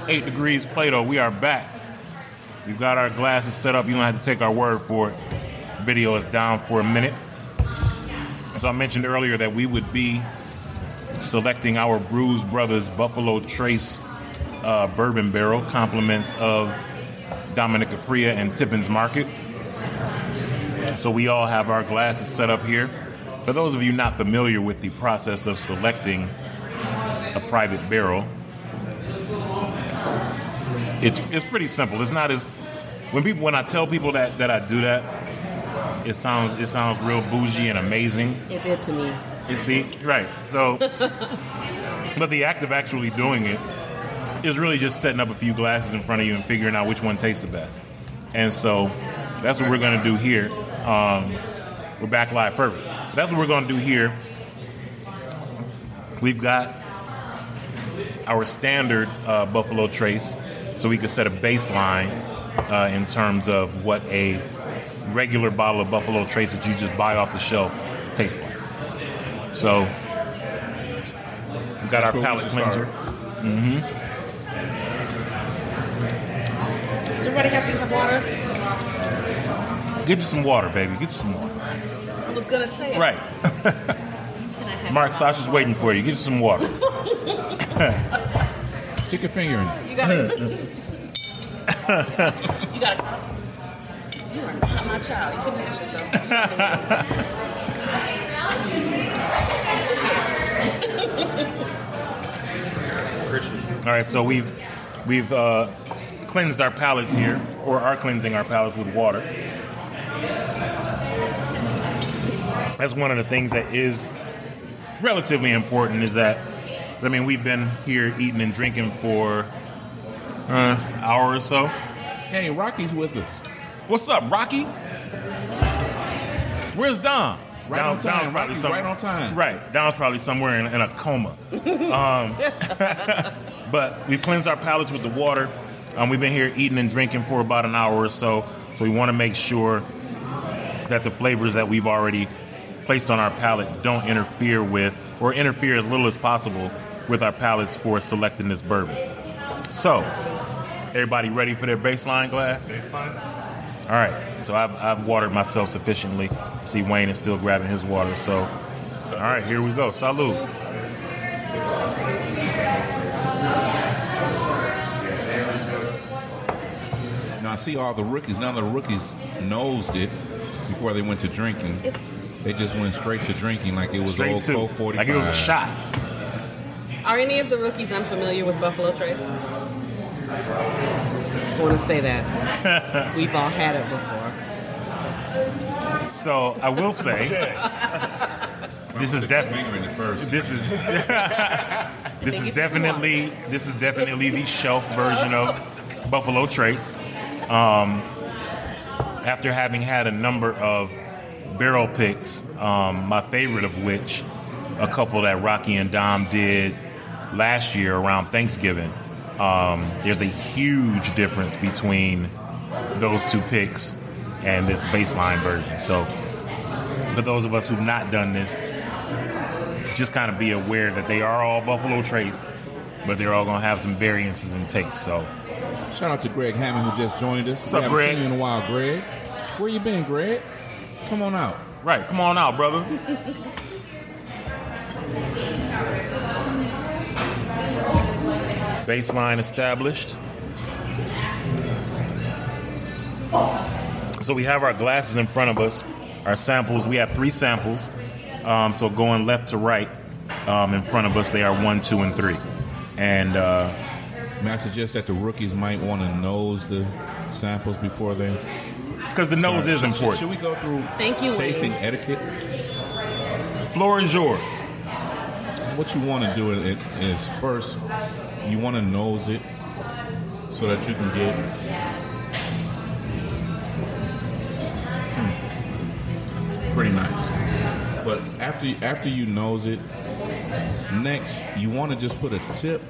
S2: Eight degrees Plato. We are back. We've got our glasses set up. You don't have to take our word for it. Video is down for a minute. So I mentioned earlier that we would be selecting our Bruise Brothers Buffalo Trace uh, bourbon barrel, compliments of Dominic Capria and Tippins Market. So we all have our glasses set up here. For those of you not familiar with the process of selecting a private barrel. It's it's pretty simple. It's not as when people when I tell people that that I do that, it sounds it sounds real bougie and amazing.
S8: It did to me.
S2: You see, right? So, but the act of actually doing it is really just setting up a few glasses in front of you and figuring out which one tastes the best. And so, that's what we're going to do here. Um, we're back live, perfect. That's what we're going to do here. We've got our standard uh, Buffalo Trace, so we could set a baseline uh, in terms of what a regular bottle of Buffalo Trace that you just buy off the shelf tastes like. So we got our
S3: That's what
S2: Mm-hmm.
S3: we
S2: palate
S3: should
S2: cleanser.
S8: The Everybody happy to have water?
S2: Get you some water, baby. Get you some water.
S8: I was gonna say it.
S2: Right.
S8: Can I have
S2: Mark
S8: water?
S2: Sasha's waiting for you. Get you some water.
S3: Stick your finger in it.
S8: You
S2: Hmm.
S8: gotta. you gotta. You are not my child. You couldn't hit yourself.
S2: All right, so we've we've uh, cleansed our palates here, or are cleansing our palates with water. That's one of the things that is relatively important. Is that I mean, we've been here eating and drinking for uh, hour or so.
S3: Hey, Rocky's with us.
S2: What's up, Rocky? Where's Don?
S3: Right on time, Rocky, right on time.
S2: Right, Don's probably somewhere in, in a coma. Um, but we cleanse our palates with the water. Um, we've been here eating and drinking for about an hour or so, so we want to make sure that the flavors that we've already placed on our palate don't interfere with, or interfere as little as possible with our palates for selecting this bourbon. So, everybody ready for their baseline glass? All right, so I've, I've watered myself sufficiently. I see, Wayne is still grabbing his water. So, all right, here we go. Salud.
S3: Now I see all the rookies. None of the rookies nosed it before they went to drinking. They just went straight to drinking like it was
S2: Straight
S3: old
S2: to.
S3: Coke 45.
S2: Like it was a shot.
S8: Are any of the rookies unfamiliar with Buffalo Trace? Just want to say that we've all had it before.
S2: So I will say, this is
S3: Stick your
S2: definitely
S3: finger in it first.
S2: this is this
S8: get
S2: is
S8: you some
S2: definitely this is definitely the shelf version of Buffalo Trace. Um, after having had a number of barrel picks, um, my favorite of which, a couple that Rocky and Dom did last year around Thanksgiving. Um, there's a huge difference between those two picks and this baseline version. So, for those of us who've not done this, just kind of be aware that they are all Buffalo Trace, but they're all gonna have some variances in taste. So
S3: Shout out to Greg Hammond who just joined us.
S2: What's
S3: we
S2: up,
S3: haven't
S2: Greg?
S3: seen you in a while, Greg. Where you been, Greg? Come on out.
S2: right, come on out, brother. Baseline established. So we have our glasses in front of us, our samples. We have three samples. Um, so going left to right um, in front of us, they are one, two, and three. And uh,
S3: May I suggest that the rookies might want to nose the samples before they.
S2: Because the nose is important.
S3: Should we go through
S8: Thank you,
S3: tasting
S8: Wayne.
S3: etiquette?
S2: Floor is yours.
S3: What you want to do it, it is first, you want to nose it so that you can get. Hmm. Pretty nice. But after after you nose it, next you want to just put a tip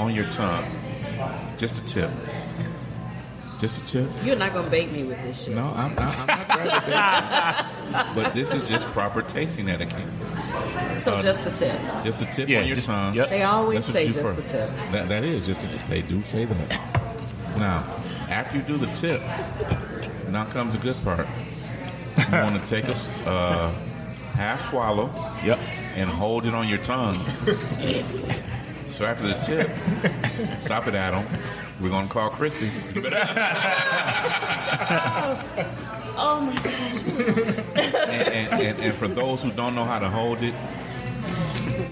S3: on your tongue, just a tip, just a tip.
S8: You're not gonna bait me with this shit.
S3: No, I'm, I'm, I'm not grabbing that. but this is just proper tasting etiquette.
S8: so just the tip.
S3: Just a tip
S2: Yeah,
S3: on your
S2: just-
S3: tongue.
S2: yep.
S8: They always
S3: Uh, That's what
S8: say
S3: you
S8: just
S3: first.
S8: the tip.
S3: That, that is just a tip. They do say that. Now, after you do the tip, now comes the good part. You want to take a s- uh, half swallow
S2: Yep.
S3: and hold it on your tongue. so after the tip, stop it, Adam. We're going to call Chrissy.
S8: Oh my gosh.
S3: and, and, and, and for those who don't know how to hold it,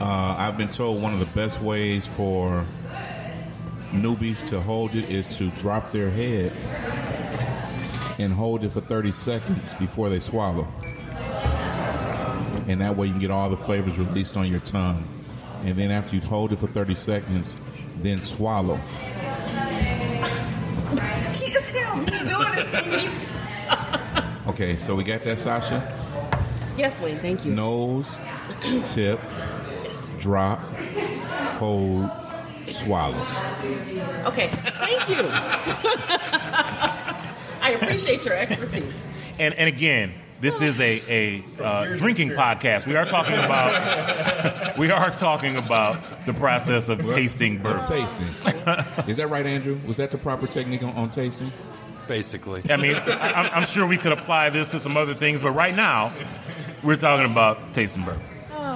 S3: uh, I've been told one of the best ways for newbies to hold it is to drop their head and hold it for 30 seconds before they swallow. And that way you can get all the flavors released on your tongue. And then after you hold it for 30 seconds, then swallow.
S8: He is him. He's doing it to me.
S3: Okay, so we got that, Sasha?
S8: Yes, Wayne, thank you.
S3: Nose, tip, drop, hold, swallow.
S8: Okay, thank you. I appreciate your expertise.
S2: And and again, this is a a uh, drinking podcast. We are talking about we are talking about the process of tasting
S3: We're
S2: bourbon.
S3: tasting. Is that right, Andrew? Was that the proper technique on, on tasting?
S12: basically.
S2: I mean, I, I'm, I'm sure we could apply this to some other things, but right now, we're talking about tasting bourbon.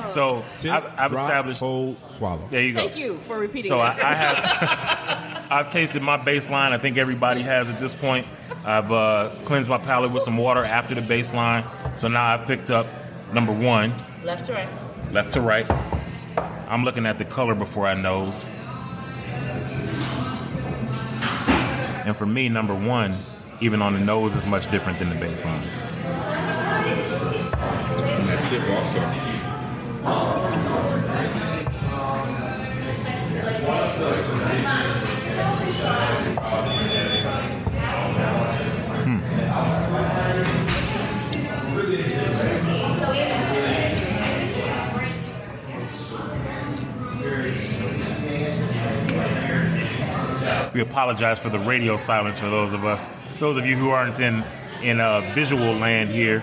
S2: So
S3: Tip,
S2: I've, I've
S3: drop,
S2: established.
S3: hold, swallow.
S2: There you go.
S8: Thank you for repeating
S2: So I, I
S8: that.
S2: have, I've tasted my baseline. I think everybody has at this point. I've uh, cleansed my palate with some water after the baseline. So now I've picked up number one,
S8: Left to right.
S2: left to right. I'm looking at the color before I nose. And for me, number one, even on the nose, is much different than the baseline.
S6: And that tip also.
S2: We apologize for the radio silence for those of us, those of you who aren't in in uh, visual land here,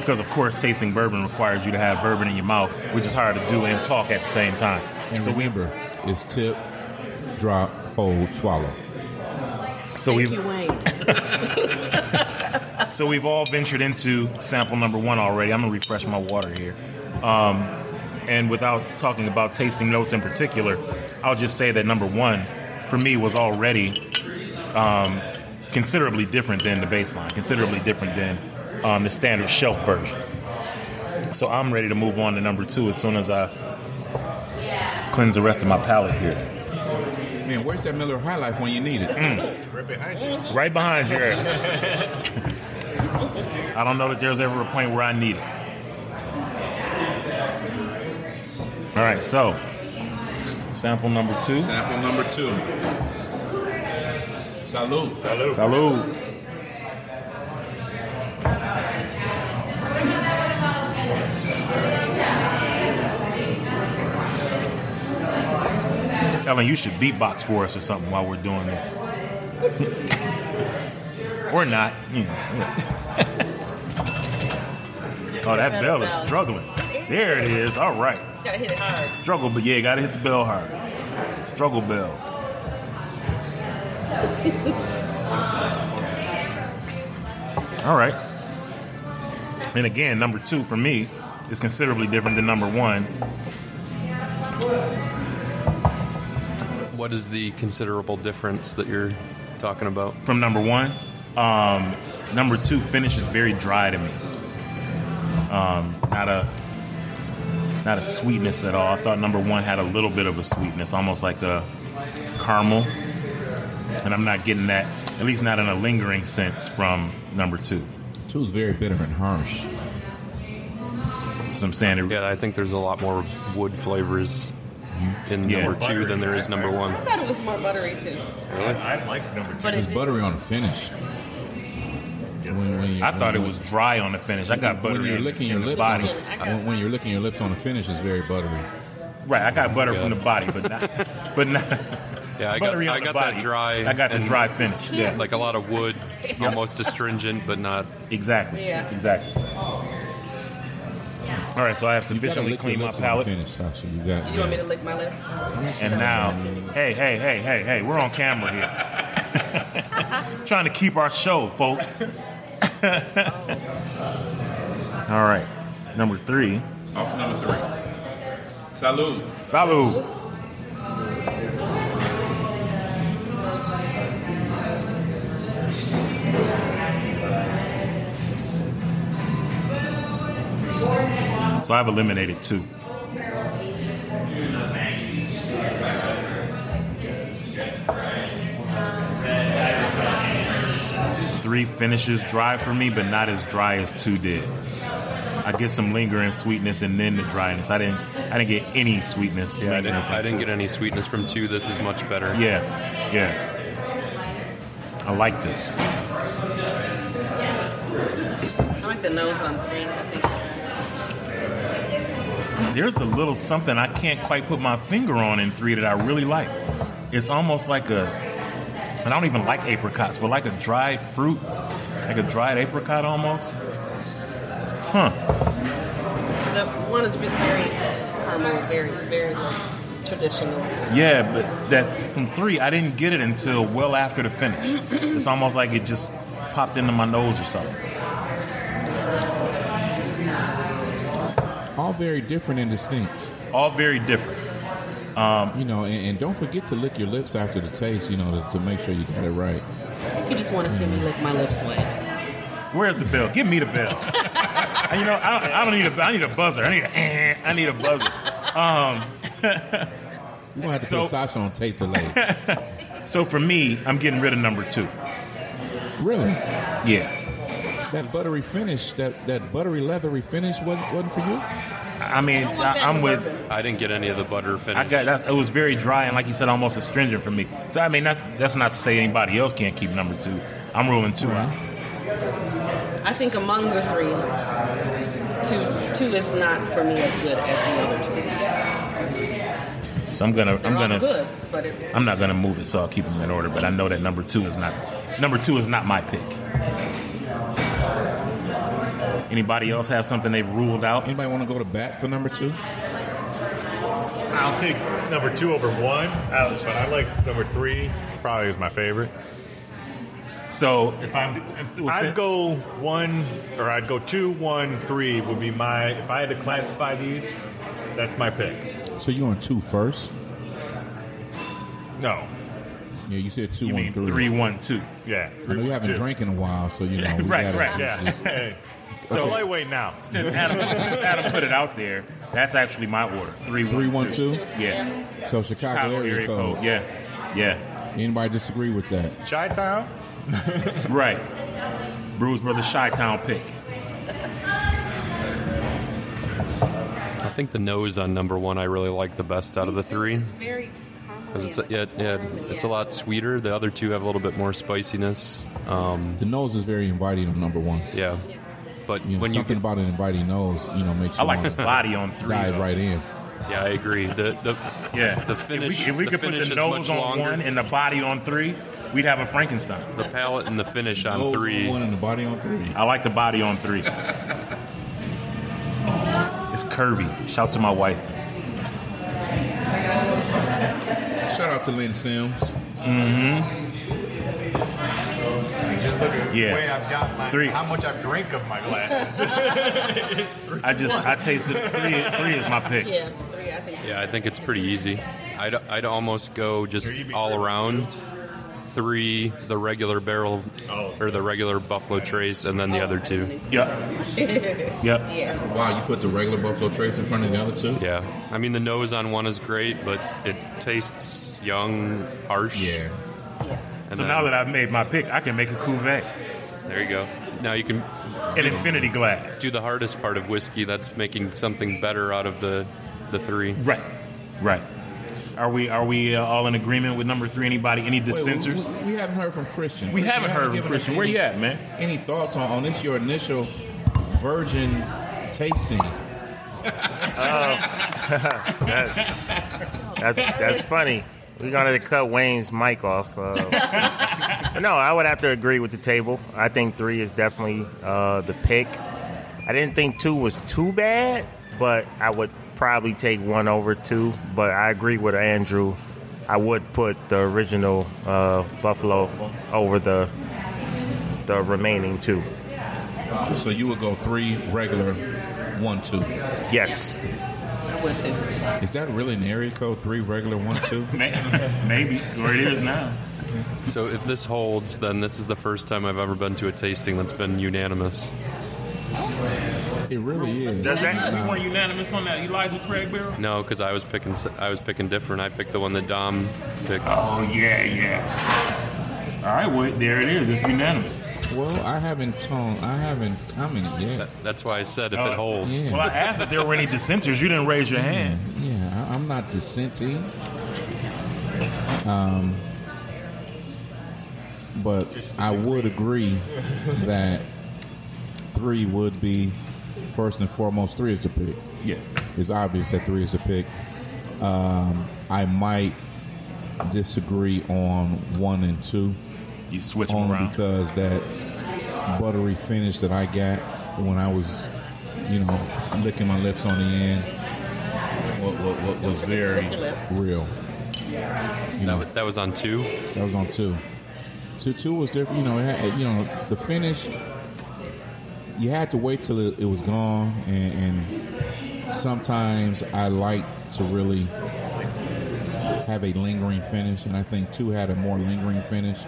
S2: because of course tasting bourbon requires you to have bourbon in your mouth, which is hard to do and talk at the same time.
S3: And
S2: so we
S3: remember, it's tip, drop, hold, swallow.
S8: Thank
S2: so we've
S8: you, Wayne.
S2: so we've all ventured into sample number one already. I'm gonna refresh my water here, um, and without talking about tasting notes in particular, I'll just say that number one for me was already um, considerably different than the baseline, considerably different than um, the standard shelf version. So I'm ready to move on to number two as soon as I cleanse the rest of my palate here.
S3: Man, where's that Miller High Life when you need it?
S9: Right behind you.
S2: Mm. Right behind you. Eric. Mm. I don't know that there's ever a point where I need it. All right, so sample number two.
S6: Sample number two. Salute. Salute.
S2: Salud. Ellen, you should beatbox for us or something while we're doing this. or not. you know. oh, that bell is struggling. There it is. All right.
S8: Just gotta hit it hard.
S2: Struggle, but yeah, gotta hit the bell hard. Struggle bell. All right. And again, number two for me is considerably different than number one.
S12: What is the considerable difference that you're talking about?
S2: From number one, um, number two finish is very dry to me. Um, not a not a sweetness at all. I thought number one had a little bit of a sweetness, almost like a caramel, and I'm not getting that. At least not in a lingering sense from number two.
S3: Two's very bitter and harsh.
S2: So I'm saying it,
S12: Yeah, I think there's a lot more wood flavors in
S2: Yeah.
S12: number two than there is number one.
S8: I thought it was more buttery too.
S12: Really?
S9: I like number two.
S8: But it
S3: It's
S8: did-
S3: buttery on the finish. When- when you-
S2: I thought it
S3: when-
S2: was dry on the finish. I got
S3: when
S2: butter
S3: you're
S2: in,
S3: licking your
S2: in the
S3: lips. On
S2: body.
S3: the, when, when you're licking your lips on the finish, it's very buttery.
S2: Right,
S3: Oh
S2: I got butter from the body, but not, but not
S12: Yeah, I got,
S2: buttery on
S12: I
S2: the
S12: got
S2: body.
S12: that dry.
S2: I got the
S12: and
S2: dry finish. Yeah,
S12: Like a lot of wood, almost astringent, but not.
S2: exactly.
S8: Yeah.
S2: Exactly. All right, so I have
S3: You gotta
S2: sufficiently
S3: lick your
S2: cleaned my
S3: lips on the
S2: palate,
S3: finish, Sasha. You got.
S8: You want me to lick my lips?
S2: and now, hey, hey, hey, hey, hey, we're on camera here, trying to keep our show, folks. All
S8: Oh.
S2: right, number three,
S6: Off to number three. Salute.
S2: salud. So I've eliminated two. Three finishes dry for me, but not as dry as two did. I get some lingering sweetness and then the dryness. I didn't. I didn't get any sweetness.
S12: I
S2: lingering
S12: didn't,
S2: from
S12: I didn't
S2: two.
S12: get any sweetness from two. This is much better.
S2: Yeah, yeah. I like this.
S8: I like the nose on three. I think.
S2: There's a little something I can't quite put my finger on in three that I really like. It's almost like a, and I don't even like apricots, but like a dried fruit, like a dried apricot almost. Huh.
S8: So the one is very caramel, very, very low. traditional.
S2: Yeah, but that from three, I didn't get it until well after the finish. it's almost like it just popped into my nose or something.
S3: All very different and distinct.
S2: All very different. Um,
S3: You know, and, and don't forget to lick your lips after the taste. You know, to, to make sure you got it right.
S8: I think you just want to see me lick my lips away.
S2: Where's the bill? Give me the bill. And you know, I don't, I don't need a. I need a buzzer. I need a. eh, I need a buzzer. Um,
S3: You gonna have to
S2: So-
S3: put Sasha on tape delay.
S2: So for me, I'm getting rid of number two.
S3: really,
S2: Yeah,
S3: that buttery finish, that that buttery leathery finish, wasn't wasn't for you.
S2: I mean,
S8: I want that
S2: I, I'm
S8: in
S2: with.
S8: bourbon.
S12: I didn't get any of the butter finish.
S2: I got that's, it was very dry and like you said, almost astringent for me. So I mean, that's that's not to say anybody else can't keep number two. I'm ruling two out.
S8: I think among the three, two two is not for me as good as the other two.
S2: So I'm gonna
S8: They're
S2: I'm
S8: all
S2: gonna
S8: good, but it,
S2: I'm not gonna move it. So I'll keep them in order. But I know that number two is not number two is not my pick. Anybody else have something they've ruled out?
S3: Anybody want to go to bat for number two?
S9: I'll take number two over one, uh, but I like number three. Probably is my favorite.
S2: So
S9: If I'm, if
S2: Well,
S9: I'd
S2: fit-
S9: go one, or I'd go two, one, three would be my. If I had to classify these, that's my pick.
S3: So you on two first?
S9: No,
S3: Yeah, you said two
S2: you
S3: on
S2: mean
S3: three.
S2: three one two?
S9: yeah,
S3: I know you haven't
S9: two.
S3: drank in a while, so you know. We
S2: Right,
S3: gotta,
S2: right.
S9: Yeah, hey, so lightweight now.
S2: Since Adam, since Adam put it out there, that's actually my order. Three
S3: Three one two.
S2: Yeah.
S3: So Chicago,
S2: Chicago
S3: area,
S2: area
S3: code.
S2: code. Yeah. Yeah.
S3: Anybody disagree with that?
S9: Chi Town.
S2: Right. Bruce Brothers Chi Town pick.
S12: I think the nose on number one I really like the best out of the three.
S8: It's very calm
S12: 'Cause it's
S8: and
S12: yeah, yeah,
S8: warm,
S12: it's a
S8: yeah.
S12: lot sweeter. The other two have a little bit more spiciness. Um,
S3: The nose is very inviting on number one.
S12: yeah, but
S3: You know,
S12: when you
S3: something
S12: can,
S3: about an inviting nose, you know, makes you
S2: I like the
S3: wanna
S2: body on three.
S3: dive
S2: though.
S3: right in.
S12: yeah, I agree. The the
S2: Yeah.
S12: the finish.
S2: If we, if we
S12: the
S2: could put
S12: finish
S2: the
S12: is
S2: nose
S12: much
S2: on
S12: longer.
S2: one and the body on three, we'd have a Frankenstein.
S12: the palate and the finish on
S3: Nose
S12: three.
S3: one and the body on three.
S2: I like the body on three. it's curvy. Shout to my wife.
S3: Shout out to Lynn Sims.
S9: Just look at
S2: Yeah.
S9: the way I've got my
S2: Three.
S9: how much I've drank of my glasses. it's three.
S2: I just I tasted three. Three is my pick.
S8: Yeah, three, I think.
S12: Yeah, I think it's pretty easy. I'd, I'd almost go just
S9: Here, you be
S12: all
S9: three.
S12: around three, the regular barrel
S9: Oh.
S12: or the regular Buffalo Trace, and then the other two.
S2: Yep. Yep.
S8: yeah.
S3: Wow, you put the regular Buffalo Trace in front of the other two?
S12: Yeah, I mean the nose on one is great, but it tastes young, harsh.
S3: Yeah.
S12: And
S2: So
S12: then-
S2: now that I've made my pick, I can make a cuvee,
S12: there you go. Now you can
S2: an infinity glass.
S12: do the hardest part of whiskey. That's making something better out of the the three.
S2: Right. Right. Are we are we uh, all in agreement with number three? Anybody? Any
S3: Wait,
S2: dissenters?
S3: we, we haven't heard from Christian.
S2: We
S3: You
S2: haven't heard from
S3: given us
S2: Christian. Where
S3: any-
S2: you at, man?
S3: Any thoughts on, on this, your initial virgin tasting?
S2: Uh.
S13: That's that's funny. We're gonna cut Wayne's mic off. Uh, no, I would have to agree with the table. I think three is definitely uh, the pick. I didn't think two was too bad, but I would probably take one over two. But I agree with Andrew. I would put the original uh, Buffalo over the the remaining two.
S3: So you would go three regular, one, two.
S13: Yes,
S8: I would too.
S3: Is that really an area code? Three regular, one, two?
S2: May- Maybe. Or it is now.
S12: So if this holds, then this is the first time I've ever been to a tasting that's been unanimous.
S3: it really is.
S2: Does that?
S3: Wow.
S2: We weren't unanimous on that. Elijah Craig barrel.
S12: No, because I was picking s- I was picking different. I picked the one that Dom picked.
S2: Oh yeah, yeah. All right, well, there it is. It's unanimous.
S3: Well, I haven't tone. I haven't commented yet.
S12: That- That's why I said if
S2: Oh.
S12: it holds.
S3: Yeah.
S2: Well, I asked if there were any dissenters. You didn't raise your hand.
S3: Yeah, I, I'm not dissenting. Um, but I would agree that three would be first and foremost. Three is the pick.
S2: Yeah.
S3: It's obvious that three is the pick. Um, I might disagree on one and two.
S2: You switch them
S3: only
S2: around.
S3: because that buttery finish that I got when I was, you know, licking my lips on the end what, what, what was very
S8: lick your lips.
S3: real. You know,
S12: That was on two.
S3: that was on two. Two two was different. You know, it had, you know the finish. You had to wait till it, it was gone, and, and sometimes I like to really have a lingering finish, and I think two had a more lingering finish.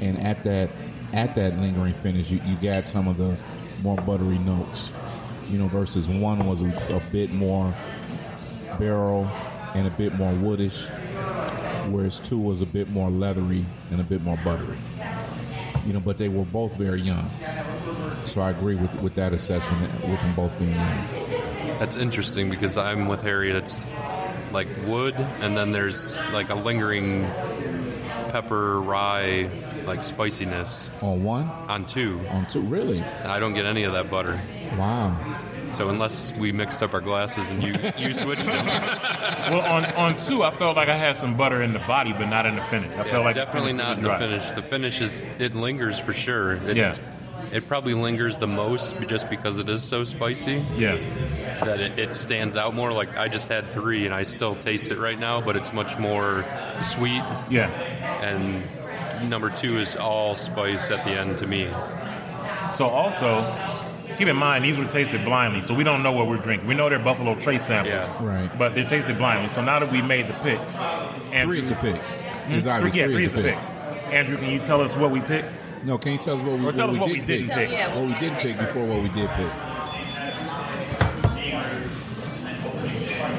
S3: And at that at that lingering finish, you, you got some of the more buttery notes. You know, versus one was a, a bit more barrel and a bit more woodish whereas two was a bit more leathery and a bit more buttery. You know, but they were both very young. So I agree with, with that assessment with them both being young.
S12: That's interesting because I'm with Harry. That's like wood, and then there's like a lingering pepper rye like spiciness
S3: On one,
S12: on two.
S3: on two, really?
S12: I don't get any of that butter.
S3: Wow.
S12: So unless we mixed up our glasses and you you switched them,
S2: Well, on, on two, I felt like I had some butter in the body, but not in the finish. I felt like the
S12: definitely
S2: finish
S12: not in
S2: was
S12: the
S2: dry.
S12: finish. The finish is it lingers for sure. It,
S2: Yeah.
S12: It probably lingers the most just because it is so spicy
S2: Yeah,
S12: that it, it stands out more. Like I just had three and I still taste it right now, but it's much more sweet.
S2: yeah.
S12: And number two is all spice at the end to me.
S2: So also, keep in mind these were tasted blindly, so we don't know what we're drinking. We know they're Buffalo Trace samples,
S12: Yeah.
S3: Right.
S2: but they're tasted blindly. So now that we made the pick, and
S3: Three is the pick. It's
S2: Three,
S3: obvious.
S2: yeah, three is the pick. Andrew, can you tell us what we picked?
S3: No, can you tell us what we,
S2: Or tell us what we
S3: did
S2: didn't pick.
S8: Yeah,
S3: What we did pick before what we did pick.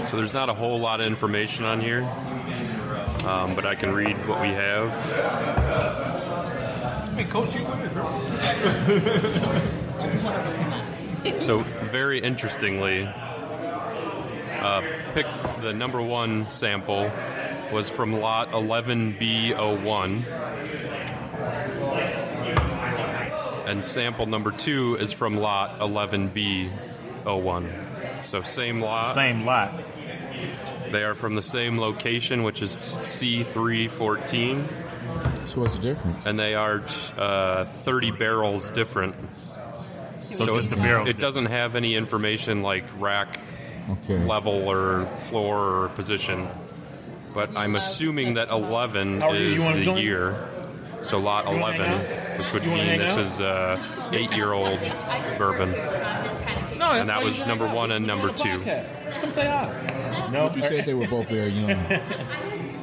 S12: So there's not a whole lot of information on here, um, but I can read what we have. so very interestingly, uh, pick the number one sample was from lot 11B01. And sample number two is from lot 11B01. So same lot.
S2: Same lot.
S12: They are from the same location, which is C314,
S3: So what's the difference?
S12: and they are uh, 30 barrels different.
S2: So, just the
S12: it,
S2: barrel.
S12: it doesn't have any information like rack
S3: Okay.
S12: level or floor or position. But I'm assuming that 11
S7: How are you?
S12: is
S7: You wanna
S12: the
S7: join?
S12: year. So lot
S7: You wanna hang
S12: 11, which would
S7: You wanna
S12: mean
S7: hang
S12: this
S7: out?
S12: is uh, eight-year-old bourbon.
S7: No,
S12: And that was number one and number two.
S7: Come say hi.
S3: But you said they were both very young.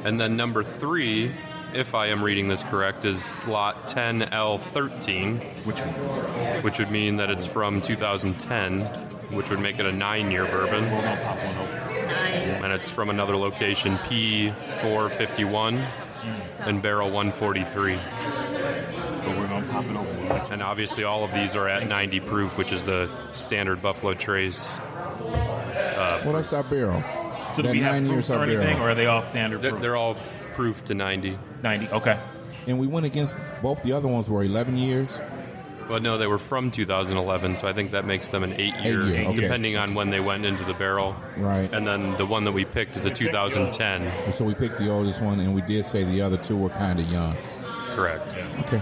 S12: And then number three, if I am reading this correct, is lot 10L13, which which would mean that it's from 2010, which would make it a nine-year bourbon. And it's from another location, P451 and barrel 143. And obviously, all of these are at 90 proof, which is the standard Buffalo Trace. uh,
S3: well, that's our barrel.
S2: so do
S3: that
S2: we have
S3: nine
S2: proofs
S3: years
S2: or
S3: our barrel.
S2: anything, or are they all standard?
S12: They're,
S2: proof?
S12: they're all proof to 90.
S2: ninety. Okay.
S3: And we went against both the other ones were 11 years.
S12: Well, no, they were from 2011, so I think that makes them an eight-year,
S3: Eight-year, okay.
S12: depending on when they went into the barrel.
S3: Right.
S12: And then the one that we picked is a 2010.
S3: So we picked the oldest one, and we did say the other two were kind of young.
S12: Correct.
S3: Okay.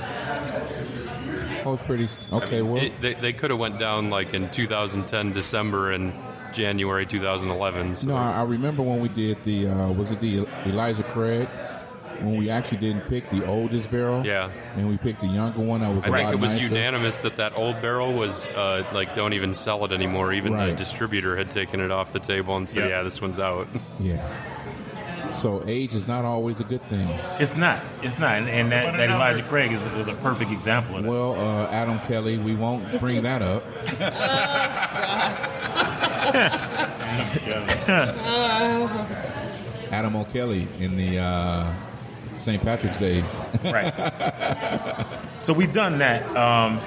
S3: Oh, it's pretty. Okay, well,
S12: It- they they could have went down like in 2010 December and January 2011. So
S3: no, I, I remember when we did the uh, was it the Elijah Craig when we actually didn't pick the oldest barrel.
S12: Yeah.
S3: and we picked the younger one. That was a
S12: I think
S3: lot
S12: it was
S3: nicer.
S12: unanimous that that old barrel was uh, like don't even sell it anymore. Even the
S3: Right.
S12: distributor had taken it off the table and said,
S2: Yeah.
S12: "Yeah, this one's out."
S3: Yeah. So age is not always a good thing.
S2: It's not. It's not. And, and that, that Elijah Craig is, was a perfect example of that.
S3: Well, uh, Adam Kelly, we won't bring that up. Adam O'Kelly in the uh, St. Patrick's Day.
S2: right. so we've done that. Um,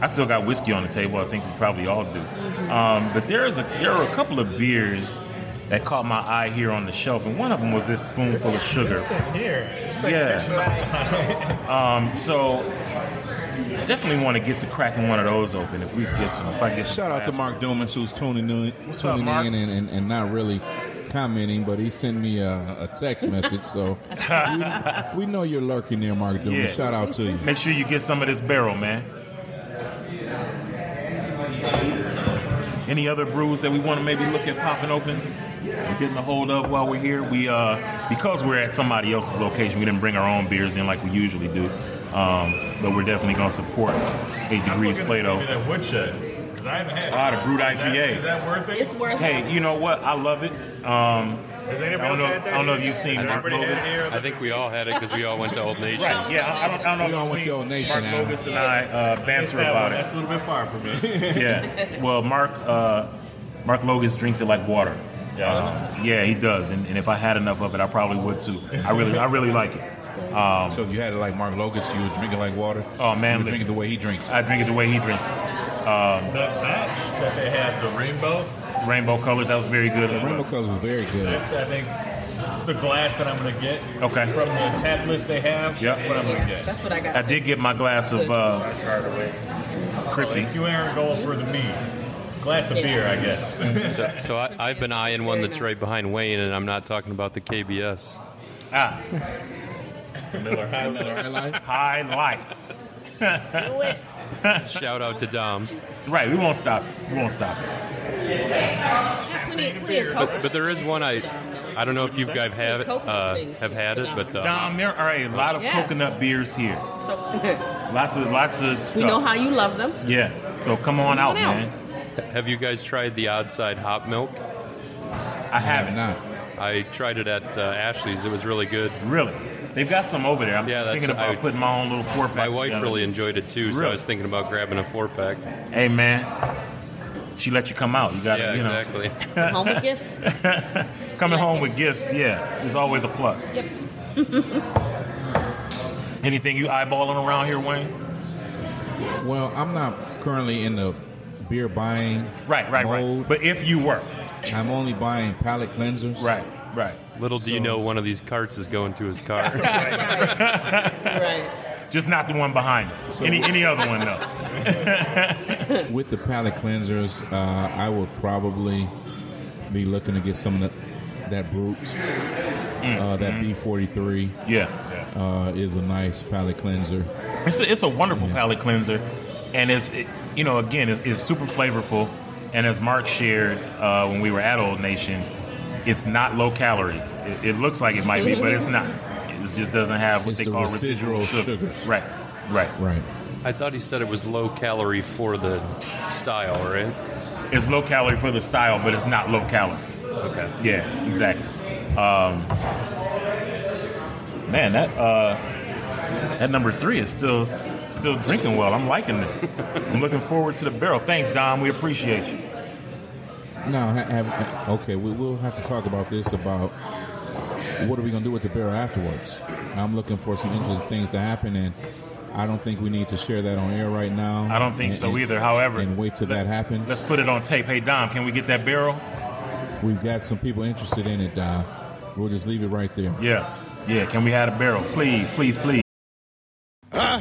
S2: I still got whiskey on the table. I think we probably all do. Um, but there is a there are a couple of beers that caught my eye here on the shelf, and one of them was this spoonful of sugar.
S14: Here.
S2: Yeah. Um, so definitely want to get to cracking one of those open if we get some. If I get some
S3: Shout out to Mark Dumas who's tuning in,
S2: What's up,
S3: tuning
S2: Mark?
S3: in and, and, and not really commenting, but he sent me a, a text message. So we, we know you're lurking there, Mark Dumas.
S2: Yeah.
S3: Shout out to you.
S2: Make sure you get some of this barrel, man. Any other brews that we want to maybe look at popping open? we're getting a hold of while we're here. We uh, because we're at somebody else's location, we didn't bring our own beers in like we usually do. Um, but we're definitely going to support Eight Degrees Plato.
S9: Maybe that woodshed. Because I haven't had it.
S2: Ah, the brewed
S9: Is that-
S2: IPA.
S9: Is that worth it?
S8: It's worth it.
S2: Hey, you know what? I love it. Um,
S9: Has
S2: I
S9: anybody
S2: don't
S9: else
S2: know.
S9: had that
S2: I don't know if
S9: here?
S2: you've seen
S9: Has
S2: Mark
S9: everybody had it
S2: Bogus.
S9: here?
S12: I think we all had it because we all went to Old Nation.
S8: Right.
S2: Yeah, I, I don't, I don't
S3: We all
S2: know
S3: went
S2: if
S3: to Old
S2: you've seen
S3: Nation
S2: Mark
S3: now.
S2: Bogus and I uh,
S9: That
S2: banter
S9: one,
S2: about it.
S9: That's a little bit far from me.
S2: Yeah. Well, Mark uh, Mark Logus drinks it like water. Yeah, yeah, he does. And, and if I had enough of it, I probably would too. I really, I really like it. Um,
S3: so if you had it like Mark Logan, so you would drink it like water.
S2: Oh, man,
S3: you would drink it
S2: listen.
S3: the way he drinks it.
S2: I drink it the way he drinks it. Um,
S9: That match that they have, the rainbow,
S2: Rainbow colors. That was very good.
S3: The
S2: as
S3: rainbow
S2: well.
S3: colors was very good.
S9: that's, I think, the glass that I'm going to get
S2: Okay.
S9: from the tap list they have.
S2: Yep.
S9: That's what I'm going to get.
S8: That's what I got.
S2: I did get my glass of uh, Chrissy.
S9: If you aren't going for the meat, glass of beer, I guess.
S12: So, so I, I've been eyeing one that's right behind Wayne, and I'm not talking about the KBS.
S2: Ah,
S3: Miller High Life.
S2: high life.
S12: Shout out to Dom.
S2: Right. We won't stop. it. We won't stop. it.
S8: Yes, we need clear cocoa.
S12: But, but there is one I I don't know if you guys have it, uh, have had it, but uh,
S2: Dom, there are a lot of
S8: Yes.
S2: coconut beers here.
S8: So
S2: Lots of, lots of stuff.
S8: we know how you love them.
S2: yeah. So come on out,
S8: Come on out.
S2: man.
S12: have you guys tried the Odd Side Hop Milk?
S2: I haven't.
S3: Not.
S12: I tried it at uh, Ashley's. It was really good.
S2: Really? They've got some over there. I'm
S12: Yeah, that's
S2: thinking
S12: what I
S2: about
S12: would-
S2: putting my own little four pack.
S12: My wife really enjoyed it too, so I
S2: Really?
S12: was thinking about grabbing a four pack.
S2: Hey man, she let you come out. You got to
S12: Yeah,
S2: you know
S12: exactly.
S8: Home with gifts.
S2: coming
S8: Like this.
S2: home with gifts. Yeah, is always a plus.
S8: Yep.
S2: Anything you eyeballing around here, Wayne?
S3: Well, I'm not currently in the beer buying.
S2: Right, right,
S3: mode.
S2: right. But if you were,
S3: I'm only buying palate cleansers.
S2: right, right.
S12: Little do you know, one of these carts is going to his car.
S8: Right. right.
S2: Just not the one behind it. any any other one though.
S3: With the palate cleansers, uh, I will probably be looking to get some of that that brute. Uh, that B43
S2: Mm. Mm-hmm. Yeah,
S3: uh, is a nice palate cleanser.
S2: it's a, it's a wonderful palate cleanser, and it's it, you know again it's, it's super flavorful, and as Mark shared uh, when we were at Old Nation, it's not low calorie. It, it looks like it might be, but it's not. It just doesn't have what
S3: It's
S2: they
S3: the
S2: call
S3: residual sugars.
S2: Right, right.
S3: Right.
S12: I thought he said it was low calorie for the style, right?
S2: It's low calorie for the style, but it's not low calorie.
S12: Okay.
S2: Yeah, exactly. Um, man, that uh, that number three is still still drinking well. I'm liking it. I'm looking forward to the barrel. Thanks, Dom. We appreciate you.
S3: Now, ha- have, okay, we will have to talk about this about what are we going to do with the barrel afterwards. I'm looking for some interesting things to happen, and I don't think we need to share that on air right now.
S2: I don't think
S3: And-
S2: so
S3: and-
S2: either. However,
S3: and wait till that happens.
S2: Let's put it on tape. Hey, Dom, can we get that barrel?
S3: We've got some people interested in it. Uh, we'll just leave it right there.
S2: Yeah, yeah. Can we have a barrel, please, please, please?
S14: I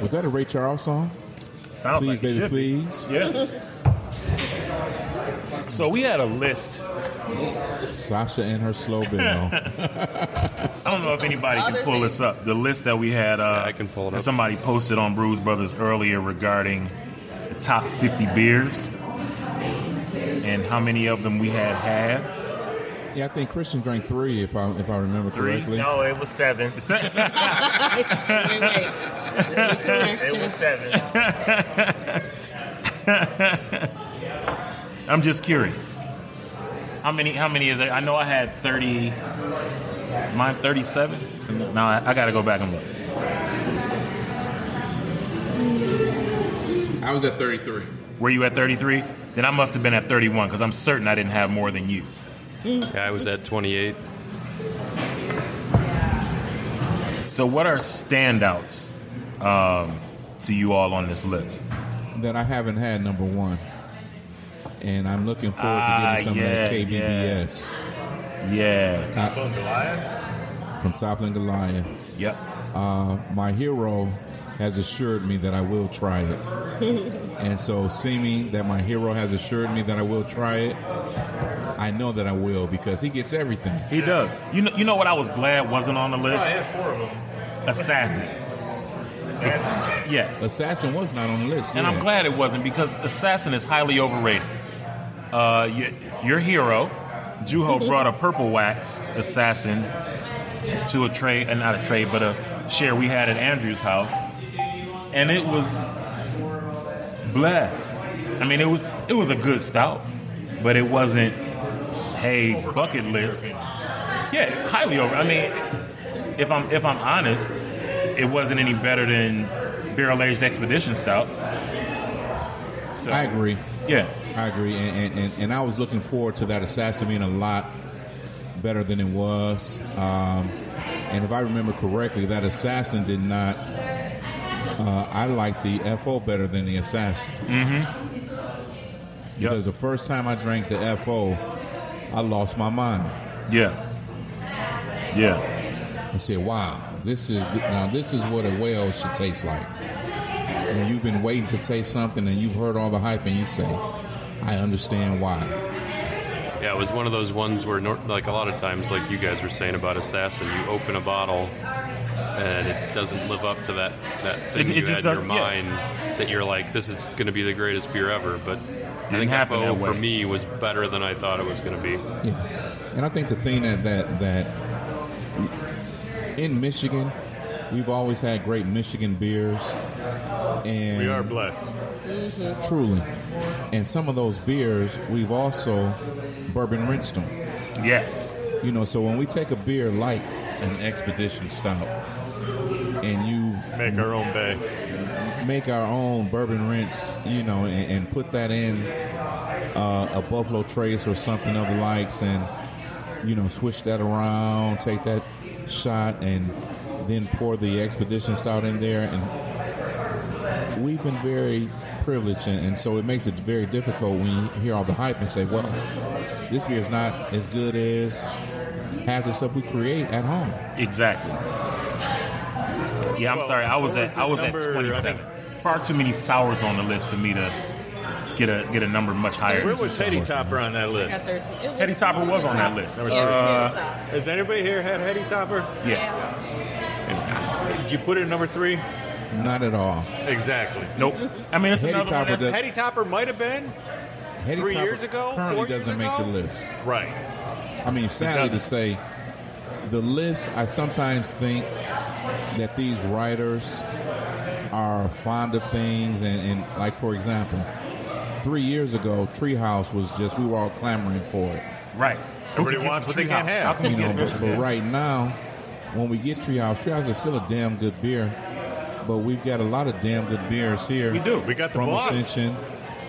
S3: Was that a Ray Charles song?
S2: Sounds
S3: Please,
S2: like it
S3: baby,
S2: should be.
S3: please.
S2: Yeah. so we had a list.
S3: Sasha and her slow bill.
S2: I don't know if anybody can
S8: Other
S2: pull this up. The list that we had, uh,
S12: Yeah, I can pull it
S2: that
S12: up.
S2: Somebody posted on Brews Brothers earlier regarding the top 50 beers and how many of them we had had.
S3: yeah, I think Christian drank three, if I if I remember
S2: Three?
S3: correctly.
S13: No, it was seven.
S8: wait, wait.
S13: It was seven.
S2: I'm just curious. How many? How many is it? I know I had thirty. Mine thirty-seven. So now I, I got to go back and look.
S3: I was at 33.
S2: Were you at thirty-three? Then I must have been at thirty-one because I'm certain I didn't have more than you.
S12: Yeah, I was at 28.
S2: So what are standouts um, to you all on this list?
S3: That I haven't had number one. And I'm looking forward
S2: Ah,
S3: to getting some
S2: yeah,
S3: of that KBBS.
S2: Yeah.
S3: Top, from Toppling Goliath.
S2: Yep.
S3: Uh, my hero has assured me that I will try it. And so, seeing that my hero has assured me that I will try it, I know that I will because he gets everything.
S2: He does. You know, you know what I was glad wasn't on the list?
S9: four of them.
S2: Assassin. Yes.
S3: Assassin was not on the list.
S2: And I'm
S3: yeah.
S2: glad it wasn't because Assassin is highly overrated. Uh, your, your hero, Juho, brought a purple wax assassin to a trade, and not a trade, but a share we had at Andrew's house, and it was bleh. I mean, it was it was a good stout, but it wasn't. Hey, bucket list. Yeah, highly over. I mean, if I'm if I'm honest, it wasn't any better than barrel aged expedition stout. So,
S3: I agree.
S2: Yeah.
S3: I agree. And, and, and, and I was looking forward to that Assassin being a lot better than it was. Um, and if I remember correctly, that Assassin did not. Uh, I liked the FO better than the Assassin.
S2: Mm-hmm.
S3: Because the first time I drank the FO, I lost my mind.
S2: Yeah. Yeah.
S3: I said, "Wow, this is now this is what a whale should taste like." When you've been waiting to taste something and you've heard all the hype, and you say, "I understand why."
S12: Yeah, it was one of those ones where, nor- like a lot of times, like you guys were saying about Assassin, you open a bottle and it doesn't live up to that that thing
S2: It- it
S12: you
S2: just
S12: had in your
S2: doesn't- yeah.
S12: mind that you're like, this is going to be the greatest beer ever. But I
S2: Didn't
S12: think
S2: happen
S12: FO
S2: that way.
S12: for me was better than I thought it was going to be.
S3: Yeah, and I think the thing that that that in Michigan, we've always had great Michigan beers, and
S9: We are blessed.
S3: truly, and some of those beers we've also bourbon rinsed them.
S2: Yes.
S3: You know, so when we take a beer like an expedition stout, and you
S9: Make our own bay.
S3: make our own bourbon rinse, you know, and, and put that in uh, a Buffalo Trace or something of the likes, and you know, switch that around, take that shot, and then pour the expedition stout in there. And we've been very privileged, and, and so it makes it very difficult when you hear all the hype and say, "Well, this beer is not as good as half the stuff we create at home."
S2: Exactly. Yeah, I'm
S9: Well,
S2: sorry. I was
S9: what
S2: at
S9: was
S2: I
S9: the
S2: was
S9: number? I
S2: at
S9: think-
S2: 27. Far too many sours on the list for me to get a get a number much higher.
S9: Where was Hetty Topper on that
S8: I got
S9: list?
S8: 13. It was
S2: Hetty Topper was on that list.
S8: Yeah, it was near the top.
S9: Has anybody here had Hetty Topper?
S2: Yeah.
S9: Did you put it at number three?
S3: Not at all.
S9: Exactly.
S2: Nope. I mean, it's
S3: Hetty
S2: another
S3: Topper
S2: one. That's,
S3: does-
S9: Hetty Topper might have been.
S3: Hetty
S9: Three
S3: Topper
S9: years ago?
S3: currently
S9: Four years
S3: doesn't make
S9: ago?
S3: the list.
S9: Right.
S3: I mean, sadly to say, the list, I sometimes think that these writers are fond of things. And, and like, for example, three years ago, Treehouse was just, we were all clamoring for it.
S2: right. Who
S9: Everybody
S2: can get
S9: wants what
S2: some
S9: they can't
S2: Treehouse?
S9: have.
S2: How can
S3: You
S2: we
S3: know,
S2: get
S3: but,
S2: it?
S3: but right now, when we get Treehouse, Treehouse is still a damn good beer. But we've got a lot of damn good beers here.
S2: We do.
S9: We got the
S3: from
S9: boss.
S3: Ascension,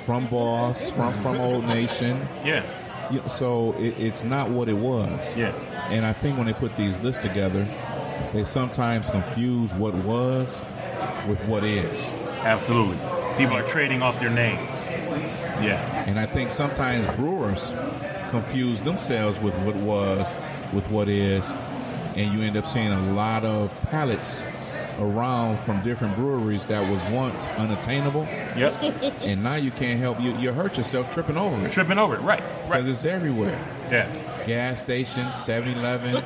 S3: from Boss, from, from Old Nation.
S2: Yeah.
S3: You know, so it, it's not what it was.
S2: Yeah.
S3: And I think when they put these lists together, they sometimes confuse what was with what is.
S2: Absolutely. People are trading off their names. Yeah.
S3: And I think sometimes brewers confuse themselves with what was with what is. And you end up seeing a lot of pallets around from different breweries that was once unattainable.
S2: Yep.
S3: And now you can't help you. You hurt yourself tripping over it
S2: Tripping over it. Right. Right.
S3: because it's everywhere.
S2: Yeah.
S3: Gas stations, 7 Eleven,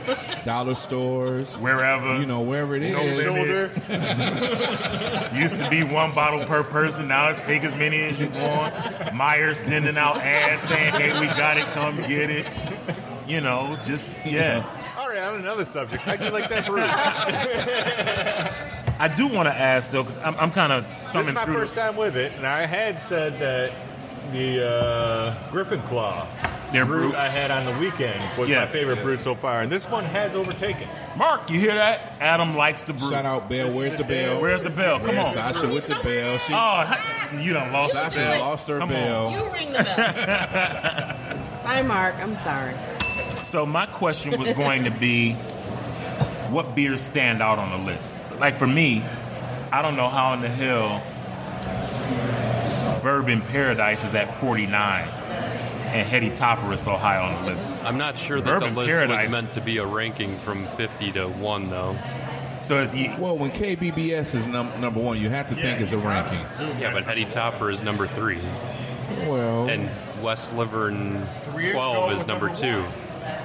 S3: dollar stores.
S2: Wherever.
S3: you know, wherever it
S2: No
S3: is.
S2: limits. Uh, Used to be one bottle per person. Now it's take as many as you want. Meyer sending out ads saying, "Hey, we got it. Come get it." You know, just yeah.
S9: All right, on another subject. How'd you like that brew?
S2: I do want to ask though, because I'm, I'm kind of
S9: this is
S2: thumbing
S9: my
S2: through.
S9: first time with it, and I had said that the uh, Griffin Claw.
S2: Their
S9: brew
S2: brew.
S9: I had on the weekend was
S2: Yeah.
S9: my favorite brew so far, and this one has overtaken.
S2: Mark, you hear that? Adam likes the brew.
S3: Shout out, Bell. Where's the bell?
S2: Where's the bell? Come
S3: Where's
S2: on.
S3: Sasha with the bell. She,
S2: Oh, you done lost
S3: Sasha
S2: the bell.
S3: lost her
S2: Come
S3: bell.
S2: On.
S8: You ring the bell. Hi, Mark. I'm sorry.
S2: So my question was going to be, what beers stand out on the list? Like for me, I don't know how in the hell Bourbon Paradise is at 49 and Hetty Topper is so high on the list.
S12: I'm not sure that
S2: Bourbon
S12: the list
S2: Paradise.
S12: was meant to be a ranking from 50 to 1, though.
S2: So E. is he.
S3: Well, when KBBS is num- number one, you have to think it's a ranking.
S12: Yeah, but Hetty Topper is number 3.
S3: Well,
S12: And West Livern
S9: Three years
S12: 12
S9: ago
S12: is
S9: was
S12: number
S9: number
S12: 2.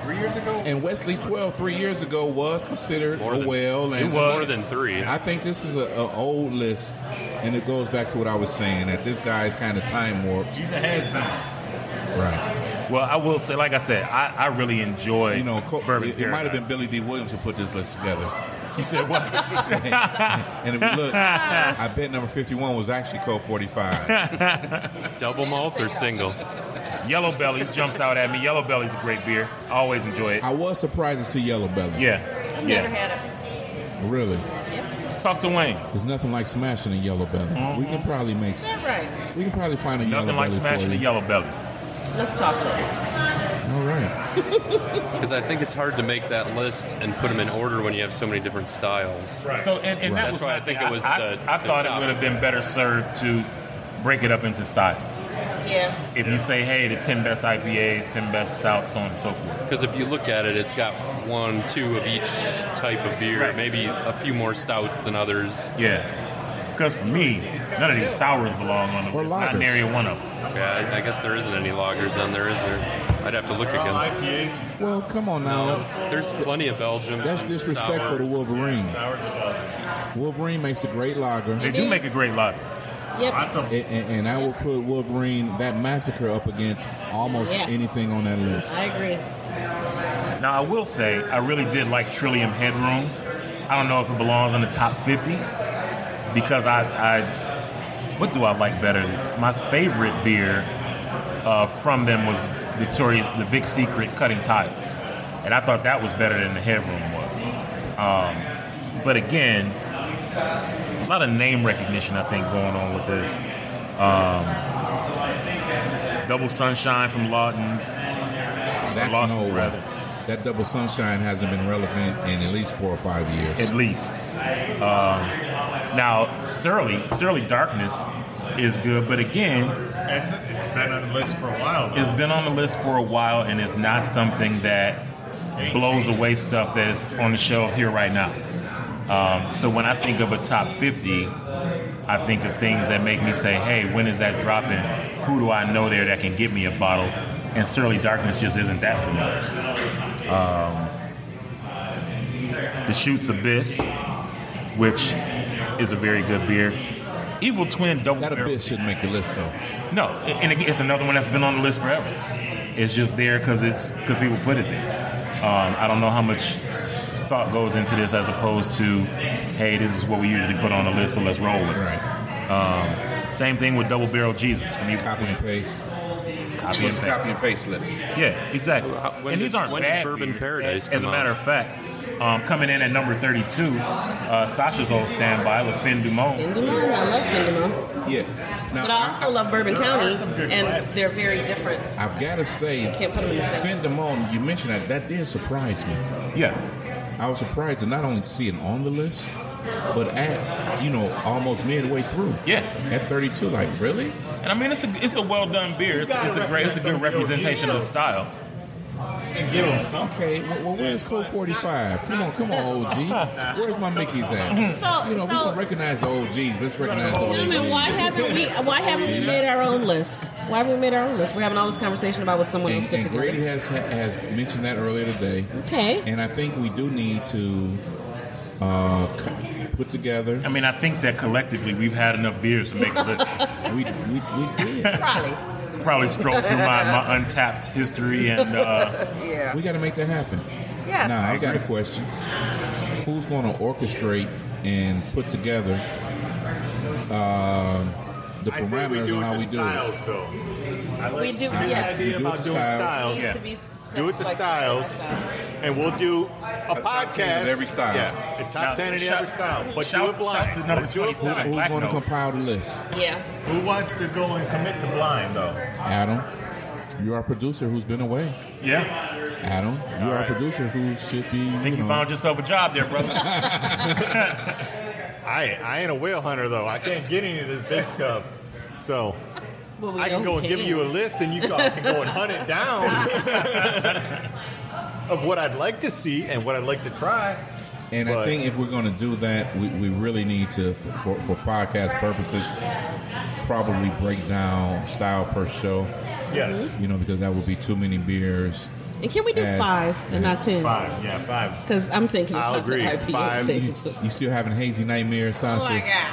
S9: Three years ago,
S3: and Wesley 12 three years ago was considered
S12: More
S3: a
S12: than-
S3: well. And
S12: It was. More than three.
S3: I think this is an old list, and it goes back to what I was saying that this guy is kind of time warped.
S9: he's a has
S3: Right.
S2: Well, I will say, like I said, I, I really enjoy
S3: You know, Co-
S2: Bourbon
S3: it, it
S2: Paradise.
S3: might have been Billy D. Williams who put this list together.
S2: You said what?
S3: And if you look, I bet number 51 was actually Code 45.
S12: Double malt or single?
S2: Yellow Belly jumps out at me. Yellow Belly's a great beer. I always enjoy it.
S3: I was surprised to see Yellow Belly.
S2: Yeah.
S8: I've never
S2: Yeah.
S8: had a.
S3: Really.
S2: Talk to Wayne. Mm-hmm.
S3: There's nothing like smashing a Yellow Belly. We can probably make,
S8: Is that right?
S3: we can probably find a
S2: Nothing
S3: Yellow
S2: like
S3: Belly.
S2: smashing a Yellow Belly.
S8: Let's talk later.
S3: Yellow All right.
S12: Because I think it's hard to make that list and put them in order when you have so many different styles.
S9: Right.
S2: So, and, and that
S12: That's
S2: was
S12: why
S2: my
S12: I think
S2: thing.
S12: it was
S2: I,
S12: the-
S2: I
S12: the
S2: thought it
S12: top.
S2: would have been better served to break it up into styles.
S8: Yeah.
S2: If you say, hey, the 10 best IPAs, 10 best stouts, so on and so forth.
S12: Because if you look at it, it's got one, two of each type of beer,
S2: Right.
S12: maybe a few more stouts than others.
S2: Yeah. Because for me, none of these sours belong on the
S3: Or
S2: list. Not
S3: lagers.
S2: nary one of them.
S12: Yeah, I, I guess there isn't any loggers on there, is there? I'd have to look
S9: been.
S12: again.
S9: IPA,
S3: Well, come on now.
S12: There's plenty of Belgium.
S3: That's disrespectful to Wolverine. Wolverine makes a great lager,
S2: They do make a great lager.
S8: Yep.
S9: lots of
S3: and, and- and I will put Wolverine that massacre up against almost
S8: Yes.
S3: anything on that list.
S8: I agree.
S2: Now, I will say, I really did like Trillium Headroom. I don't know if it belongs in the top 50 because I, I what do I like better? My favorite beer uh, from them was Victoria's, the Vic Secret Cutting Tiles. And I thought that was better than the Headroom was. Um, but again, a lot of name recognition, I think, going on with this. Um, Double Sunshine from Lawton's.
S3: That's
S2: Lost
S3: an
S2: it,
S3: old one.
S2: rather.
S3: That double sunshine hasn't been relevant in at least four or five years.
S2: at least. Um, now, Surly, Surly Darkness is good, but again,
S9: It's, it's been on the list for a while.
S2: it's
S9: Though.
S2: been on the list for a while and it's not something that blows away stuff that is on the shelves here right now. Um, so when I think of a top 50, I think of things that make me say, hey, when is that dropping? Who do I know there that can get me a bottle? And Surly Darkness just isn't that for me. Um, the Shoots Abyss, which is a very good beer. Evil Twin Double
S3: That
S2: Barrel.
S3: abyss shouldn't make the list though.
S2: No, and again, it's another one that's been on the list forever. It's just there because it's because people put it there. Um, I don't know how much thought goes into this as opposed to, hey, this is what we usually put on the list, so let's roll with it.
S3: Right.
S2: Um, same thing with Double Barrel Jesus from Evil
S3: Copy
S2: Twin.
S3: and paste.
S2: Copy and
S3: It's a Copy
S2: paste.
S3: and paste list.
S2: Yeah, exactly.
S12: How- when did-
S2: and these aren't
S12: when did
S2: bad
S12: Bourbon
S2: beers.
S12: Paradise
S2: As a
S12: come
S2: matter of fact, um, coming in at number 32, uh, Sasha's old standby, Le Fin du Monde.
S8: Findemon, I love Findemon.
S3: Yeah. Now,
S8: But I also love Bourbon County, and they're very different.
S3: I, have got to say,
S8: Can't put them in the same.
S3: Vendemon, you mentioned that. That did surprise me.
S2: Yeah.
S3: I was surprised to not only see it on the list, but at you know almost midway through.
S2: Yeah.
S3: At 32, like really?
S2: And I mean, it's a, it's a well done beer. It's, it's a great, it's a good representation of the style.
S9: And give them some.
S3: Okay. Well, well where's Code 45? Come on, come on, OG. Where's my Mickey's at?
S8: So,
S3: You know, we
S8: so
S3: can recognize the OGs. Let's recognize the
S8: Gentlemen, why
S3: OGs.
S8: haven't we? Why haven't we made our own list? Why haven't we made our own list? We're having all this conversation about what someone else
S3: And,
S8: put
S3: and Grady
S8: together.
S3: has has mentioned that earlier today,
S8: Okay.
S3: and I think we do need to uh, co- put together.
S2: I mean, I think that collectively we've had enough beers to make a list.
S3: We we, we did.
S8: Probably.
S2: Probably strolled through my, my untapped history and uh,
S8: Yeah.
S3: We got to make that happen.
S8: Yes.
S3: Now I got a question. Who's going to orchestrate and put together um, the
S9: I say we
S3: parameters
S9: do
S3: on
S9: it
S3: how
S9: to
S3: we do it.
S9: styles, though. I like
S8: We do-
S9: the
S8: yes. We do
S9: idea
S3: it
S9: about
S3: to
S9: doing
S3: styles.
S9: styles.
S8: Needs to
S9: Yeah.
S8: be
S9: do it to
S8: like
S9: styles, and we'll do a,
S3: top 10
S9: podcast
S3: of every style.
S9: Yeah, a top
S2: Now,
S9: ten in
S2: shout-
S9: every style. But
S2: shout-
S9: do it blind.
S2: shout to number
S9: Let's do it
S2: 27.
S9: blind.
S3: Who's
S2: Black
S3: going to
S2: note.
S3: compile the list?
S8: Yeah.
S9: Who wants to go and commit to blind though?
S3: Adam, you're our producer who's been away.
S2: Yeah.
S3: Adam, you're our producer who should be.
S2: I think you
S3: know,
S2: found yourself a job there, brother.
S9: I I ain't a whale hunter though. I can't get any of this big stuff. So
S8: Well, we
S9: I can
S8: know
S9: go
S8: we
S9: and give you a list, and you can I can go and hunt it down of what I'd like to see and what I'd like to try.
S3: And I
S9: But-
S3: think if we're going to do that, we, we really need to, for, for podcast purposes, probably break down style per show,
S9: Yes,
S3: you know, because that would be too many beers.
S8: And can we do
S3: Yes.
S8: five and not ten?
S9: five. Yeah, five.
S8: Because I'm thinking
S9: I'll
S8: about
S9: agree.
S8: the IPA
S9: Five.
S3: You,
S8: tables.
S3: you still having hazy nightmares,
S8: Oh
S3: Sasha?
S8: my god!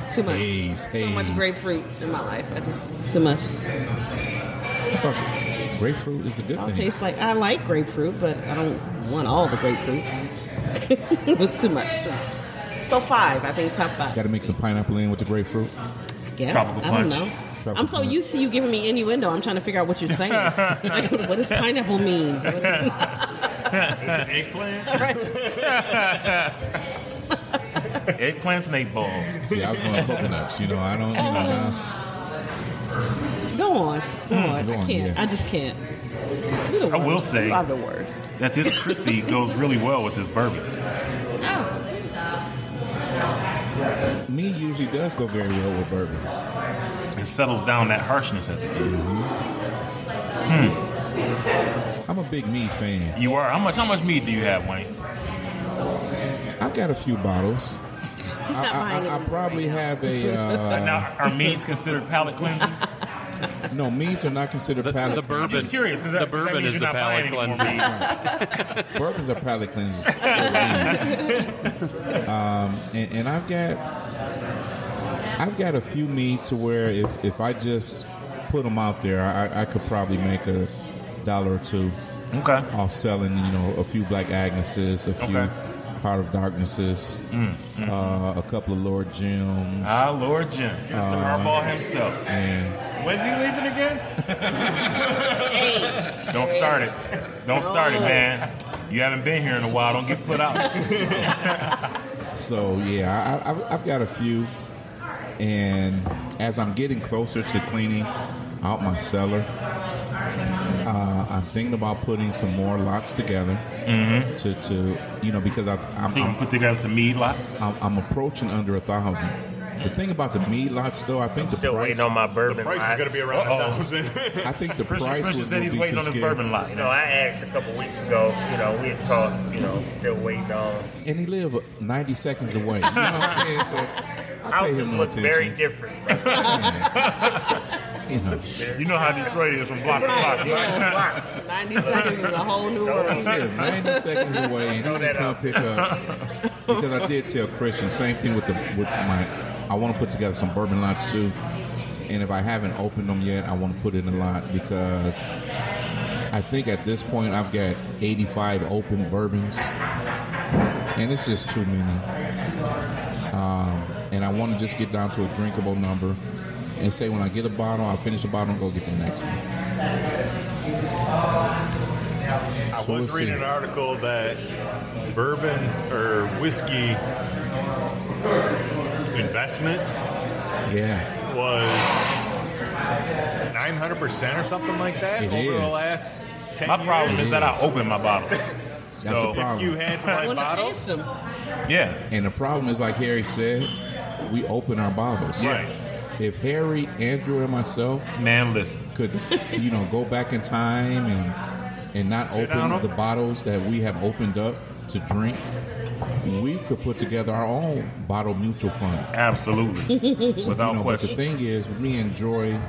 S8: Oh, too much.
S3: Haze,
S8: so much
S3: haze.
S8: grapefruit in my life. I just too much.
S3: Fuck, Grapefruit is a good
S8: I don't
S3: thing.
S8: taste like I like grapefruit, but I don't want all the grapefruit. it was too much. Too much. So five, I think top five.
S3: Got to make some pineapple in with the grapefruit.
S8: I guess
S2: Tropical
S8: I don't
S2: punch.
S8: know.
S3: Tropical
S8: I'm so
S3: punch.
S8: used to you giving me innuendo. I'm trying to figure out what you're saying. Like, what does pineapple mean?
S9: It's an eggplant.
S2: Eggplant snake balls.
S3: See, I was going coconuts. You know, I don't. You know, I-
S8: Oh. Go on,
S3: Hmm,
S8: go on.
S3: Go
S8: I
S3: on,
S8: can't.
S3: yeah.
S8: I just can't. You're the
S2: I will
S8: worst.
S2: say-
S8: you are the worst.
S2: That this Chrissy goes really well with this bourbon.
S8: Oh,
S3: me usually does go very well with bourbon.
S2: It settles down that harshness at the end. Hmm.
S3: I'm a big mead fan.
S2: You are. How much? How much meat do you have, Wayne?
S3: I've got a few bottles.
S8: he's not
S3: I,
S8: buying
S3: I,
S8: it.
S3: I probably have a. Uh,
S2: now, are meats considered palate cleansers?
S3: No, meads are not considered palate.
S12: The
S2: I'm
S12: bourbon.
S2: just curious because
S12: the
S2: that, that
S12: bourbon
S2: means
S12: is
S2: you're
S12: the
S2: not
S12: palate
S2: buying any more
S12: cleanser.
S2: meat.
S3: Bourbons are palate cleansers. um, and, and I've got, I've got a few meats to where if, if I just put them out there, I, I could probably make a dollar or two
S2: Okay.
S3: off selling. You know, a few Black Agneses, a few
S2: Okay. Mm,
S3: Heart of Darknesses, uh, a couple of Lord Jims,
S2: Ah, Lord Jim, Mr.
S3: Uh-huh.
S2: Harbaugh himself.
S3: and
S9: When's he leaving again?
S2: Don't start it. Don't start it, man. You haven't been here in a while. Don't get put out.
S3: so yeah, I, I've, I've got a few. And as I'm getting closer to cleaning out my cellar. I'm thinking about putting some more locks together to, to you know because I, I'm,
S2: Mm-hmm. You can
S3: I'm,
S2: put together some meat lots.
S3: I'm I'm approaching under a thousand. The thing about the mead lots though, I think the
S13: Still
S3: price,
S13: waiting on my bourbon.
S9: Price
S13: I-
S9: is going to be around a
S2: Uh-oh.
S9: thousand.
S3: I think the
S2: Christian,
S3: price
S2: Christian
S3: would
S2: said he's
S3: be
S2: waiting
S3: too
S2: on his
S3: scary.
S2: bourbon lot.
S13: You know, I asked a couple weeks ago. You know, we had talked. You know, still waiting on.
S3: and he lived 90 seconds away. You know what I'm saying? So I pay
S13: Houses
S3: him no
S13: look very
S3: attention.
S13: different.
S3: You know,
S2: You know how Detroit is from block to block.
S8: Right, yes. Ninety seconds is a whole
S3: he
S8: new world.
S3: lived 90 seconds away, and he
S13: Throw
S3: didn't
S13: that
S3: come
S13: out.
S3: pick up because I did tell Christian. Same thing with the with my. I want to put together some bourbon lots too, and if I haven't opened them yet, I want to put in a lot because I think at this point I've got 85 open bourbons, and it's just too many. Um, and I want to just get down to a drinkable number, and say when I get a bottle, I finish the bottle and go get the next one.
S9: I
S3: So
S9: was
S3: we'll
S9: reading
S3: see.
S9: an article that bourbon or whiskey investment
S3: Yeah,
S9: was 900% or something like that
S3: It
S9: over the
S3: is.
S9: last 10
S2: My problem
S9: years.
S2: is that I open my bottles.
S3: that's the
S2: So
S3: problem.
S9: You had the
S8: I
S9: right
S8: want to
S9: bottles?
S8: taste them.
S2: yeah,
S3: And the problem is, like Harry said, we open our bottles.
S9: Right.
S3: If Harry, Andrew, and myself
S2: man, listen.
S3: could, you know, go back in time and and not
S9: Sit
S3: open
S9: down.
S3: the bottles that we have opened up to drink, we could put together our own bottle mutual fund.
S2: Absolutely,
S3: You
S2: without
S3: know, but the
S2: question.
S3: thing is, we enjoy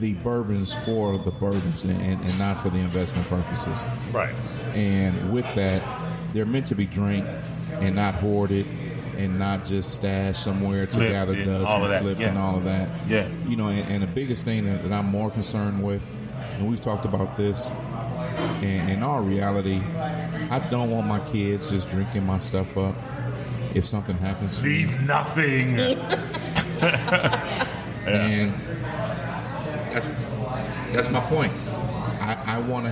S3: the bourbons for the bourbons and, and, and not for the investment purposes.
S9: Right.
S3: And with that, they're meant to be drank and not hoarded and not just stashed somewhere to
S2: Flipped
S3: gather
S2: and
S3: dust
S2: all
S3: and
S2: of that,
S3: flipped
S2: yeah.
S3: and all of that.
S2: Yeah.
S3: You know, and, and the biggest thing that, that I'm more concerned with, and we've talked about this, and in all reality, I don't want my kids just drinking my stuff up if something happens to me.
S2: Leave nothing.
S3: And that's that's my point. I, I want to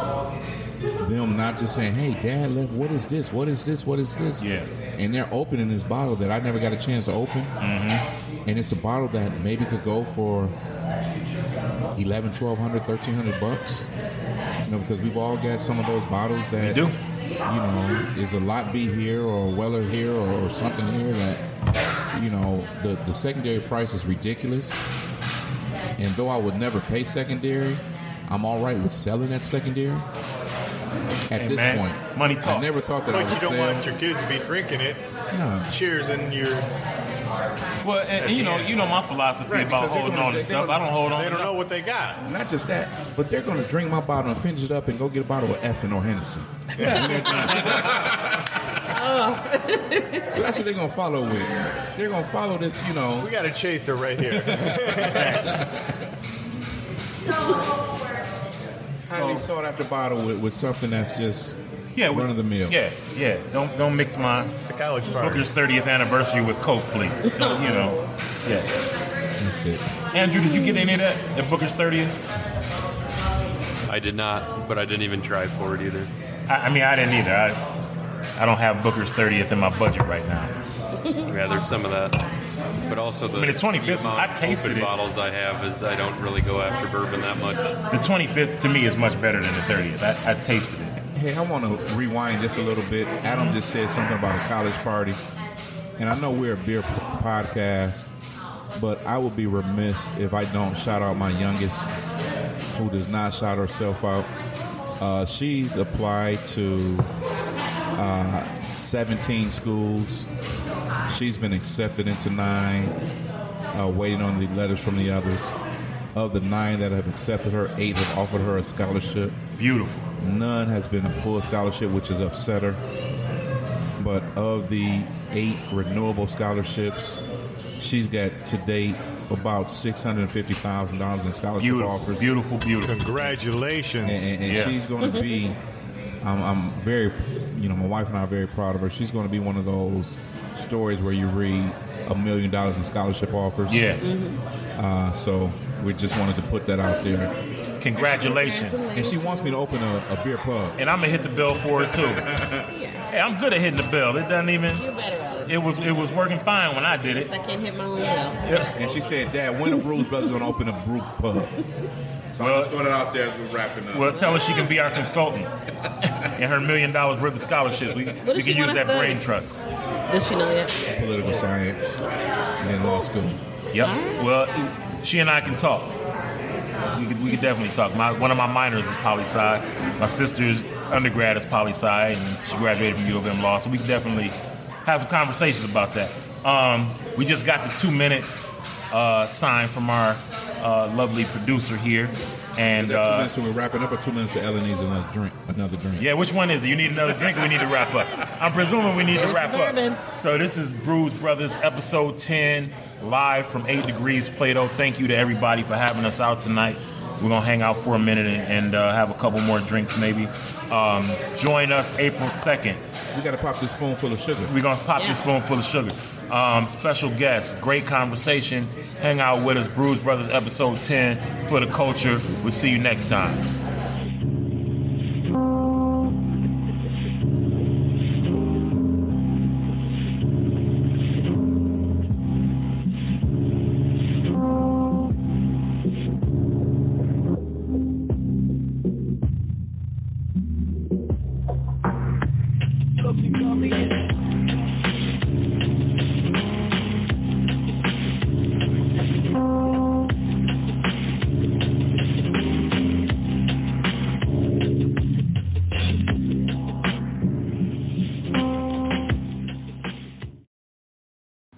S3: have them not just saying, "Hey, Dad left. What is this? What is this? What is this?" Yeah. And they're opening this bottle that I never got a chance to open, mm-hmm. and it's a bottle that maybe could go for 11 1200 1300 bucks you know because we've all got some of those bottles that
S2: We do.
S3: you know is a lot B here or a weller here or, or something here that you know the, the secondary price is ridiculous and though i would never pay secondary i'm all right with selling at secondary at
S2: Hey,
S3: this
S2: man,
S3: point
S2: money
S3: i
S2: talks.
S3: never thought that
S9: But
S3: i would
S9: you don't
S3: sell
S9: want your kids to be drinking it. Cheers in your.
S2: Well, and, you know, you know my philosophy
S9: Right,
S2: about
S9: because they're
S2: holding
S9: gonna-
S2: on to
S9: they're
S2: stuff.
S9: gonna-
S2: I don't hold on.
S9: They
S2: to
S9: don't know
S2: nothing.
S9: what they got.
S3: not just that but they're going to drink my bottle and finish it up and go get a bottle of effing or hennessy
S2: Oh.
S3: So that's what they're gonna follow with. They're gonna follow this, you know.
S9: We got a chaser right here.
S3: Highly sought after bottle with, with something that's just
S2: Yeah,
S3: run
S2: with-
S3: of the mill.
S2: Yeah, yeah. Don't don't mix my
S9: college party.
S2: Booker's 30th anniversary with Coke, please. Don't, you know, yeah.
S3: That's it.
S2: Andrew, did you get any of that at Booker's 30th?
S12: I did not, but I didn't even try for it either.
S2: I, I mean, I didn't either. I I don't have Booker's 30th in my budget right now.
S12: Yeah, there's some of that, but also the
S2: I mean, the 25th
S12: amount
S2: I
S12: of
S2: tasted
S12: open
S2: it.
S12: bottles I have is I don't really go after bourbon that much.
S2: The 25th to me is much better than the 30th. I, I tasted it. Mm-hmm.
S3: Hey, I want to rewind just a little bit. Adam just said something about a college party, and I know we're a beer p- podcast, but I would be remiss if I don't shout out my youngest, who does not shout herself out. Uh, she's applied to uh, 17 schools. She's been accepted into nine, uh, waiting on the letters from the others. Of the nine that have accepted her, eight have offered her a scholarship.
S2: Beautiful.
S3: None has been a full scholarship, which has upset her. But of the eight renewable scholarships, she's got to date about six hundred and fifty thousand dollars in scholarship
S2: Beautiful,
S3: offers,
S2: beautiful, beautiful.
S9: Congratulations.
S3: and, and- and
S2: Yeah.
S3: she's going to be. I'm, I'm very, you know, my wife and I are very proud of her. She's going to be one of those stories where you read a million dollars in scholarship
S7: Mm-hmm.
S3: offers.
S2: Yeah.
S3: Uh, so we just wanted to put that out there,
S2: Congratulations.
S3: and she wants me to open a, a beer pub.
S2: And I'm gonna hit the bell for it too. Hey, I'm good at hitting the bell. It doesn't even.
S8: You're better at it.
S2: It was it was working fine when I did it.
S8: I can't hit my own well.
S3: And she said, Dad, when the Bruce Brothers gonna open a brew pub?
S6: So I'm just throwing it out there as we're wrapping up.
S2: Well, tell her she can be our consultant and her million dollars worth of scholarships. We, we can
S8: does
S2: use
S8: she
S2: that
S8: wanna study?
S2: brain trust.
S8: Does she know yet?
S3: Political science and then law school.
S2: Yep. Well, she and I can talk. We could, we could definitely talk. My, one of my minors is poli sci. My sister's undergrad is poli sci, and she graduated from U of M law. So we could definitely have some conversations about that. Um, we just got the two minute uh, sign from our uh, lovely producer here,
S3: Is
S2: and.
S3: that two
S2: Uh,
S3: minutes when we're wrapping up or two minutes to Ellen needs another drink? Another drink.
S2: Yeah, which one is it? You need another drink or we need to wrap up? I'm presuming we need to
S8: There's
S2: wrap
S8: the bourbon.
S2: up. So this is Brews Brothers episode 10, live from 8 Degrees Plato. Thank you to everybody for having us out tonight. We're going to hang out for a minute and, and uh, have a couple more drinks maybe. Um, join us April 2nd.
S3: We gotta pop this spoonful of sugar.
S2: We're going to pop
S8: Yes.
S2: this spoonful of sugar. Um, special guests, great conversation. Hang out with us, Brews Brothers episode 10 for the culture. We'll see you next time.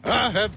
S14: I have